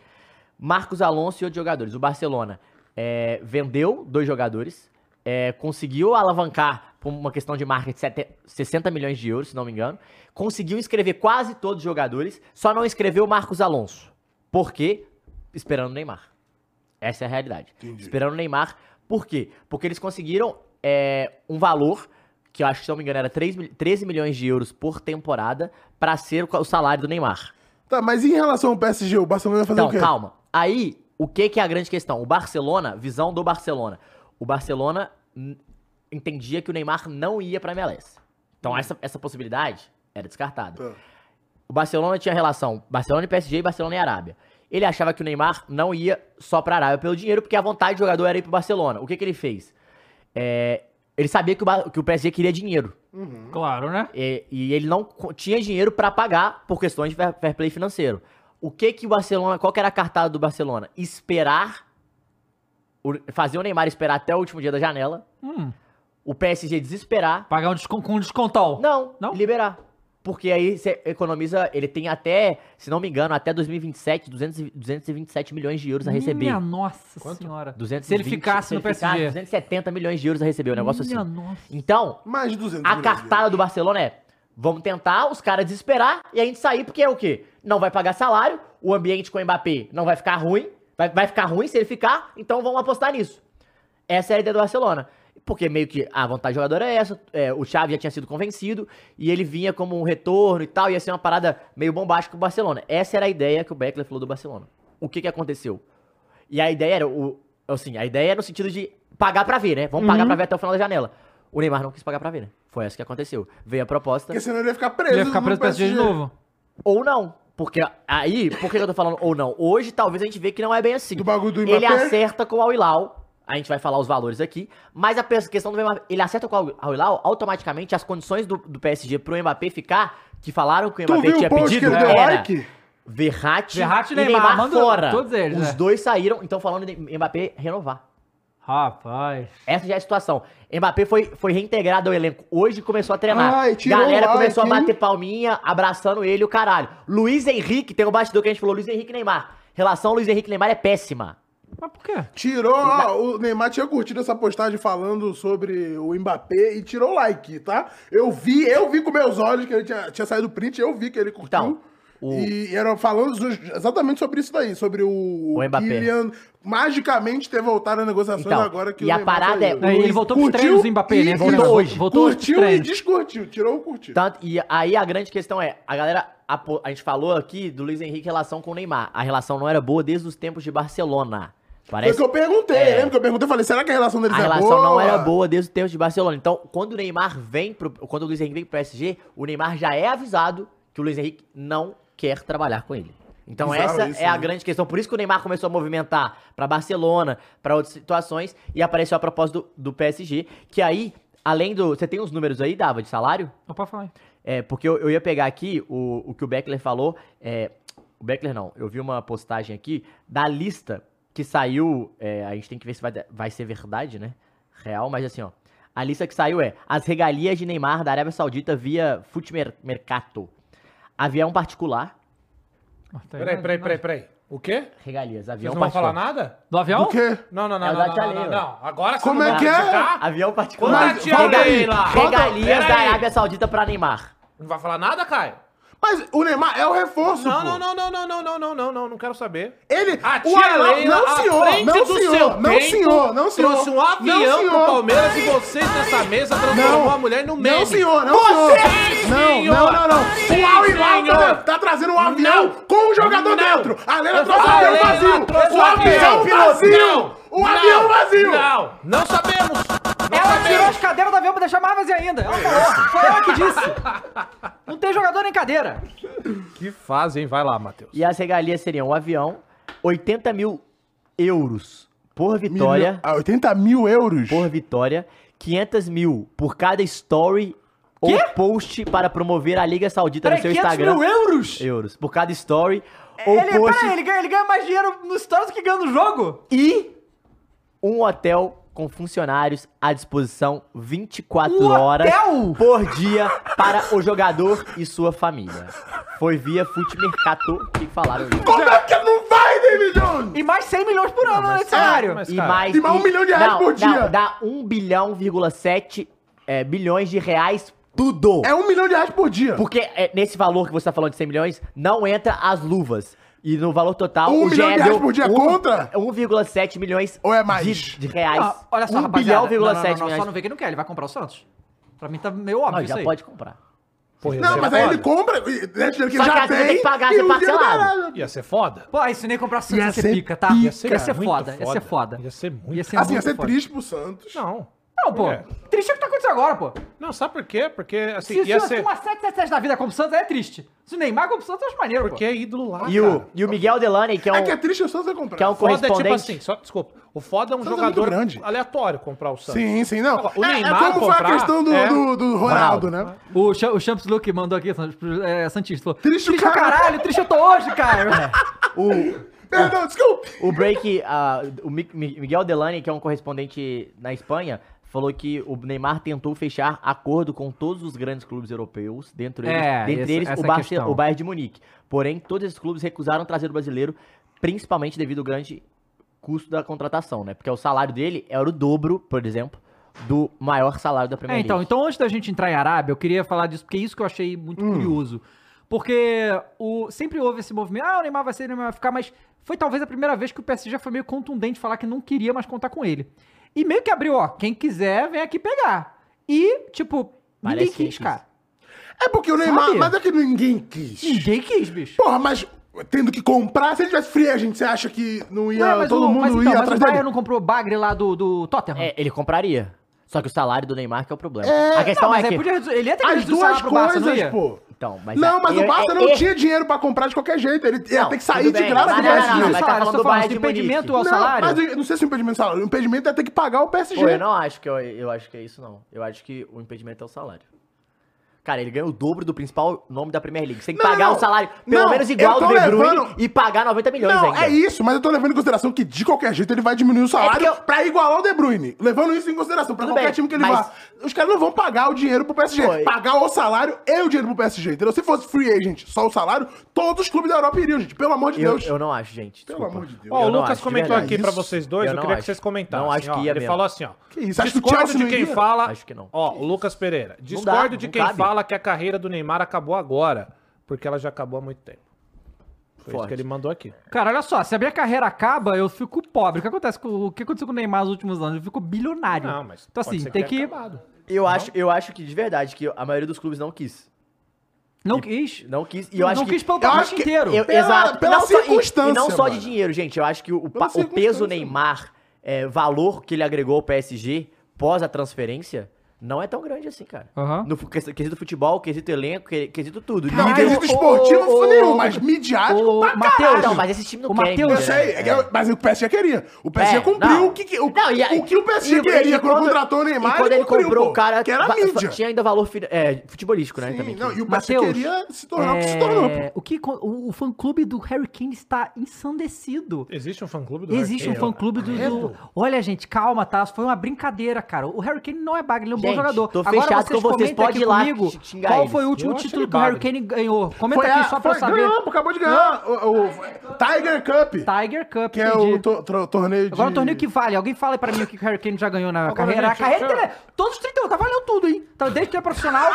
C: Marcos Alonso e outros jogadores. O Barcelona é, vendeu dois jogadores, é, conseguiu alavancar por uma questão de marketing de sete- 60 milhões de euros, se não me engano. Conseguiu inscrever quase todos os jogadores, só não inscreveu o Marcos Alonso. Por quê? Esperando o Neymar. Essa é a realidade. Esperando o Neymar. Por quê? Porque eles conseguiram é, um valor, que eu acho que, se não me engano, era 3, mil- 13 milhões de euros por temporada, para ser o salário do Neymar.
B: Tá, mas e em relação ao PSG, o Barcelona vai fazer
C: Então,
B: o quê?
C: calma. Aí, o que que é a grande questão? O Barcelona, visão do Barcelona. O Barcelona hum, entendia que o Neymar não ia pra MLS.
B: Hum.
C: Então, essa, essa possibilidade era descartada.
B: Tá.
C: O Barcelona tinha relação Barcelona e PSG e Barcelona e Arábia. Ele achava que o Neymar não ia só pra Arábia pelo dinheiro, porque a vontade do jogador era ir pro Barcelona. O que que ele fez? É, ele sabia que o, Ba- que o PSG queria dinheiro.
A: Claro, né?
C: E, É, e ele não co- tinha dinheiro pra pagar por questões de fair, fair play financeiro. O que que o Barcelona, qual que era a cartada do Barcelona? Esperar, o- fazer o Neymar esperar até o último dia da janela,
A: Hum.
C: o PSG desesperar,
A: Pagar um descon com um descontão.
C: não,
A: Não?
C: liberar. Porque aí você economiza, ele tem até, se não me engano, até 2027, 200, e- 227 milhões de euros a receber.
A: Minha nossa senhora.
C: 220,
A: se ele ficasse
C: se
A: no
C: ele ficasse,
A: PSG.
C: 270 milhões de euros a receber, um negócio
A: Minha
C: assim.
A: nossa.
C: Então,
B: Mais de 200
C: a
B: milhões de
C: cartada do Barcelona é: vamos tentar os caras desesperar e a gente sair, porque é o quê? Não vai pagar salário, o ambiente com o Mbappé não vai ficar ruim, vai, vai ficar ruim se ele ficar, então vamos apostar nisso. Essa é a ideia do Barcelona. Porque meio que a vontade do jogador é essa, é, o Xavi já tinha sido convencido e ele vinha como um retorno e tal, ia ser uma parada meio bombástica pro Barcelona. Essa era a ideia que o Beckler falou do Barcelona. O que que aconteceu? E a ideia era, o, assim, a ideia era no sentido de pagar pra ver, né? Vamos pagar pra ver até o final da janela. O Neymar não quis pagar pra ver, né? Foi essa que aconteceu. Veio a proposta,
B: Porque senão ele ia ficar preso.
A: Ele ia ficar
B: no
A: preso no PSG de novo.
C: ou não. Porque aí, por que eu tô falando ou não? Hoje talvez a gente vê que não é bem assim.
B: Do bagulho do
C: ele
B: Mbappé?
C: acerta com o Al-Hilal. A gente vai falar os valores aqui. Mas a pe- questão do Mbappé, ele acerta com o Al- Al-Hilal, automaticamente as condições do, do PSG pro Mbappé ficar, que falaram que o
B: Tu
C: Mbappé
B: viu o
C: tinha
B: post que
C: pedido, né?
B: ele deu
C: era
B: like?
C: Verratti,
A: Verratti
C: e
A: e Neymar,
C: Neymar,
A: manda
C: fora.
A: todos eles,
C: os
A: né?
C: dois saíram, então falando de Mbappé renovar.
A: Rapaz.
C: Essa já é a situação. Mbappé foi, foi reintegrado ao elenco. Hoje começou a treinar.
B: Ai, tirou
C: Galera
B: o
C: começou a
B: like, hein?
C: bater palminha, abraçando ele o caralho. Luiz Henrique, tem um bastidor que a gente falou, Luiz Henrique e Neymar. Relação Luiz Henrique e Neymar é péssima.
A: Mas por quê?
B: Tirou, ó, o Neymar tinha curtido essa postagem falando sobre o Mbappé e tirou like, tá? Eu vi, eu vi com meus olhos que ele tinha, tinha saído print, eu vi que ele curtiu.
C: Então, o-
B: E era falando ju- exatamente sobre isso daí, sobre o,
C: O Mbappé.
B: Kylian magicamente ter voltado a negociações
C: Então,
B: agora que
C: e a parada é-
A: Aí ele voltou pros
B: Curtiu
A: treinos do Mbappé,
B: e-
A: né?
C: voltou Tá, hoje.
A: Voltou hoje pros
B: curtiu e
A: treinos.
B: descurtiu, tirou o curtiu.
C: Tanto, e aí a grande questão é, a galera, a, po- a gente falou aqui do Luiz Henrique em relação com o Neymar. A relação não era boa desde os tempos de Barcelona.
B: Foi o
C: Parece
B: que eu perguntei,
C: É.
B: lembra que eu perguntei? Eu falei, será que a relação deles
C: a
B: é
C: relação
B: boa?
C: não era boa desde o tempo de Barcelona. Então, quando o Neymar vem pro, quando o Luiz Henrique vem pro PSG, o Neymar já é avisado que o Luiz Henrique não quer trabalhar com ele. Então
B: Bizarro
C: essa
B: isso,
C: é a
B: né?
C: grande questão. Por isso que o Neymar começou a movimentar pra Barcelona, pra outras situações e apareceu a proposta do, do PSG, que aí além do, você tem os números aí dava de salário?
A: Não pode falar. aí.
C: É, porque eu, eu ia pegar aqui o, o que o Beckler falou. é, o Beckler não, eu vi uma postagem aqui da lista que saiu. é, a gente tem que ver se vai, dar- vai ser verdade, né? Real, mas assim, ó. A lista que saiu é as regalias de Neymar da Arábia Saudita via Futmer Mercato. Avião particular.
A: Ah, tá aí,
D: Peraí,
A: né?
D: peraí, peraí, peraí. O quê?
C: Regalias, avião
D: Vocês não vão
C: particular.
D: falar nada?
A: Do avião?
B: O quê?
D: Não, não, não,
C: É o
D: não,
C: da
D: não,
C: tia
D: não, não,
C: Leila.
D: não. Agora você
B: Como
D: não
B: é
D: vai
B: que é?
D: criticar?
C: Avião
D: Quando
C: particular.
D: a tia
C: Regali-
D: Leila-
C: Regalias
D: Pera
C: da
D: aí.
C: Arábia Saudita pra Neymar.
D: Não vai falar nada, Caio?
B: Mas o Neymar é o reforço,
D: Não,
B: pô.
D: não, não, não, não, não, não, não, não, não, não quero saber.
B: Ele,
D: A
B: o
D: tia
B: Alan-
D: Leila,
B: não,
D: à
B: senhor,
D: frente
B: não,
D: do
B: senhor,
D: seu
B: não,
D: tempo,
B: senhor, não, senhor.
D: trouxe um avião
B: não,
D: pro
B: senhor.
D: Palmeiras e vocês nessa mesa transformou a mulher no meme.
B: Não, senhor, não,
D: Você, é
B: senhor. Não, não, não, não.
D: Sim,
B: O Al-Hilal tá,
D: senhor.
B: tá trazendo um avião com o jogador
D: Não.
B: dentro. A Leila
D: Eu
B: trouxe o
D: falei,
B: avião
D: ela trouxe
B: vazio. O
D: o
B: avião
D: avião.
B: vazio.
D: Não,
B: O
D: não,
B: avião vazio.
D: Não, não sabemos. Não
A: Ela tirou
D: sabemos.
A: as cadeiras do avião pra deixar mais vazia ainda. Ela falou. Foi ela que disse. Não tem jogador nem cadeira.
D: Que fazem? Vai lá, Matheus.
C: E as regalias seriam o avião, 80 mil euros por vitória.
B: Milho- ah, 80 mil euros.
C: por vitória, 500 mil por cada story ou post para promover a Liga Saudita no seu
A: 300
C: Instagram.
A: mil euros?
C: euros por cada story ou
A: Ele,
C: post
A: peraí, ele ganha, ele ganha mais dinheiro no Stories do que ganha no jogo?
C: e um hotel com funcionários à disposição 24
A: Um
C: horas
A: hotel?
C: por dia para o jogador e sua família. Foi via Fute Mercato que falaram isso.
B: Como é que não vai, David Jones?
A: E mais 100 milhões por ano nesse cenário.
D: mas-
C: E
D: cara,
C: mais,
B: e mais um milhão de reais
C: não,
B: por dia.
C: Não, dá 1 bilhão,7 é, bilhões de reais tudo.
B: É um milhão de reais por dia.
C: Porque é, nesse valor que você tá falando de 100 milhões, não entra as luvas. E no valor total,
B: Um
C: o
B: milhão de
C: GE
B: reais
C: deu
B: por dia
C: um-
B: conta?
C: 1,7 milhões
B: Ou é mais?
C: de, de reais.
A: Ah, olha só,
C: 1
A: rapaziada.
C: bilhão, vírgula sete
A: não, não, não,
C: milhões.
A: só não vê que não quer. Ele vai comprar o Santos. Pra mim tá meio
C: Não,
A: óbvio isso
C: já
A: aí.
C: pode comprar.
D: Porra, ia
B: Não,
D: ser
B: mas aí
D: foda.
B: ele compra, e deixa o dinheiro que
C: Só
B: ele já
C: que aí você
B: tem.
C: tem que pagar,
B: e
C: você
B: o dinheiro do
C: parcelado.
B: caralho.
D: Ia ser foda.
A: Pô, ah, isso nem comprar Santos
B: Ia
A: ia ser
B: ser
A: pica, tá?
B: pica.
A: Ia ser
D: muito
A: foda, ia ser foda.
D: Ia ser muito
A: Ia ser
B: Assim, ia
A: muito
B: ser
A: foda.
B: triste pro Santos.
D: Não.
A: Não, pô.
D: É.
A: Triste é o que tá acontecendo agora, pô.
D: Não, sabe por quê? Porque, assim,
A: Se,
D: ia
A: se,
D: ser...
A: se uma 777 da vida como o Santos, aí é triste. Se o Neymar como o Santos, eu acho maneiro,
D: Porque
A: pô.
D: é ídolo lá,
C: E
D: cara.
C: o, e o Miguel Delaney, que é um,
B: É que é triste o Santos vai comprar.
C: que é um
D: foda é
C: correspondente...
D: tipo assim, só, desculpa. O foda é um
B: Santos é
D: jogador
B: muito grande.
D: aleatório comprar o Santos.
B: Sim, sim, não.
D: O
B: é, é
D: Neymar
B: como foi
D: comprar,
B: a questão do,
D: é.
B: do, do Ronaldo, né?
A: O, Cha- o Champs Luke mandou aqui, Santos, é, Santista, falou,
B: Triste o
A: triste é o
B: caralho."
A: caralho, triste eu tô hoje, cara.
B: Perdão, desculpa.
C: O break, ah, o Mi- Mi- Miguel Delaney, que é um correspondente na Espanha, falou que o Neymar tentou fechar acordo com todos os grandes clubes europeus, dentro eles,
A: É,
C: dentre
A: essa-
C: eles
A: essa é
C: o,
A: a
C: Barce-
A: questão.
C: o Bayern de Munique. Porém, todos esses clubes recusaram trazer o brasileiro, principalmente devido ao grande custo da contratação, né? Porque o salário dele era o dobro, por exemplo, do maior salário da
A: É,
C: Premier League.
A: então, então, antes da gente entrar em Arábia, eu queria falar disso, porque é isso que eu achei muito
B: Hum.
A: curioso. Porque o, sempre houve esse movimento, ah, o Neymar vai ser, o Neymar vai ficar, mas foi talvez a primeira vez que o PSG já foi meio contundente falar que não queria mais contar com ele. E meio que abriu, ó, quem quiser, vem aqui pegar. E, tipo,
C: Parece
A: ninguém
C: que
A: quis,
C: quis.
A: cara.
B: É porque o Neymar,
A: Sabe?
B: mas é que ninguém quis.
A: Ninguém quis, bicho.
B: Porra, mas tendo que comprar, se ele tivesse free agent, você acha que não ia
A: Ué, mas
B: todo
A: o,
B: mundo
A: mas então,
B: ia
A: mas o
B: atrás
A: Bayern
B: dele?
A: não comprou o Bagre lá do, do Tottenham?
C: É, ele compraria. Só que o salário do Neymar que é o problema.
B: É,
C: a questão
A: não,
C: é
A: mas
C: que...
A: aí podia, redu- ele ia ter que
B: As
A: reduzir o salário
B: duas
A: pro Barça, não
B: coisas,
A: ia?
B: pô.
C: Então, mas
B: Não,
C: a-
B: mas
C: é-
B: o Barça
C: é-
B: não
C: é-
B: tinha dinheiro pra comprar de qualquer jeito. Ele ia
C: Não,
B: ter que sair
C: tudo bem,
B: de graça
C: mas não,
B: com o
C: não, não,
B: PSG.
C: não,
A: Salário,
C: mas tá
A: você
C: falando do
A: tá falando
C: Bayern
A: de
C: de Munique.
A: impedimento ao
B: Não,
A: salário?
B: Mas eu não sei se o impedimento é salário. O impedimento é ter que pagar o PSG.
C: Pô, eu não acho que eu, eu acho que é isso, não. Eu acho que o impedimento é o salário. Cara, ele ganha o dobro do principal nome da Premier League. Você tem que
B: Não,
C: pagar
B: não.
C: um salário pelo
B: Não,
C: menos
B: eu
C: igual
B: tô
C: do De Bruyne
B: levando-
C: e pagar 90 milhões
B: Não,
C: ainda.
B: é isso, mas eu tô levando em consideração que de qualquer jeito ele vai diminuir o salário
C: É porque eu-
B: pra igualar o De Bruyne. Levando isso em consideração, pra
C: Tudo
B: qualquer
C: bem,
B: time que ele
C: mas-
B: vá. Os caras não vão pagar o dinheiro pro PSG.
C: Pô, e-
B: Pagar o salário e o dinheiro pro PSG, entendeu? Se fosse free agent, só o salário, todos os clubes da Europa iriam, gente. Pelo amor de
C: Eu,
B: Deus.
C: eu não acho, gente.
B: Pelo
C: desculpa.
B: amor de Deus.
D: Ó,
C: Eu
D: o
C: não
D: Lucas
C: acho, de
D: comentou
C: verdade.
D: aqui pra vocês dois,
C: Eu
D: eu,
C: não
D: queria que
C: acho.
D: vocês comentassem.
C: Não acho
D: ó.
C: que ia
D: Ele
C: mesmo.
D: falou assim, ó.
B: Que isso, acho que o
D: discordo
B: Chelsea
D: de
B: não
D: quem
B: ia.
D: fala.
C: Acho que não.
D: Ó, o Lucas Pereira.
C: dá,
D: Discordo de
C: não
D: quem
C: cabe.
D: fala que a carreira do Neymar acabou agora, porque ela já acabou há muito tempo. Foi isso
C: Forte.
D: que ele mandou aqui.
A: Cara, olha só, se a minha carreira acaba, eu fico pobre. O que acontece com o que aconteceu com o Neymar nos últimos anos? Ele ficou bilionário.
D: Não, mas
A: então
D: pode
A: assim,
D: ser
A: tem
C: é
D: tenha
A: que
D: acabado.
C: Eu acho, eu acho que de verdade que a maioria dos clubes não quis.
A: não quis.
C: Não quis. E eu acho
A: não
C: que
A: quis pelo
B: eu
A: campeonato
B: acho que-
A: inteiro.
C: Eu-
B: Pela-
C: exato.
B: pela
C: não só- e-
B: circunstância,
C: e, não só
B: mano.
C: de dinheiro, gente. Eu acho que o,
B: Pela
C: pa- o peso
B: circunstância.
C: Neymar, é, valor que ele agregou ao PSG pós a transferência, não é tão grande assim, cara.
A: Aham.
C: No fu- quest- quesito futebol, quesito elenco, que- quesito tudo.
B: Não,
C: Nível-
B: quesito
A: ô,
B: esportivo
A: ô, ô,
B: nenhum, mas midiático
A: ô,
B: é um pra
A: Mateus,
B: caralho.
C: Não, mas esse time não
A: O
C: quer. né?
A: Mateus-
B: Eu sei, é que eu- mas o PSG queria. O PSG
C: É,
B: cumpriu
C: não.
B: o que, que- o,
C: Não, e aí-
B: o que o PSG
C: e-
B: queria
C: e
B: quando,
C: quando-
B: contratou o Neymar.
C: e quando ele
B: cumpriu,
C: comprou
B: pô,
C: o cara,
B: Que era
C: va-
B: mídia.
C: tinha ainda valor fi- é, futebolístico, né? também,
B: Sim, não,
C: que-
B: e o PSG
A: Matheus,
B: queria se tornar o que se tornou. pô.
A: é, o que co- o, o fã clube do Harry Kane está ensandecido.
D: Existe um fã-clube do
A: Existe um
D: Hurricane?
A: fã clube do, do- Olha, gente, calma, tá? Foi uma brincadeira, cara. O Harry Kane não é bagre, ele é um bom
C: Gente,
A: jogador.
C: tô fechado com vocês,
A: comentem
C: pode
A: aqui
C: ir lá
A: comigo
C: xi- xingar
A: qual
C: eles.
A: foi o último
D: Eu acho
A: título
D: ele
A: que o Harry
D: bagre.
A: Kane ganhou. Comenta
B: Foi
A: aqui
B: a-
A: só pra eu
B: foi-
A: saber.
B: Ganhou, pô, acabou de ganhar. O, o- Tiger Cup,
A: Tiger Cup,
B: que é o to- tro- torneio de...
A: Agora um torneio que vale. Alguém fala aí pra mim o que o Harry Kane já ganhou na carreira.
D: gente,
A: a carreira
D: deixa eu-
A: dele, é- todos os 31, tá valendo tudo, hein? Então, desde que é profissional,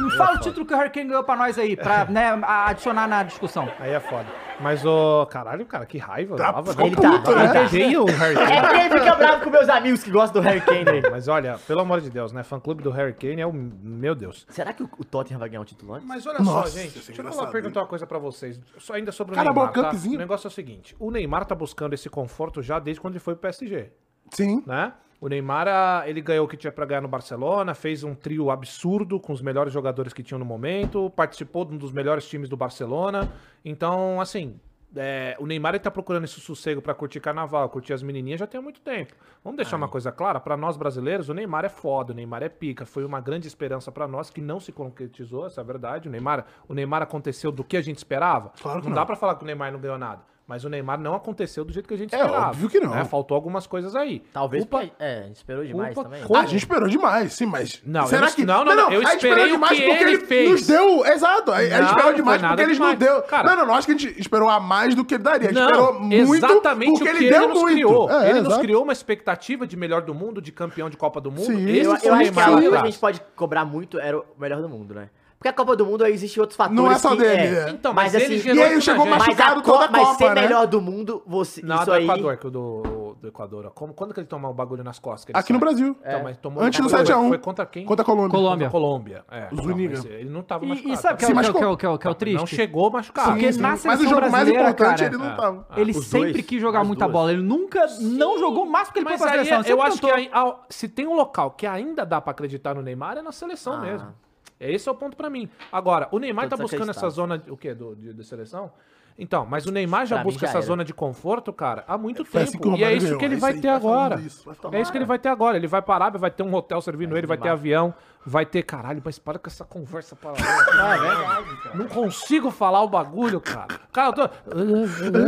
A: me fala o título que o Harry Kane ganhou pra nós aí, pra né, a- adicionar na discussão.
D: Aí é foda. Mas, ô, caralho, cara, que raiva.
B: Tá,
D: dava,
B: ficou
D: né?
B: puto,
D: Ele
B: né?
D: odeia o Hurricane.
C: É porque ele fica bravo com meus amigos que gostam do Harry Kane né? aí.
D: Mas olha, pelo amor de Deus, né? Fã clube do Hurricane é o. Meu Deus.
C: Será que o, o Tottenham vai ganhar um título antes?
D: Mas olha
B: Nossa,
D: só, gente.
B: isso é
D: Deixa eu falar,
B: engraçado,
D: perguntar uma coisa pra vocês. Só ainda sobre o
B: Cala a
D: Neymar.
B: boca,
D: tá?
B: campzinho.
D: O negócio é o seguinte: o Neymar tá buscando esse conforto já desde quando ele foi pro PSG,
B: Sim.
D: né? O Neymar, ah, ele ganhou o que tinha pra ganhar no Barcelona, fez um trio absurdo com os melhores jogadores que tinham no momento, participou de um dos melhores times do Barcelona. Então, assim, é, o Neymar ele tá procurando esse sossego pra curtir carnaval, curtir as menininhas já tem há muito tempo. Vamos deixar uma coisa clara, pra nós brasileiros, o Neymar é foda, o Neymar é pica, foi uma grande esperança pra nós que não se concretizou, essa é a verdade. O Neymar, o Neymar aconteceu do que a gente esperava.
B: Claro que
D: não,
B: não.
D: dá pra falar que o Neymar não ganhou nada. Mas o Neymar não aconteceu do jeito que a gente
B: É,
D: esperava.
B: óbvio que não.
D: né? Faltou algumas coisas aí.
C: Talvez.
D: Culpa-
C: porque- É, a gente esperou demais
D: culpa
C: também.
D: com-
B: A gente esperou demais, sim, mas.
D: Não, eu não- não, não, não, eu
B: a gente
D: esperei o que ele fez.
B: nos deu. Exato. A, a
D: Não,
B: gente esperou
D: não
B: demais
D: foi nada
B: porque eles não
D: demais.
B: deu.
D: Cara-
B: não, não, não acho que a gente esperou a mais do que ele daria. A gente esperou muito.
D: exatamente
B: porque
D: o que
B: ele deu
D: nos
B: muito.
D: criou.
B: É,
D: ele nos
B: exato.
D: criou uma expectativa de melhor do mundo, de campeão de Copa do Mundo.
B: Sim.
D: Esse foi
C: Eu, eu
D: o
C: acho que
D: Neymar
C: a
D: lá
C: única que a
D: atrás.
C: gente pode cobrar muito era o melhor do mundo, né? Porque a Copa do Mundo aí existem outros fatores.
B: Não é
C: que-
B: só dele, é.
D: Então, mas,
C: Mas
D: ele
C: assim,
D: gerou
B: e aí
D: isso na
B: chegou
D: gente.
C: Mas,
B: mais-
C: a
B: machucado toda a
C: co- mas
B: Copa,
C: ser
B: né?
C: melhor do mundo, você,
D: Não, tá
C: isso
D: do
C: aí...
D: Equador, que o do, do Equador. ó. Como, quando que ele tomou o bagulho nas costas? que ele
B: Aqui no
D: sai?
B: Brasil.
D: Então, mas tomou
B: Antes do
D: foi-
B: 7 a 1.
D: Foi contra quem?
B: Contra a Colômbia.
A: É. Colômbia.
D: Contra a Colômbia. É, não,
B: Zuniga.
D: mas ele não tava
A: E,
D: machucado.
A: e sabe o que, é
B: Se
A: o- que, é o-
B: machucou.
A: que é o- que é o que é o triste?
D: Não chegou machucado.
A: Porque
D: Sim.
A: na
B: Mas o
A: seleção
B: jogo mais
A: brasileira,
B: importante
A: cara,
B: ele não
D: é.
B: tava.
D: Ah,
A: ele
C: os
A: sempre
C: dois,
A: quis jogar
C: as
A: muita
C: duas.
A: bola. Ele nunca não jogou o máximo que ele foi
D: Mas
A: pra
D: aí,
A: seleção. ele
D: eu
A: sempre
D: acho que
A: tentou.
D: aí, ao- se tem um local que ainda dá pra acreditar no Neymar, é na seleção
C: Ah.
D: mesmo. Esse é o ponto pra mim. Agora, o Neymar
C: Tô
D: tá buscando essa
C: desacreditado.
D: zona, o quê? Do, de, da seleção? Então, mas o Neymar já
C: Pra mim
D: busca
C: já
D: essa
C: era.
D: zona de conforto, cara, há muito
B: Foi assim que o
D: tempo. E é
B: Romário
D: isso
B: ganhou,
D: que
B: é
D: ele
B: isso
D: vai
B: aí,
D: ter
B: vai falando
D: agora.
B: isso, vai
D: É isso que ele vai ter agora. Ele vai pra Arábia, vai ter um hotel servindo ele, vai ter avião, vai ter caralho, mas para com essa conversa pra lá. é, Não consigo falar o bagulho, cara. Cara, eu tô.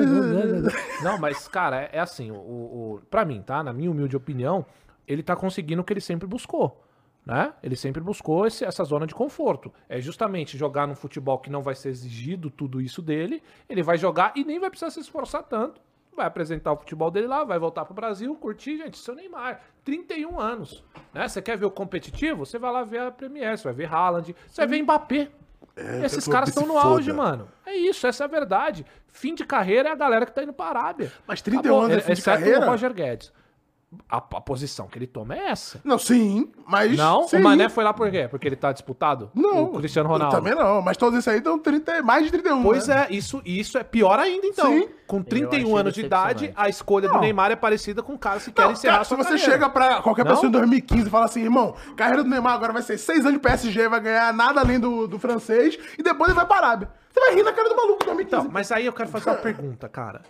D: Não, mas, cara, é, é assim, o, o, pra mim, tá? Na minha humilde opinião, ele tá conseguindo o que ele sempre buscou. Né? Ele sempre buscou esse- essa zona de conforto. É justamente jogar num futebol que não vai ser exigido tudo isso dele. Ele vai jogar e nem vai precisar se esforçar tanto. Vai apresentar o futebol dele lá, vai voltar pro Brasil, curtir, gente, seu Neymar, 31 anos, né? Você quer ver o competitivo? Você vai lá ver a Premier, você vai ver Haaland, você vai ver Mbappé. Esses
B: eu tô
D: caras estão no auge,
B: foda.
D: mano. É isso, essa é a verdade. Fim de carreira é a galera que tá indo pra Arábia.
B: Mas 31
D: Acabou,
B: anos é fim de
D: exceto
B: carreira?
D: o Roger Guedes. a, a posição que ele toma é essa.
B: Não, sim, mas.
D: Não?
B: sim.
D: O Mané foi lá por quê? Porque ele tá disputado?
B: Não.
D: O Cristiano Ronaldo.
B: Também não, né? mas todos esses aí estão 30, mais de 31.
D: Pois
B: né?
D: é, isso, isso é pior ainda, então.
B: Sim.
D: Com
C: achei
D: 31 anos de idade,
C: decepcionante.
D: a escolha do Neymar é parecida com o cara que quer
B: Não,
D: encerrar
B: cara,
D: a
B: se
D: sua
B: você
D: carreira.
B: chega pra qualquer
D: Não?
B: pessoa em 2015 e fala assim, irmão, carreira do Neymar agora vai ser seis anos de PSG, vai ganhar nada além do, do francês, e depois ele vai pra Arábia. Você vai rir na cara do maluco em 2015.
D: Então, mas aí eu quero fazer uma pergunta, cara.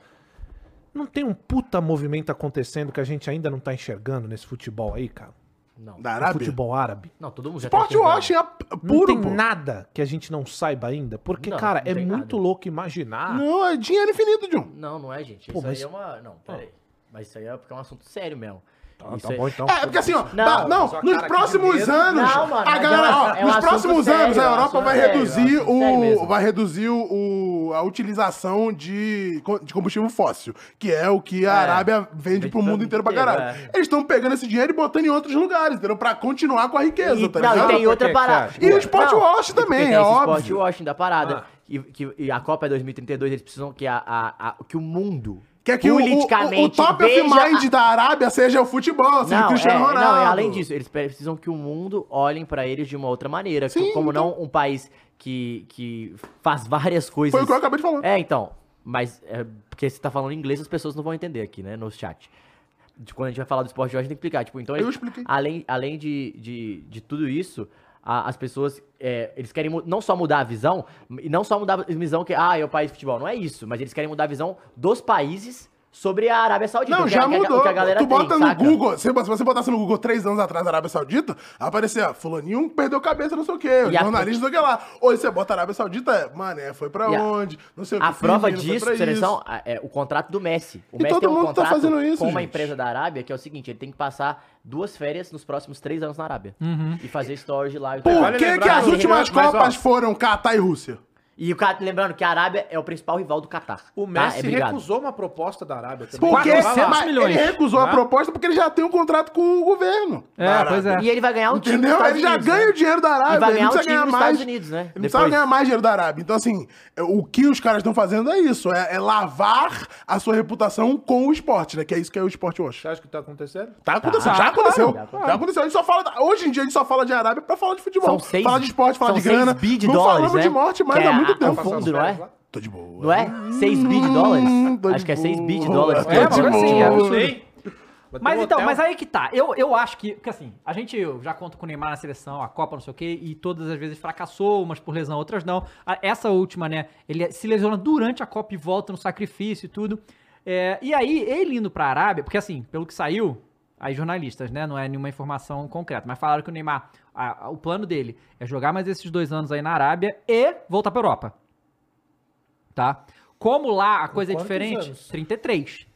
D: Não tem um puta movimento acontecendo que a gente ainda não tá enxergando nesse futebol aí, cara?
C: Não.
B: da
D: No
B: Arábia.
D: futebol árabe?
C: Não, todo mundo já tá
B: Sport
C: chegando.
B: Washington é
D: Não
B: puro,
D: tem
B: pô.
D: nada que a gente não saiba ainda, porque,
C: Não,
D: cara,
C: não
D: é
C: tem
D: muito
C: nada.
D: louco imaginar.
B: Não, é dinheiro infinito, John.
C: Não, não é, gente.
D: Pô,
C: isso
D: mas-
C: aí é uma. Não,
D: Tá.
C: peraí. Mas isso aí é porque é um assunto sério mesmo.
D: Ah,
C: Isso
D: tá
C: aí-
D: bom, então.
B: É, porque assim, ó, dá-
C: Não,
B: não,
D: só
B: nos
D: cara, que
B: próximos
D: dinheiro.
B: anos,
C: Não, mano,
B: a
C: mas
B: galera,
C: é um-
B: ó,
C: é um
B: nos
C: assunto
B: próximos
C: sério,
B: anos a
C: é um
B: Europa
C: assunto
B: vai
C: sério, é um
B: reduzir
C: assunto sério
B: o
C: mesmo.
B: vai reduzir o a utilização de co- de combustível fóssil, que é o que a Arábia vende
C: Vende
B: pro mundo
C: pra
B: inteiro pra
C: inteiro,
B: caralho.
C: é.
B: Eles estão pegando esse dinheiro e botando em outros lugares, entendeu? Pra continuar com a riqueza,
C: E,
B: tá
C: não,
B: ligado?
C: e tem outra
D: que que você
C: parada.
D: acha?
B: E o Sport Wash também,
C: Porque tem
B: é
C: esse
B: óbvio. Ah.
C: Sport Washington da parada. E, que, e a Copa é 2032, eles precisam que, a, a- a- que o mundo
B: Quer que o, o, o, o top of
C: veja
B: mind da Arábia seja o futebol, seja o
C: Não, é,
B: Cristiano Ronaldo.
C: não, e além disso, eles precisam que o mundo olhem pra eles de uma outra maneira.
B: Sim,
C: como
B: então-
C: não um país que, que faz várias coisas.
B: Foi o que eu acabei de falar.
C: É, então. Mas é, porque você tá falando em inglês, as pessoas não vão entender aqui, né? No chat. De quando a gente vai falar do esporte de hoje, tem que explicar. Tipo, então,
B: Eu
C: eles-
B: expliquei.
C: Além, além de, de, de tudo isso, a- as pessoas. é, eles querem mu- não só mudar a visão, e não só mudar a visão que, ah, é o país de futebol. Não é isso, mas eles querem mudar a visão dos países sobre a Arábia Saudita.
B: Não,
C: o que
B: já
C: a- o que a-
B: mudou.
C: o que a galera
B: tu bota
C: tem,
B: no
C: saca?
B: Google, se você se você botasse no Google três anos atrás, Arábia Saudita, aparecia, "Ah, fulaninho perdeu cabeça, não sei o quê,
C: E a-
B: jornalista, não sei o que lá. Hoje você bota Arábia Saudita, é, mané, foi pra
C: E a-
B: onde, não sei o que.
C: A prova
B: Filipinas, foi
C: disso,
B: pra
C: seleção, a- é o contrato do Messi. O
B: E
C: Messi
B: todo
C: tem um
B: mundo tá
C: contrato
B: fazendo isso,
C: com uma
B: gente.
C: empresa da Arábia que é o seguinte: ele tem que passar duas férias nos próximos três anos na Arábia
A: Uhum.
C: e fazer storage lá. e tal.
B: Por
D: Vale
B: que,
D: lembrar
B: que as
D: que-
B: últimas
D: mas, ó,
B: Copas foram Catar e Rússia?
C: E o cara, lembrando que a Arábia é o principal rival do Catar.
D: O
C: tá?
D: Messi
C: É brigado.
D: recusou uma proposta da Arábia também.
B: Porque
C: é
A: 400
B: mas
A: milhões,
B: ele recusou a
D: né?
B: proposta porque ele já tem um contrato com o governo.
A: É,
B: da Arábia.
A: pois é.
C: E ele vai ganhar o time.
B: Entendeu?
C: dos
B: Ele já
C: Estados Unidos,
B: ganha
C: né?
B: o dinheiro da Arábia.
C: E vai
B: ele
C: ganhar
B: não
C: o
B: precisa
C: time
B: ganhar
C: dos
B: mais.
C: Estados Unidos, né?
B: Ele não
C: Depois.
B: precisa ganhar mais dinheiro da Arábia. Então, assim, é, o que os caras estão fazendo é isso: é, é lavar a sua reputação com o esporte, né? Que é isso que é o esporte hoje.
D: Você acha que tá acontecendo?
B: Tá acontecendo, já aconteceu. Já aconteceu. A gente só fala. da- Hoje em dia a gente só fala de Arábia pra falar de futebol.
C: São seis,
B: falar de esporte, falar
C: são
B: de grana.
C: seis bi de
B: não
C: dólares,
B: falamos
C: né?
B: de morte mais
C: Que é
B: há muito
C: a-
B: tempo.
C: o fundo, não é?
B: Tô de boa.
C: Não é? 6 bi de dólares?
B: Hum, tô de
C: Acho que é 6 bi de
B: boa.
C: dólares.
B: É,
C: Tô de
A: mas
C: boa.
A: assim, é um absurdo.
D: Vai ter
A: Mas
D: um
A: então,
D: hotel.
A: mas aí que tá. Eu, eu acho que, porque assim, a gente eu já conta com o Neymar na seleção, a Copa, não sei o quê, e todas as vezes fracassou, umas por lesão, outras não. A- essa última, né? Ele se lesiona durante a Copa e volta no sacrifício e tudo. É, e aí, ele indo pra Arábia, porque assim, pelo que saiu, aí jornalistas, né? Não é nenhuma informação concreta, mas falaram que o Neymar, a- a- o plano dele é jogar mais esses dois anos aí na Arábia e voltar pra Europa. Tá? Como lá a coisa é
D: quantos
A: diferente,
D: anos?
A: 33.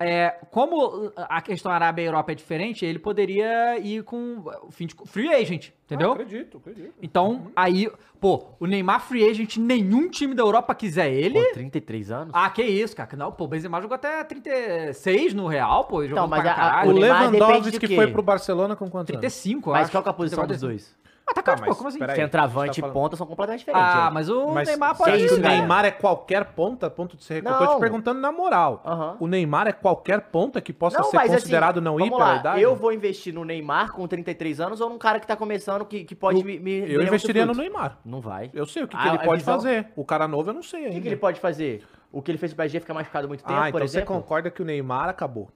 A: É, como a questão Arábia e Europa é diferente, ele poderia ir com o fim de free agent,
D: Ah,
A: entendeu?
D: acredito, Uhum. acredito.
A: Então, aí, pô, o Neymar free agent, nenhum time da Europa quiser ele.
C: Pô, 33 anos?
A: Ah, que isso, cara. Não, pô, o Benzema jogou até 36 no Real, pô, jogou
C: Então, mas
A: pra
C: a- a-
A: caralho. né?
D: O
C: O Neymar
D: Lewandowski
C: depende de
D: que
C: quê?
D: foi pro Barcelona com quanto?
A: 35,
C: Mas
A: acho.
C: qual que é a posição dos dois?
A: Atacante,
D: Tá,
A: pô,
D: mas
A: como assim?
D: peraí.
C: Centroavante
D: a gente tá
C: e ponta são completamente diferentes.
A: Ah,
C: gente.
A: mas o
D: Mas
A: Neymar
D: você
A: pode... né?
D: acha que o
C: cara.
D: Neymar é qualquer ponta, ponto de ser Eu tô
C: né? Não.
D: te perguntando na moral.
C: Aham.
D: O Neymar é qualquer ponta que possa
C: Não,
D: ser
C: mas, assim,
D: é considerado não ir
C: vamos
D: pela
C: lá,
D: idade?
C: Eu vou investir no Neymar com 33 anos ou num cara que tá começando que, que pode me, me.
D: Eu investiria no Neymar.
C: Não vai.
D: Eu sei o que,
C: Ah,
D: que ele
C: a
D: pode
C: visão-
D: fazer. O cara novo eu não sei
C: O que,
D: ainda.
C: que ele pode fazer? O que ele fez pro PSG ficar machucado muito tempo,
D: ah, então
C: por
D: você
C: exemplo?
D: concorda que o Neymar acabou.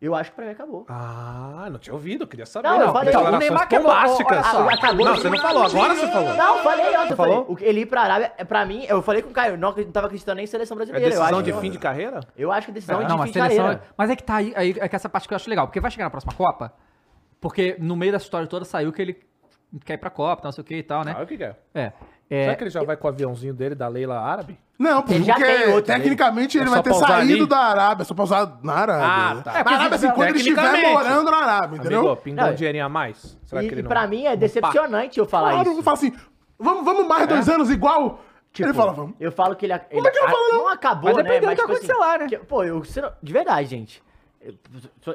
C: Eu acho que pra mim acabou.
D: Ah, não tinha ouvido, eu queria saber.
C: Não, eu falei,
D: declarações
A: o Neymar que é bom,
D: bombásticas.
A: olha só.
C: Acabou
D: não,
C: de-
D: você não falou, agora você falou.
C: Não, falei ontem.
D: Você
C: eu falei.
D: falou?
C: O que- Ele ir pra Arábia, é, pra mim, eu falei com o Caio, eu não, acredito- não tava acreditando nem em seleção
D: É
C: brasileira. eu
D: decisão
C: acho,
D: de fim de carreira?
C: Eu acho que é decisão
A: Não,
C: de
A: a
C: fim de
A: seleção-
C: carreira.
A: Mas é que tá aí, aí- é que essa parte que eu acho legal, porque vai chegar na próxima Copa, porque no meio dessa história toda saiu que ele quer ir pra Copa, não sei o que e tal, né?
D: Claro que quer.
A: É. É,
D: Será que ele já vai com o aviãozinho dele da Leila Árabe?
B: Não,
C: Ele já
B: porque
C: tem outro, né?
B: tecnicamente ele
D: É
B: vai
D: só
B: ter
D: pausar
B: saído
D: ali?
B: da Arábia, é só pausar na Arábia.
D: Ah,
B: né?
D: tá.
B: Na Arábia, assim, quando ele estiver
D: Tecnicamente.
B: morando na Arábia, entendeu?
D: Amigo, pingou
C: Não,
D: um dinheirinho a mais? Será
C: E,
D: que ele
C: e
D: não...
C: pra mim é decepcionante eu falar
B: Claro,
C: isso.
B: eu falo assim, vamos, vamos mais dois anos igual?
C: Tipo,
B: ele fala, vamos.
C: Eu falo que ele. Como
B: é que não fala, não?
C: acabou,
A: Mas
C: né?
A: dependendo do que
C: tipo
A: acontecer lá, né?
C: que- pô, eu, se não- de verdade, gente. Eu,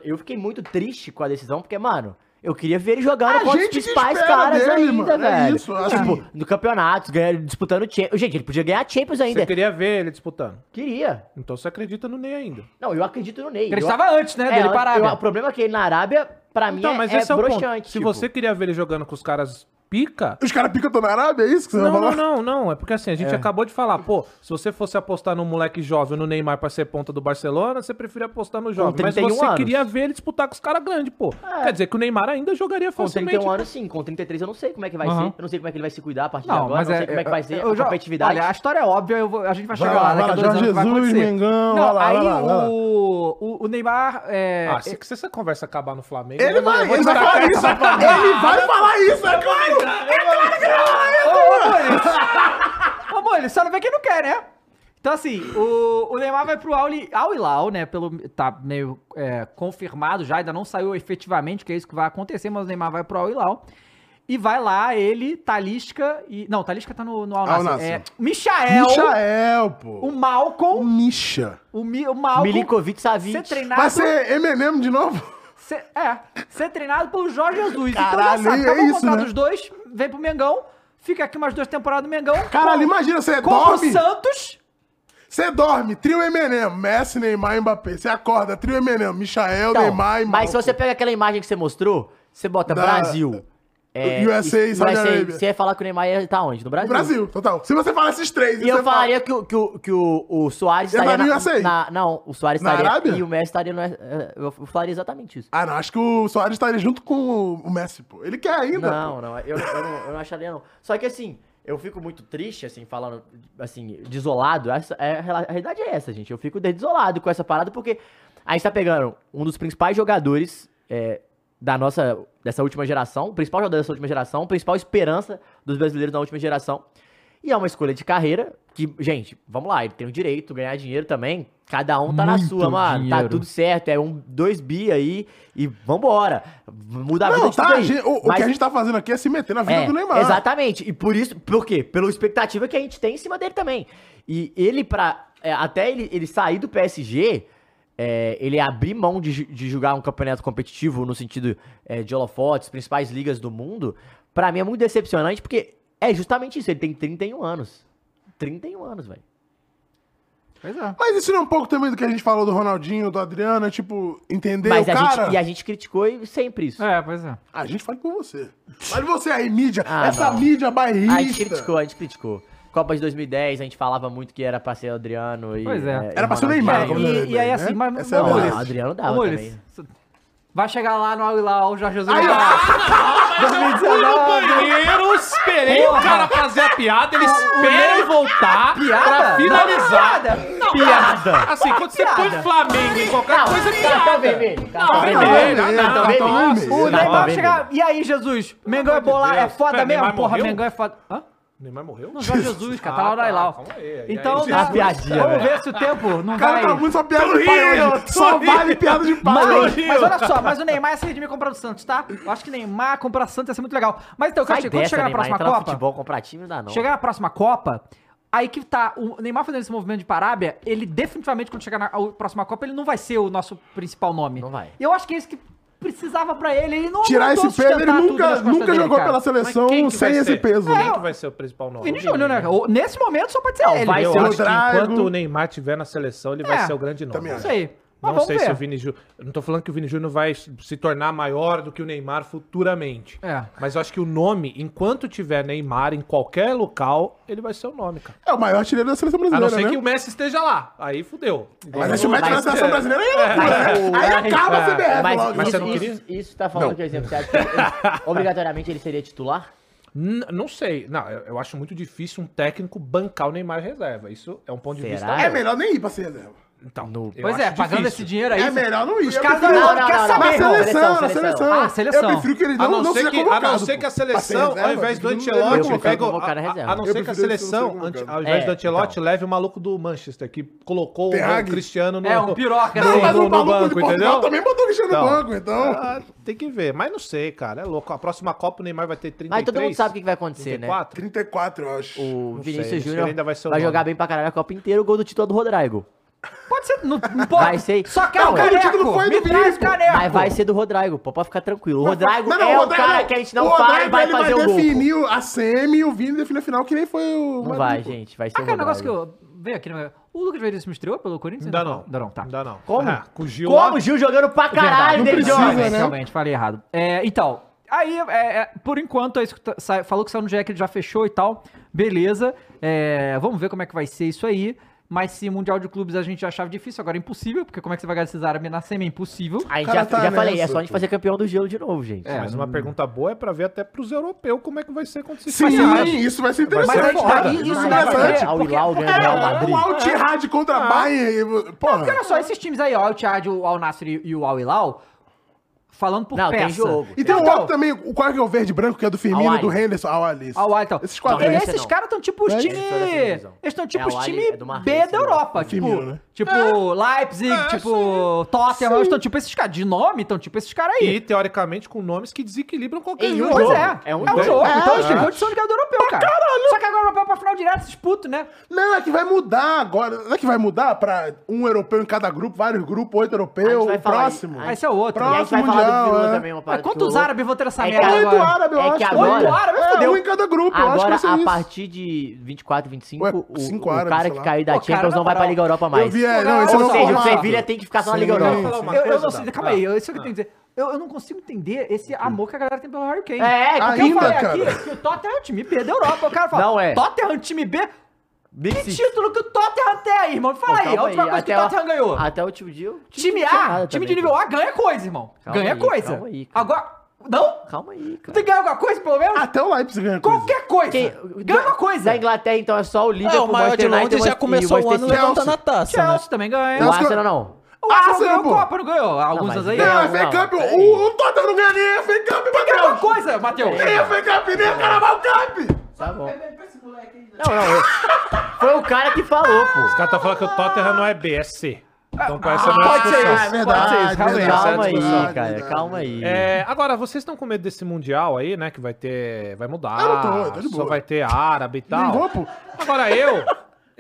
C: eu fiquei muito triste com a decisão, porque, mano, Eu queria ver ele jogando
B: A
C: contra os
B: gente que
C: principais
B: espera
C: caras
B: dele,
C: ainda,
B: mano, é
C: velho.
B: isso, assim.
C: Tipo, no campeonato, ganhando, disputando Champions. Gente, ele podia ganhar a Champions ainda. é-
D: Você queria ver ele disputando.
C: Queria.
D: Então você acredita no Ney ainda.
C: Não, eu acredito no Ney.
A: Ele
C: Eu-
A: estava antes, né,
C: É,
A: dele
C: eu-
A: para a
C: eu-
A: Arábia.
C: O problema é que ele na Arábia, pra mim,
D: Então,
C: é-
D: mas
C: é,
D: esse é, o ponto.
C: broxante.
D: Se
C: tipo.
D: você queria ver ele jogando com os caras pica,
B: Os caras picam tô na Arábia, é isso que você
D: Não,
B: vai falar?
D: não, não, não. É porque assim, a gente acabou de falar, pô, se você fosse apostar no moleque jovem no Neymar pra ser ponta do Barcelona, você preferia apostar no jovem. Mas
C: 31
D: você
C: anos.
D: queria ver ele disputar com os caras grandes, pô. Quer dizer que o Neymar ainda jogaria
C: Com
D: facilmente.
C: 31 anos, sim. Com 33, eu não sei como é que vai
D: tipo- Aham.
C: ser. Eu não sei como é que ele vai se cuidar a partir de
A: Não,
C: agora.
A: mas
C: não
A: é.
C: sei como é que vai ser a
A: já-
C: competitividade.
A: Olha, a história é óbvia, eu vou- a gente vai
B: Vai
A: chegar
B: lá,
A: lá, daqui a
B: vai lá,
A: dois anos
B: Jorge
A: que vai
B: Jesus,
A: acontecer.
B: Mengão,
A: Não,
B: vai lá,
A: aí
B: vai lá, vai lá.
A: o, o, o Neymar. É,
D: Ah, se, se essa conversa acabar no Flamengo.
B: Ele
D: eu não- eu
B: vai,
D: vou
B: ele vai
D: destacar
B: falar isso,
D: essa-
B: ele vai falar isso, é claro!
A: Ô, ô, Bolis! Ô, Bolis, só não vê quem não quer, né? Então, assim, o, o Neymar vai pro Al Hilal, né? Pelo, tá meio é, confirmado já, ainda não saiu efetivamente que é isso que vai acontecer, mas o Neymar vai pro Al Hilal. E vai lá ele, Talisca e... Não, Talisca tá no, no Al
B: Al
A: Nassr.
B: Nassr.
A: É, Michael,
B: Michael,
A: o
B: pô.
A: Malcolm,
B: O Misha.
A: o, Mi, o Malcolm...
C: Milinkovic Savic.
A: Ser treinado...
B: Vai ser Eminem de novo?
A: ser- é, ser treinado pelo Jorge Jesus.
B: Caralho,
A: então já sabe,
B: é
A: acabou o
B: isso,
A: contrato
B: né?
A: dos dois, vem pro Mengão, fica aqui umas duas temporadas no Mengão.
B: Caralho,
A: com-
B: imagina, você
A: Compra o
B: dorme,
A: Santos.
B: você dorme, trio Eminem, Messi, Neymar e Mbappé. Você acorda, trio Eminem, Michael,
C: Então,
B: Neymar e
C: mas se
B: Malcolm.
C: você pega aquela imagem que você mostrou, você bota
B: Da-
C: Brasil. É,
B: USA,
C: e-
B: Saudi
C: USA,
B: Arabia.
C: Você ia falar que o Neymar ia tá onde? No Brasil.
B: Brasil, total. Se você fala esses três,
C: E eu
B: você
C: falaria que, o- que, o- que o, o Soares
B: Ia
C: estaria
B: dar no USA.
C: na- Não, o Soares
B: Na
C: estaria...
B: Arábia?
C: E o Messi estaria no... é, Eu falaria exatamente isso.
B: Ah, não, acho que o Soares estaria junto com o Messi, pô. Ele quer ainda,
C: Não, não, eu, eu não, eu não acharia não. Só que assim, eu fico muito triste, assim, falando, assim, desolado. Essa, é, a rela- a realidade é essa, gente. Eu fico desolado com essa parada, porque a gente tá pegando um dos principais jogadores é, da nossa, dessa última geração, o principal jogador dessa última geração, a principal esperança dos brasileiros da última geração. E é uma escolha de carreira que, gente, vamos lá, ele tem o direito, ganhar dinheiro também. Cada um tá na
A: Muito
C: sua, mano. Tá
A: dinheiro.
C: tudo certo. É um, dois bi aí e vambora. Muda a vida
B: Não,
C: de
B: tá,
C: tudo
B: a
C: aí.
B: gente- o, o
C: Mas-
B: que a gente tá fazendo aqui é se meter na vida
C: é,
B: do Neymar.
C: Exatamente. E por isso, por quê? Pela expectativa que a gente tem em cima dele também. E ele, pra. é, até ele, ele sair do PSG, é, ele abrir mão de, ju- de jogar um campeonato competitivo no sentido é, de holofotes, principais ligas do mundo, pra mim é muito decepcionante, porque é justamente isso. Ele tem 31 anos. 31 anos, velho.
A: Pois é.
B: Mas isso não é um pouco também do que a gente falou do Ronaldinho, do Adriano, é tipo, entender
C: Mas
B: o
C: a
B: cara.
C: gente, e a gente criticou e- sempre isso.
A: É, pois é.
B: A gente fala com você. Mas você aí, mídia,
C: Ah,
B: essa
C: não.
B: mídia bairrista.
C: A gente criticou, a gente criticou. Copa de 2010, a gente falava muito que era pra ser Adriano e.
A: Pois é.
C: eh, e
B: Era pra ser o Neymar,
C: Ronaldinho.
B: como
A: e, e aí,
B: né?
A: assim, mas.
B: Essa é a
A: ô,
B: verdade.
A: Ulisses,
C: Ah, Adriano dava
A: ô, Ulisses,
C: também.
A: você- Vai chegar lá no Aulau, o Jorge Jesus.
B: Aí,
A: vai
B: ó. ah!
A: lá. 2019.
D: Banheiro, esperei o cara fazer a piada, ele espera eu voltar
A: Piada?
D: pra finalizar.
A: Não,
D: Não, piada. Assim, quando você põe Flamengo em qualquer coisa, é
C: Cartão
D: piada.
C: vermelho. Cartão
B: Cartão
C: vermelho.
B: tá vermelho,
D: Tá
C: Cartão
B: cartão
C: vermelho.
B: vermelho.
A: O
C: Não,
A: Neymar vai
C: bem,
A: chegar. E aí, Jesus? Mengão é
D: amor de
A: bola, é
D: Deus.
A: foda
D: Pera,
A: mesmo?
D: Neymar
A: Porra,
D: morreu?
A: Mengão é foda. Hã?
D: Neymar morreu? Ah,
A: Não, Jorge Jesus, cara, tá lá no Aulau.
D: Calma aí, aí,
A: Então,
D: aí.
A: né,
C: Uma piadinha,
A: vamos
C: velho.
A: ver se o tempo não
B: O cara
A: vai.
B: tá muito só piada de pai
D: rindo,
B: hoje.
D: tô
B: Só
D: rindo.
B: vale piada de pai.
A: Mas,
D: Rio.
A: mas olha só, mas o Neymar é ia se redimir comprando o Santos, tá? Eu acho que Neymar comprar Santos ia ser muito legal. Mas então,
C: Sai
A: Cante, quando
C: dessa,
A: chegar na
C: Neymar,
A: próxima
C: entrar no
A: Copa.
C: futebol, então. comprar time, não dá não.
A: Chegar na próxima Copa, aí que tá. O Neymar fazendo esse movimento de parábia, ele definitivamente, quando chegar na a próxima Copa, ele não vai ser o nosso principal nome.
C: Não vai.
A: E eu acho que é isso que precisava pra ele. Ele não
B: Tirar
A: aguentou
B: esse peso, ele
A: sustentar tudo nas
B: nunca,
A: costas
B: nunca
A: dele,
B: jogou
A: cara.
B: pela seleção
D: Mas quem que vai
B: sem esse
D: ser?
B: peso.
D: Quem
B: né?
D: que vai ser É, o principal nome?
A: Vinícius olhou, né? cara? O- Nesse momento só pode ser ele.
C: vai
A: né?
D: Eu
B: ser o
D: acho que
B: Drago.
D: enquanto o Neymar tiver na seleção, ele vai
A: É,
D: ser o grande nome.
B: também
A: Não sei. Mas
D: não
A: vamos
D: sei
A: ver.
D: se o Vini Júnior. Eu não tô falando que o Vini Júnior vai se tornar maior do que o Neymar futuramente.
A: É.
D: Mas eu acho que o nome, enquanto tiver Neymar em qualquer local, ele vai ser o nome, cara.
B: É o maior artilheiro da seleção
D: A não
B: brasileira,
D: ser
B: né?
D: que o Messi esteja lá. Aí fudeu.
B: Mas se o Messi na
C: Mas-
B: seleção brasileira, aí é loucura, né?
C: Mas- é,
B: Aí acaba a CBF
C: Mas,
B: logo.
D: mas
C: isso,
D: você não queria?
C: isso, isso tá falando que, por exemplo, você acha que ele- obrigatoriamente ele seria titular?
D: N- não sei. Não, eu, eu acho muito difícil um técnico bancar o Neymar reserva. Isso é um ponto de
C: Será?
D: vista.
B: É melhor nem ir pra ser reserva.
D: Então, eu
A: Pois
D: acho
A: é,
D: difícil.
A: pagando esse dinheiro aí.
B: É melhor não ir.
A: Os
B: eu
A: caras
B: prefiro-
A: não, não quer
B: Na
A: saber.
C: não,
B: seleção, na
C: seleção,
B: seleção.
A: Ah, seleção.
B: Eu prefiro que ele
D: A
B: não,
D: não,
B: não
D: ser
B: seja
D: que, a
B: convocado.
D: não ser que a seleção, ao invés do Ancelote,
C: convocado.
D: pega o-
C: Eu
D: a,
C: prefiro
D: a, a não
B: Eu
D: ser que a
B: prefiro isso,
D: seleção,
B: não ser
D: ante-
B: convocado. então.
D: ao invés
C: É,
D: do Ancelote, leve o maluco do Manchester, que colocou
B: Ten
D: o
B: Hag.
D: Cristiano no,
A: É, um piroca, assim.
D: no,
B: Não, mas
D: no-
B: o
D: no
B: maluco de
D: banco,
B: Portugal
D: entendeu?
B: também botou o Cristiano
D: Então,
B: no banco, então...
D: Ah, tem que ver, mas não sei, cara, é louco. A próxima Copa o Neymar vai ter 33,
C: Mas Ah, então todo mundo sabe o que que vai acontecer, né?
D: 34.
B: 34, eu acho.
C: O
D: Não sei,
C: Vinícius
D: acho que ele
C: Júnior
D: ainda
C: vai,
D: vai ser o nome.
C: jogar bem pra caralho a Copa inteira, o gol do título é do Rodrigo.
A: Pode ser. Não, não pode.
C: Vai ser-
A: Só quero
C: Não,
A: o
B: cara, o
A: caneco.
B: título foi
A: me
B: do
A: traz
B: Vitor.
A: caneco.
C: Mas vai ser do Rodrigo, pô. Pode ficar tranquilo. O Rodrigo
B: Não, não,
C: é o
B: Rodrigo-
C: cara que a gente não
B: o
C: fala e
B: Rodrigo,
C: vai
B: ele
C: fazer o gol.
B: definir a semi e o Vini definiu a final, que nem foi o.
C: Não
B: Madrid,
C: vai,
B: pô. tipo-
C: gente. Vai ser
A: Ah,
C: o
A: cara, o negócio que
C: Rodrigo.
A: eu. Veio aqui no meu. O Lucas Veríssimo estreou pelo Corinthians?
D: Ainda não.
A: Ainda não, tá.
D: Ainda não.
C: Como?
D: É, com o Gil lá-
C: Como o Gil jogando
A: É
C: pra caralho,
B: não
C: David
B: precisa,
C: Jones?
A: Realmente,
B: né?
A: Realmente, falei errado. É, então, aí, é, é, por enquanto, é isso que tá- sai- falou que saiu no GE que ele já fechou e tal. Beleza. É, vamos ver como é que vai ser isso aí. Mas se Mundial de Clubes a gente já achava difícil, agora é impossível, porque como é que você vai ganhar esses árabes na semi? É impossível.
C: A gente
B: Cara,
C: já,
B: tá
C: já falei, é
B: nessa,
C: só a gente
B: pô.
C: fazer campeão do gelo de novo, gente.
A: É,
D: Mas uma pergunta boa é pra ver até pros europeus como é que vai ser quando se
B: Sim, isso vai ser
A: Mas
B: interessante.
A: é foda.
B: cara.
A: Isso
B: Isso é
A: dá pra
B: interessante.
A: ver.
C: Al
A: porque-
C: Hilal ganhando do Real
B: É,
C: Madrid.
B: o Altirad contra a Bayern. e-
A: Porque olha
B: Porra.
A: só, esses times aí, ó, o Al Ittihad, o Al Nasser e e o Al Hilal, falando por
C: Não,
A: peça.
C: tem jogo.
B: E tem o
A: Então-
B: outro também, o qual é que é o verde e branco, que é do Firmino e do
C: Al-Ahly.
B: Henderson. Ah, olha isso.
A: Al Ahly e tal.
B: Esses quatro
A: Então,
C: aí.
A: esses
C: Esse não.
A: caras estão tipo os
B: Esse
A: times.
C: é da
A: Eles
C: divisão.
A: estão tipo
C: É,
A: os
C: o Ahly
A: times
C: é do Marfim,
A: B
C: esse
A: da
C: é do
A: Europa.
B: Marfim,
A: Tipo,
B: né?
A: tipo Leipzig, tipo Tottenham. Estão tipo esses caras. De nome, estão tipo esses caras aí.
D: E, teoricamente, com nomes que desequilibram qualquer
C: Em um
D: jogo.
A: Pois
C: jogo.
A: é, é um jogo.
C: É,
A: então eles têm
C: é.
A: condição de ganhar do europeu, cara. Só que agora o europeu é pra final direto, esses putos, né?
B: Não, é que vai mudar agora. Não é que vai mudar pra um europeu em cada grupo, vários grupos, oito
C: A gente
B: europeus,
C: vai
B: o
C: falar
B: próximo.
C: aí.
A: Aí esse é o outro.
C: E a
A: Mas
C: gente vai
B: Próximo
C: falar do
B: mundial,
C: Gilão
B: é.
C: também, uma parada. que
A: quantos
C: rolou.
A: árabes vão ter essa
C: É que
A: merda
B: Oito
A: agora?
B: árabes, eu
C: É que
B: acho.
C: agora-
B: Oito árabes,
A: É,
B: fodeu.
A: um
B: Um em cada grupo, eu acho que
C: Agora,
B: vai ser
C: a
B: isso.
C: partir de 24, 25,
B: Ué,
C: o,
B: cinco
C: o
B: árabes,
C: cara
B: sei
C: que
B: lá.
C: cair da
A: Pô, cara,
C: Champions
A: na
C: não vai pra
A: moral,
C: Liga Europa mais.
B: Eu vi, é,
A: Ou
B: não, esse é
C: Ou
B: o
C: seja, o
B: formato.
C: Sevilha tem que ficar só na Liga
B: Sim.
C: Europa.
D: falar uma
A: Eu, eu
D: coisa,
A: não sei,
D: Dado?
A: calma aí, eu- isso é o que eu tenho que dizer. Eu, eu não consigo entender esse amor que a galera tem pelo Harry Kane.
C: É,
A: porque
B: ainda,
A: eu falei
B: cara.
A: aqui que o Tottenham é o time B da Europa. O cara fala,
C: Não é.
A: Tottenham é o time B?
C: Big
A: Que
C: Six.
A: título que o Tottenham tem aí, irmão? Me
C: Pô,
A: Fala aí,
C: calma
A: a última coisa que o
C: até
A: Tottenham ganhou.
C: Até o Ah, último dia. o
A: Time
C: não tinha nada
A: A, time de
C: também,
A: nível
C: pô.
A: A ganha coisa, irmão.
C: Calma
A: ganha
C: aí,
A: coisa.
C: calma aí, cara.
A: Agora, não?
C: Calma aí, cara.
A: Tem que ganhar alguma coisa, pelo menos?
B: Ah, Até o Leipzig ganha coisa.
C: é
A: Qualquer coisa.
C: Quem-
A: ganha alguma coisa.
C: Da Inglaterra, então, é só o
F: É,
C: Liverpool,
F: o maior de
C: Manchester United
F: Londres
C: e
F: já começou o
C: Manchester
F: ano
C: City.
F: levantando a
B: é
F: taça, né?
A: Chelsea também ganha.
C: O
B: Chelsea-
C: Arsenal não.
A: O Arsenal ganhou
B: Arsenal, pô.
A: Copa, não ganhou? Alguns
C: mas
A: anos aí.
C: ganha-
B: Não,
C: Não,
B: é FA
C: não,
B: Cup.
C: peraí.
B: O o Tottenham não ganha nem FA Cup,
A: Tem que ganhar alguma
B: Matheus.
A: coisa, Matheus.
C: É.
B: Nem FA Cup, nem Carabao Cup.
C: Tá bom. Não, não. eu- Foi o cara que falou,
D: Os
C: pô.
D: caras estão falando que o Tottenham não é BSC. Então com essa não é
C: Ah,
A: pode ser
D: discussão.
A: isso.
B: é verdade,
A: Pode ser isso, realmente.
B: verdade. é
C: Calma aí,
B: verdade,
C: cara.
B: verdade.
C: Calma aí.
D: É, agora, vocês estão com medo desse Mundial aí, né? Que vai ter. Vai mudar.
B: Eu não tô, eu tô de
D: Só
B: boa.
D: vai ter árabe e
B: Não
D: tal.
B: vou, pô.
D: Agora eu.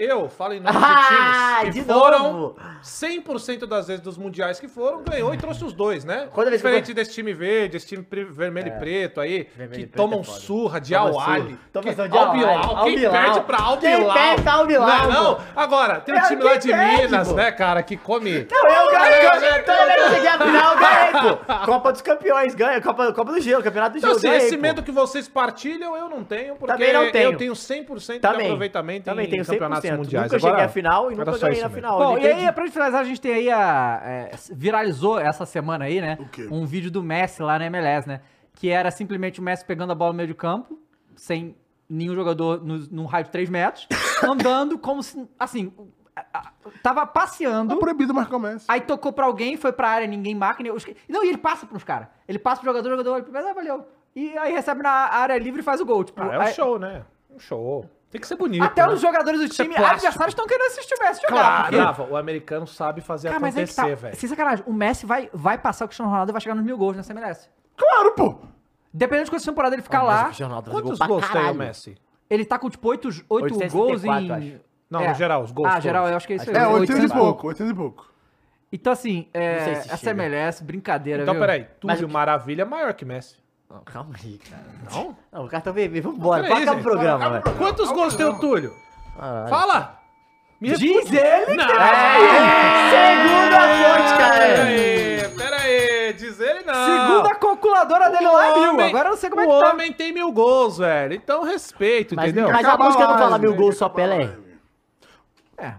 D: Eu falo em nome
C: Ah,
D: de times que
C: de
D: foram
C: novo.
D: 100% das vezes dos mundiais que foram, ganhou e trouxe os dois, né?
C: Quando eles- É.
D: Diferente desse time verde, esse time pre- vermelho e preto aí,
C: Vermelho e
D: que
C: preto
D: tomam
C: é foda.
D: surra de
C: Toma
D: Al-Ali.
C: surra. Toma
D: que-
C: surra de Al Ahly.
D: Al-Bilal. Quem
C: Al-Bilal.
D: perde pra
C: Quem
D: Al-Bilal?
C: perde pra Al-Bilal,
D: Não, é
C: pô?
D: não. Agora, tem um
C: É,
D: time lá
C: quem
D: de
C: perde,
D: Minas,
C: pô?
D: né, cara, que come...
C: Não, eu ganho.
D: Não,
C: eu- Toda vez que eu cheguei à final, eu ganhei, pô. Copa dos Campeões, ganha. Copa, Copa do Gelo, Campeonato do
D: Então,
C: Gelo,
D: assim,
C: ganhei,
D: esse
C: pô.
D: medo que vocês partilham, eu não tenho, porque
C: Também não tenho.
D: eu tenho 100% de
C: Também.
D: aproveitamento
C: Também
D: em
C: tenho 100%.
D: campeonatos mundiais.
C: Nunca cheguei à final e
D: era
C: nunca
D: só
C: ganhei
D: isso
C: na
D: mesmo.
C: final.
A: Bom,
C: eu
A: e aí,
C: entendi.
A: pra gente finalizar, a gente tem aí a. é, s- viralizou essa semana aí, né?
B: quê?
A: Um vídeo do Messi lá na MLS, né? Que era simplesmente o Messi pegando a bola no meio de campo, sem nenhum jogador no, num raio de 3 metros, andando como se. Assim, a- a- tava
B: Tá
A: passeando.
B: proibido marcar o Messi.
A: Aí tocou pra alguém, foi pra área, ninguém marca. nem- os que- Não, e ele passa pros caras. Ele passa pro jogador, o jogador olha pro Messi, ah, valeu. E aí recebe na área livre e faz o gol. Tipo,
D: Ah, é um
A: aí-
D: show, né? Um show. Tem que ser bonito.
A: até
D: né?
A: os jogadores do
D: Isso é
A: time,
D: plástico.
A: adversários, estão querendo assistir o Messi jogar.
D: Claro,
A: porque-
D: Brava, o americano sabe fazer
A: Cara, mas é que
D: acontecer,
A: tá.
D: velho.
A: Sem sacanagem, o Messi vai, vai passar o Cristiano Ronaldo e vai chegar nos mil gols nessa MLS.
B: Claro, pô.
A: Dependendo de quantas temporadas ele ficar
C: Mas o
A: lá,
C: Cristiano Ronaldo fez gol
D: Quantos
C: pra
D: gols tem o
C: caralho.
D: Messi?
A: ele tá com tipo 8, gols
C: 864,
A: em.
C: acho.
D: Não,
A: É.
D: no geral, os gols.
A: Ah,
D: todos.
A: geral, eu acho que é isso aí.
B: É, 80
A: 800
B: e pouco, 80 e pouco.
A: Então, assim, é,
C: Não sei se
A: essa
C: chega.
A: MLS, brincadeira,
D: Então,
A: viu?
D: peraí,
C: Mas o
D: Túlio
C: que-
D: Maravilha é maior que Messi.
C: Não, calma aí, cara.
D: Não?
C: Não, o cartão vermelho. Vambora,
D: Peraí,
C: pode acabar o
D: gente,
C: programa, velho.
D: Quantos gols tem o Túlio?
C: Caralho.
D: Fala! Me
A: Diz
D: responde.
A: ele!
D: Não!
C: Segundo a fonte, cara.
D: Peraí, peraí, diz ele não.
A: Segunda calculadora dele lá é mil. Agora eu não sei como é que
D: Ah, o
A: tá.
D: homem tem mil gols, velho. Então respeito,
C: Mas,
D: entendeu?
C: mas a
B: Acaba
C: música não
B: lá,
C: fala mil
B: né?
C: gols só Pelé.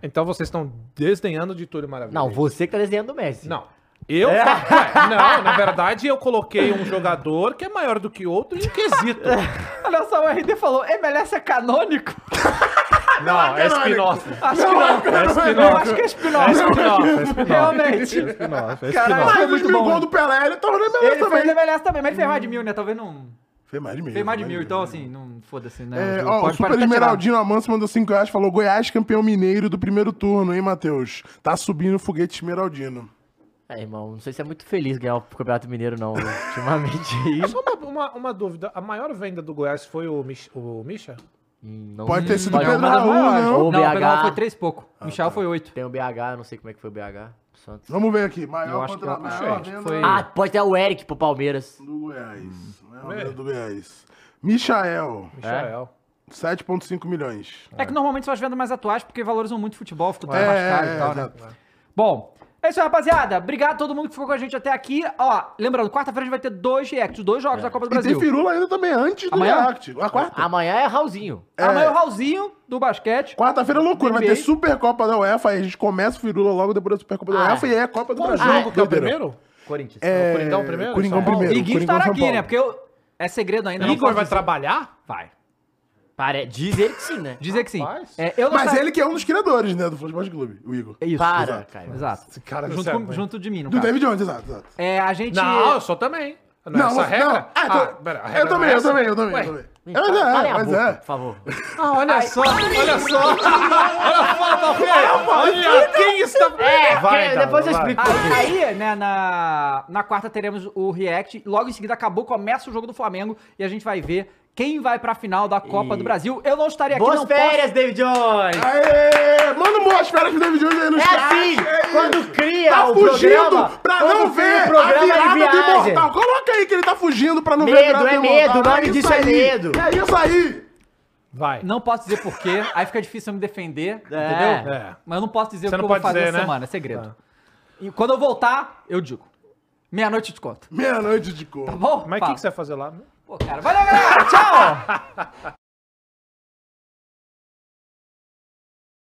D: Então vocês estão desdenhando de Túlio Maravilha.
C: Não, você que tá desenhando o Messi.
D: Não. Eu? Ué, não, na verdade eu coloquei um jogador que é maior do que outro em um quesito.
A: Olha só, o RD falou: MLS é canônico?
D: Não, é Espinosa.
A: Acho que não.
D: É
A: Eu
D: Espinosa.
A: acho que é
D: É
A: Spinoza.
D: Espinosa. É Espinosa.
A: Realmente.
D: Espinosa, é
A: Caralho.
D: Espinosa.
A: Foi
B: Mas os
A: muito
B: mil
A: bom,
B: gols
A: né?
B: do Pelé, ele tornou
A: Ele
B: MLS
A: fez
B: também.
A: MLS também, mas ele fez mais de mil, né? Talvez não.
B: Fez mais de mil.
A: Fez mais de mil, então assim, não foda-se, né?
B: É,
A: Ju,
B: ó, o
A: pode- pode
B: Super
A: até tirar.
B: Esmeraldino Amanso mandou 5 reais, falou Goiás campeão mineiro do primeiro turno, hein, Matheus? Tá subindo o foguete esmeraldino.
C: É, irmão, não sei se é muito feliz ganhar o Campeonato Mineiro, não, ultimamente aí.
D: Só uma, uma- uma dúvida. A maior venda do Goiás foi o, Mich o Misha?
C: Hum, não-
B: Pode ter sido
C: pode-
B: Pedro
C: uma das
B: Raul,
C: maiores. Ou
B: não? é O Ah,
A: não, o Pedro
C: BH.
A: foi três e pouco. O Michel
B: tá.
A: foi oito.
C: Tem o BH, não sei como é que foi o BH. Santos.
B: Vamos ver aqui.
A: Eu
B: Maior
A: acho que
B: contra
A: eu-
B: maior
A: acho que
B: venda
A: foi-
C: Ah, pode ter o Eric pro Palmeiras.
B: do Goiás. Maior venda do Goiás. Michael,
D: Michael. É.
B: 7,5 milhões.
A: É que normalmente são as vendas mais atuais, porque valorizam muito o futebol, fica tudo
B: É,
A: mais caro e
B: é,
A: tal, né?
B: exato.
A: Bom, é isso aí, rapaziada. Obrigado a todo mundo que ficou com a gente até aqui. Ó, lembrando, quarta-feira a gente vai ter dois reacts, dois jogos da Copa do
B: É. E tem
A: Brasil.
B: firula ainda também, antes do
A: Amanhã?
B: React. A quarta.
C: Amanhã é Raulzinho.
A: Amanhã o Raulzinho, do basquete.
B: Quarta-feira é loucura, vai
A: NBA.
B: ter Supercopa da UEFA, aí a gente começa o Firula logo depois da Supercopa da
C: Ah.
B: UEFA e aí é a Copa do
D: Qual
B: Brasil.
D: jogo que é o
B: Doideira.
D: primeiro?
C: Corinthians.
B: É,
D: Coringão primeiro?
B: Coringão
D: São Paulo?
B: primeiro.
A: E Gui
B: Coringão,
A: estará
B: São
A: aqui,
B: Paulo.
A: né? Porque eu... é segredo ainda. não
D: Igor
A: posso
D: vai
A: dizer.
D: trabalhar?
A: Vai.
C: Pare... Dizem que sim, né?
A: Dizer que sim.
D: Rapaz.
A: É, eu não
B: Mas
A: sabia-
B: ele que é um dos criadores, né, do Futebol Clube, o Igor.
A: Isso,
C: Para,
A: exato.
C: cara.
A: Exato.
B: Esse cara
A: Junto,
D: Sério,
A: com-
D: mano.
A: junto de mim, no
B: Do
A: caso.
B: David Jones, exato, exato.
A: É, a gente...
D: Não, eu sou também. Tá. Não, é essa
B: você-
D: regra?
B: Ah, então-
D: pera, a regra
B: eu
D: não é
B: também, eu
D: essa?
B: também, eu também,
D: Ué.
B: eu também. É,
C: Então,
B: mas
C: calem
B: é,
C: a
B: mas
C: boca,
B: é.
C: por favor.
D: Ah, olha só, olha só. olha a foto, velho. Olha quem está...
B: É,
C: que- É, depois eu explico.
A: Ah, Aí, aí, né, na, na quarta teremos o react. Logo em seguida acabou, começa o jogo do Flamengo e a gente vai ver quem vai pra final da Copa
C: E-
A: do Brasil. Eu não
B: é
A: estaria aqui,
C: Boas
A: não
C: férias, David Jones!
B: Aê! Manda um boas férias pro David Jones aí no
C: É
B: chat.
C: assim, quando cria
B: Tá
C: o
B: fugindo
C: programa...
B: pra
C: quando
B: não
C: cria
B: ver
C: o
B: a
C: programa, ele
B: virada do
C: viaja.
B: Imortal. Coloca aí que ele tá fugindo pra não ver a
C: Medo,
B: virada
C: é
B: do Imortal.
C: medo, o nome
B: isso
C: disso é
B: aí.
C: medo.
B: É isso aí.
D: Vai.
A: Não posso dizer porquê, aí fica difícil eu me defender,
C: É.
A: entendeu?
D: É.
A: Mas eu não posso dizer
D: Você
A: o que
D: não
A: eu vou
D: pode
A: fazer
D: dizer,
A: essa
D: né? Ah.
A: semana, é segredo. E quando eu voltar, eu digo. Meia-noite eu te conto. Tá
B: Meia-noite de cor.
A: Bom,
D: Mas o que,
A: fala.
D: que você vai fazer lá?
A: Pô, cara, valeu, galera! Tchau!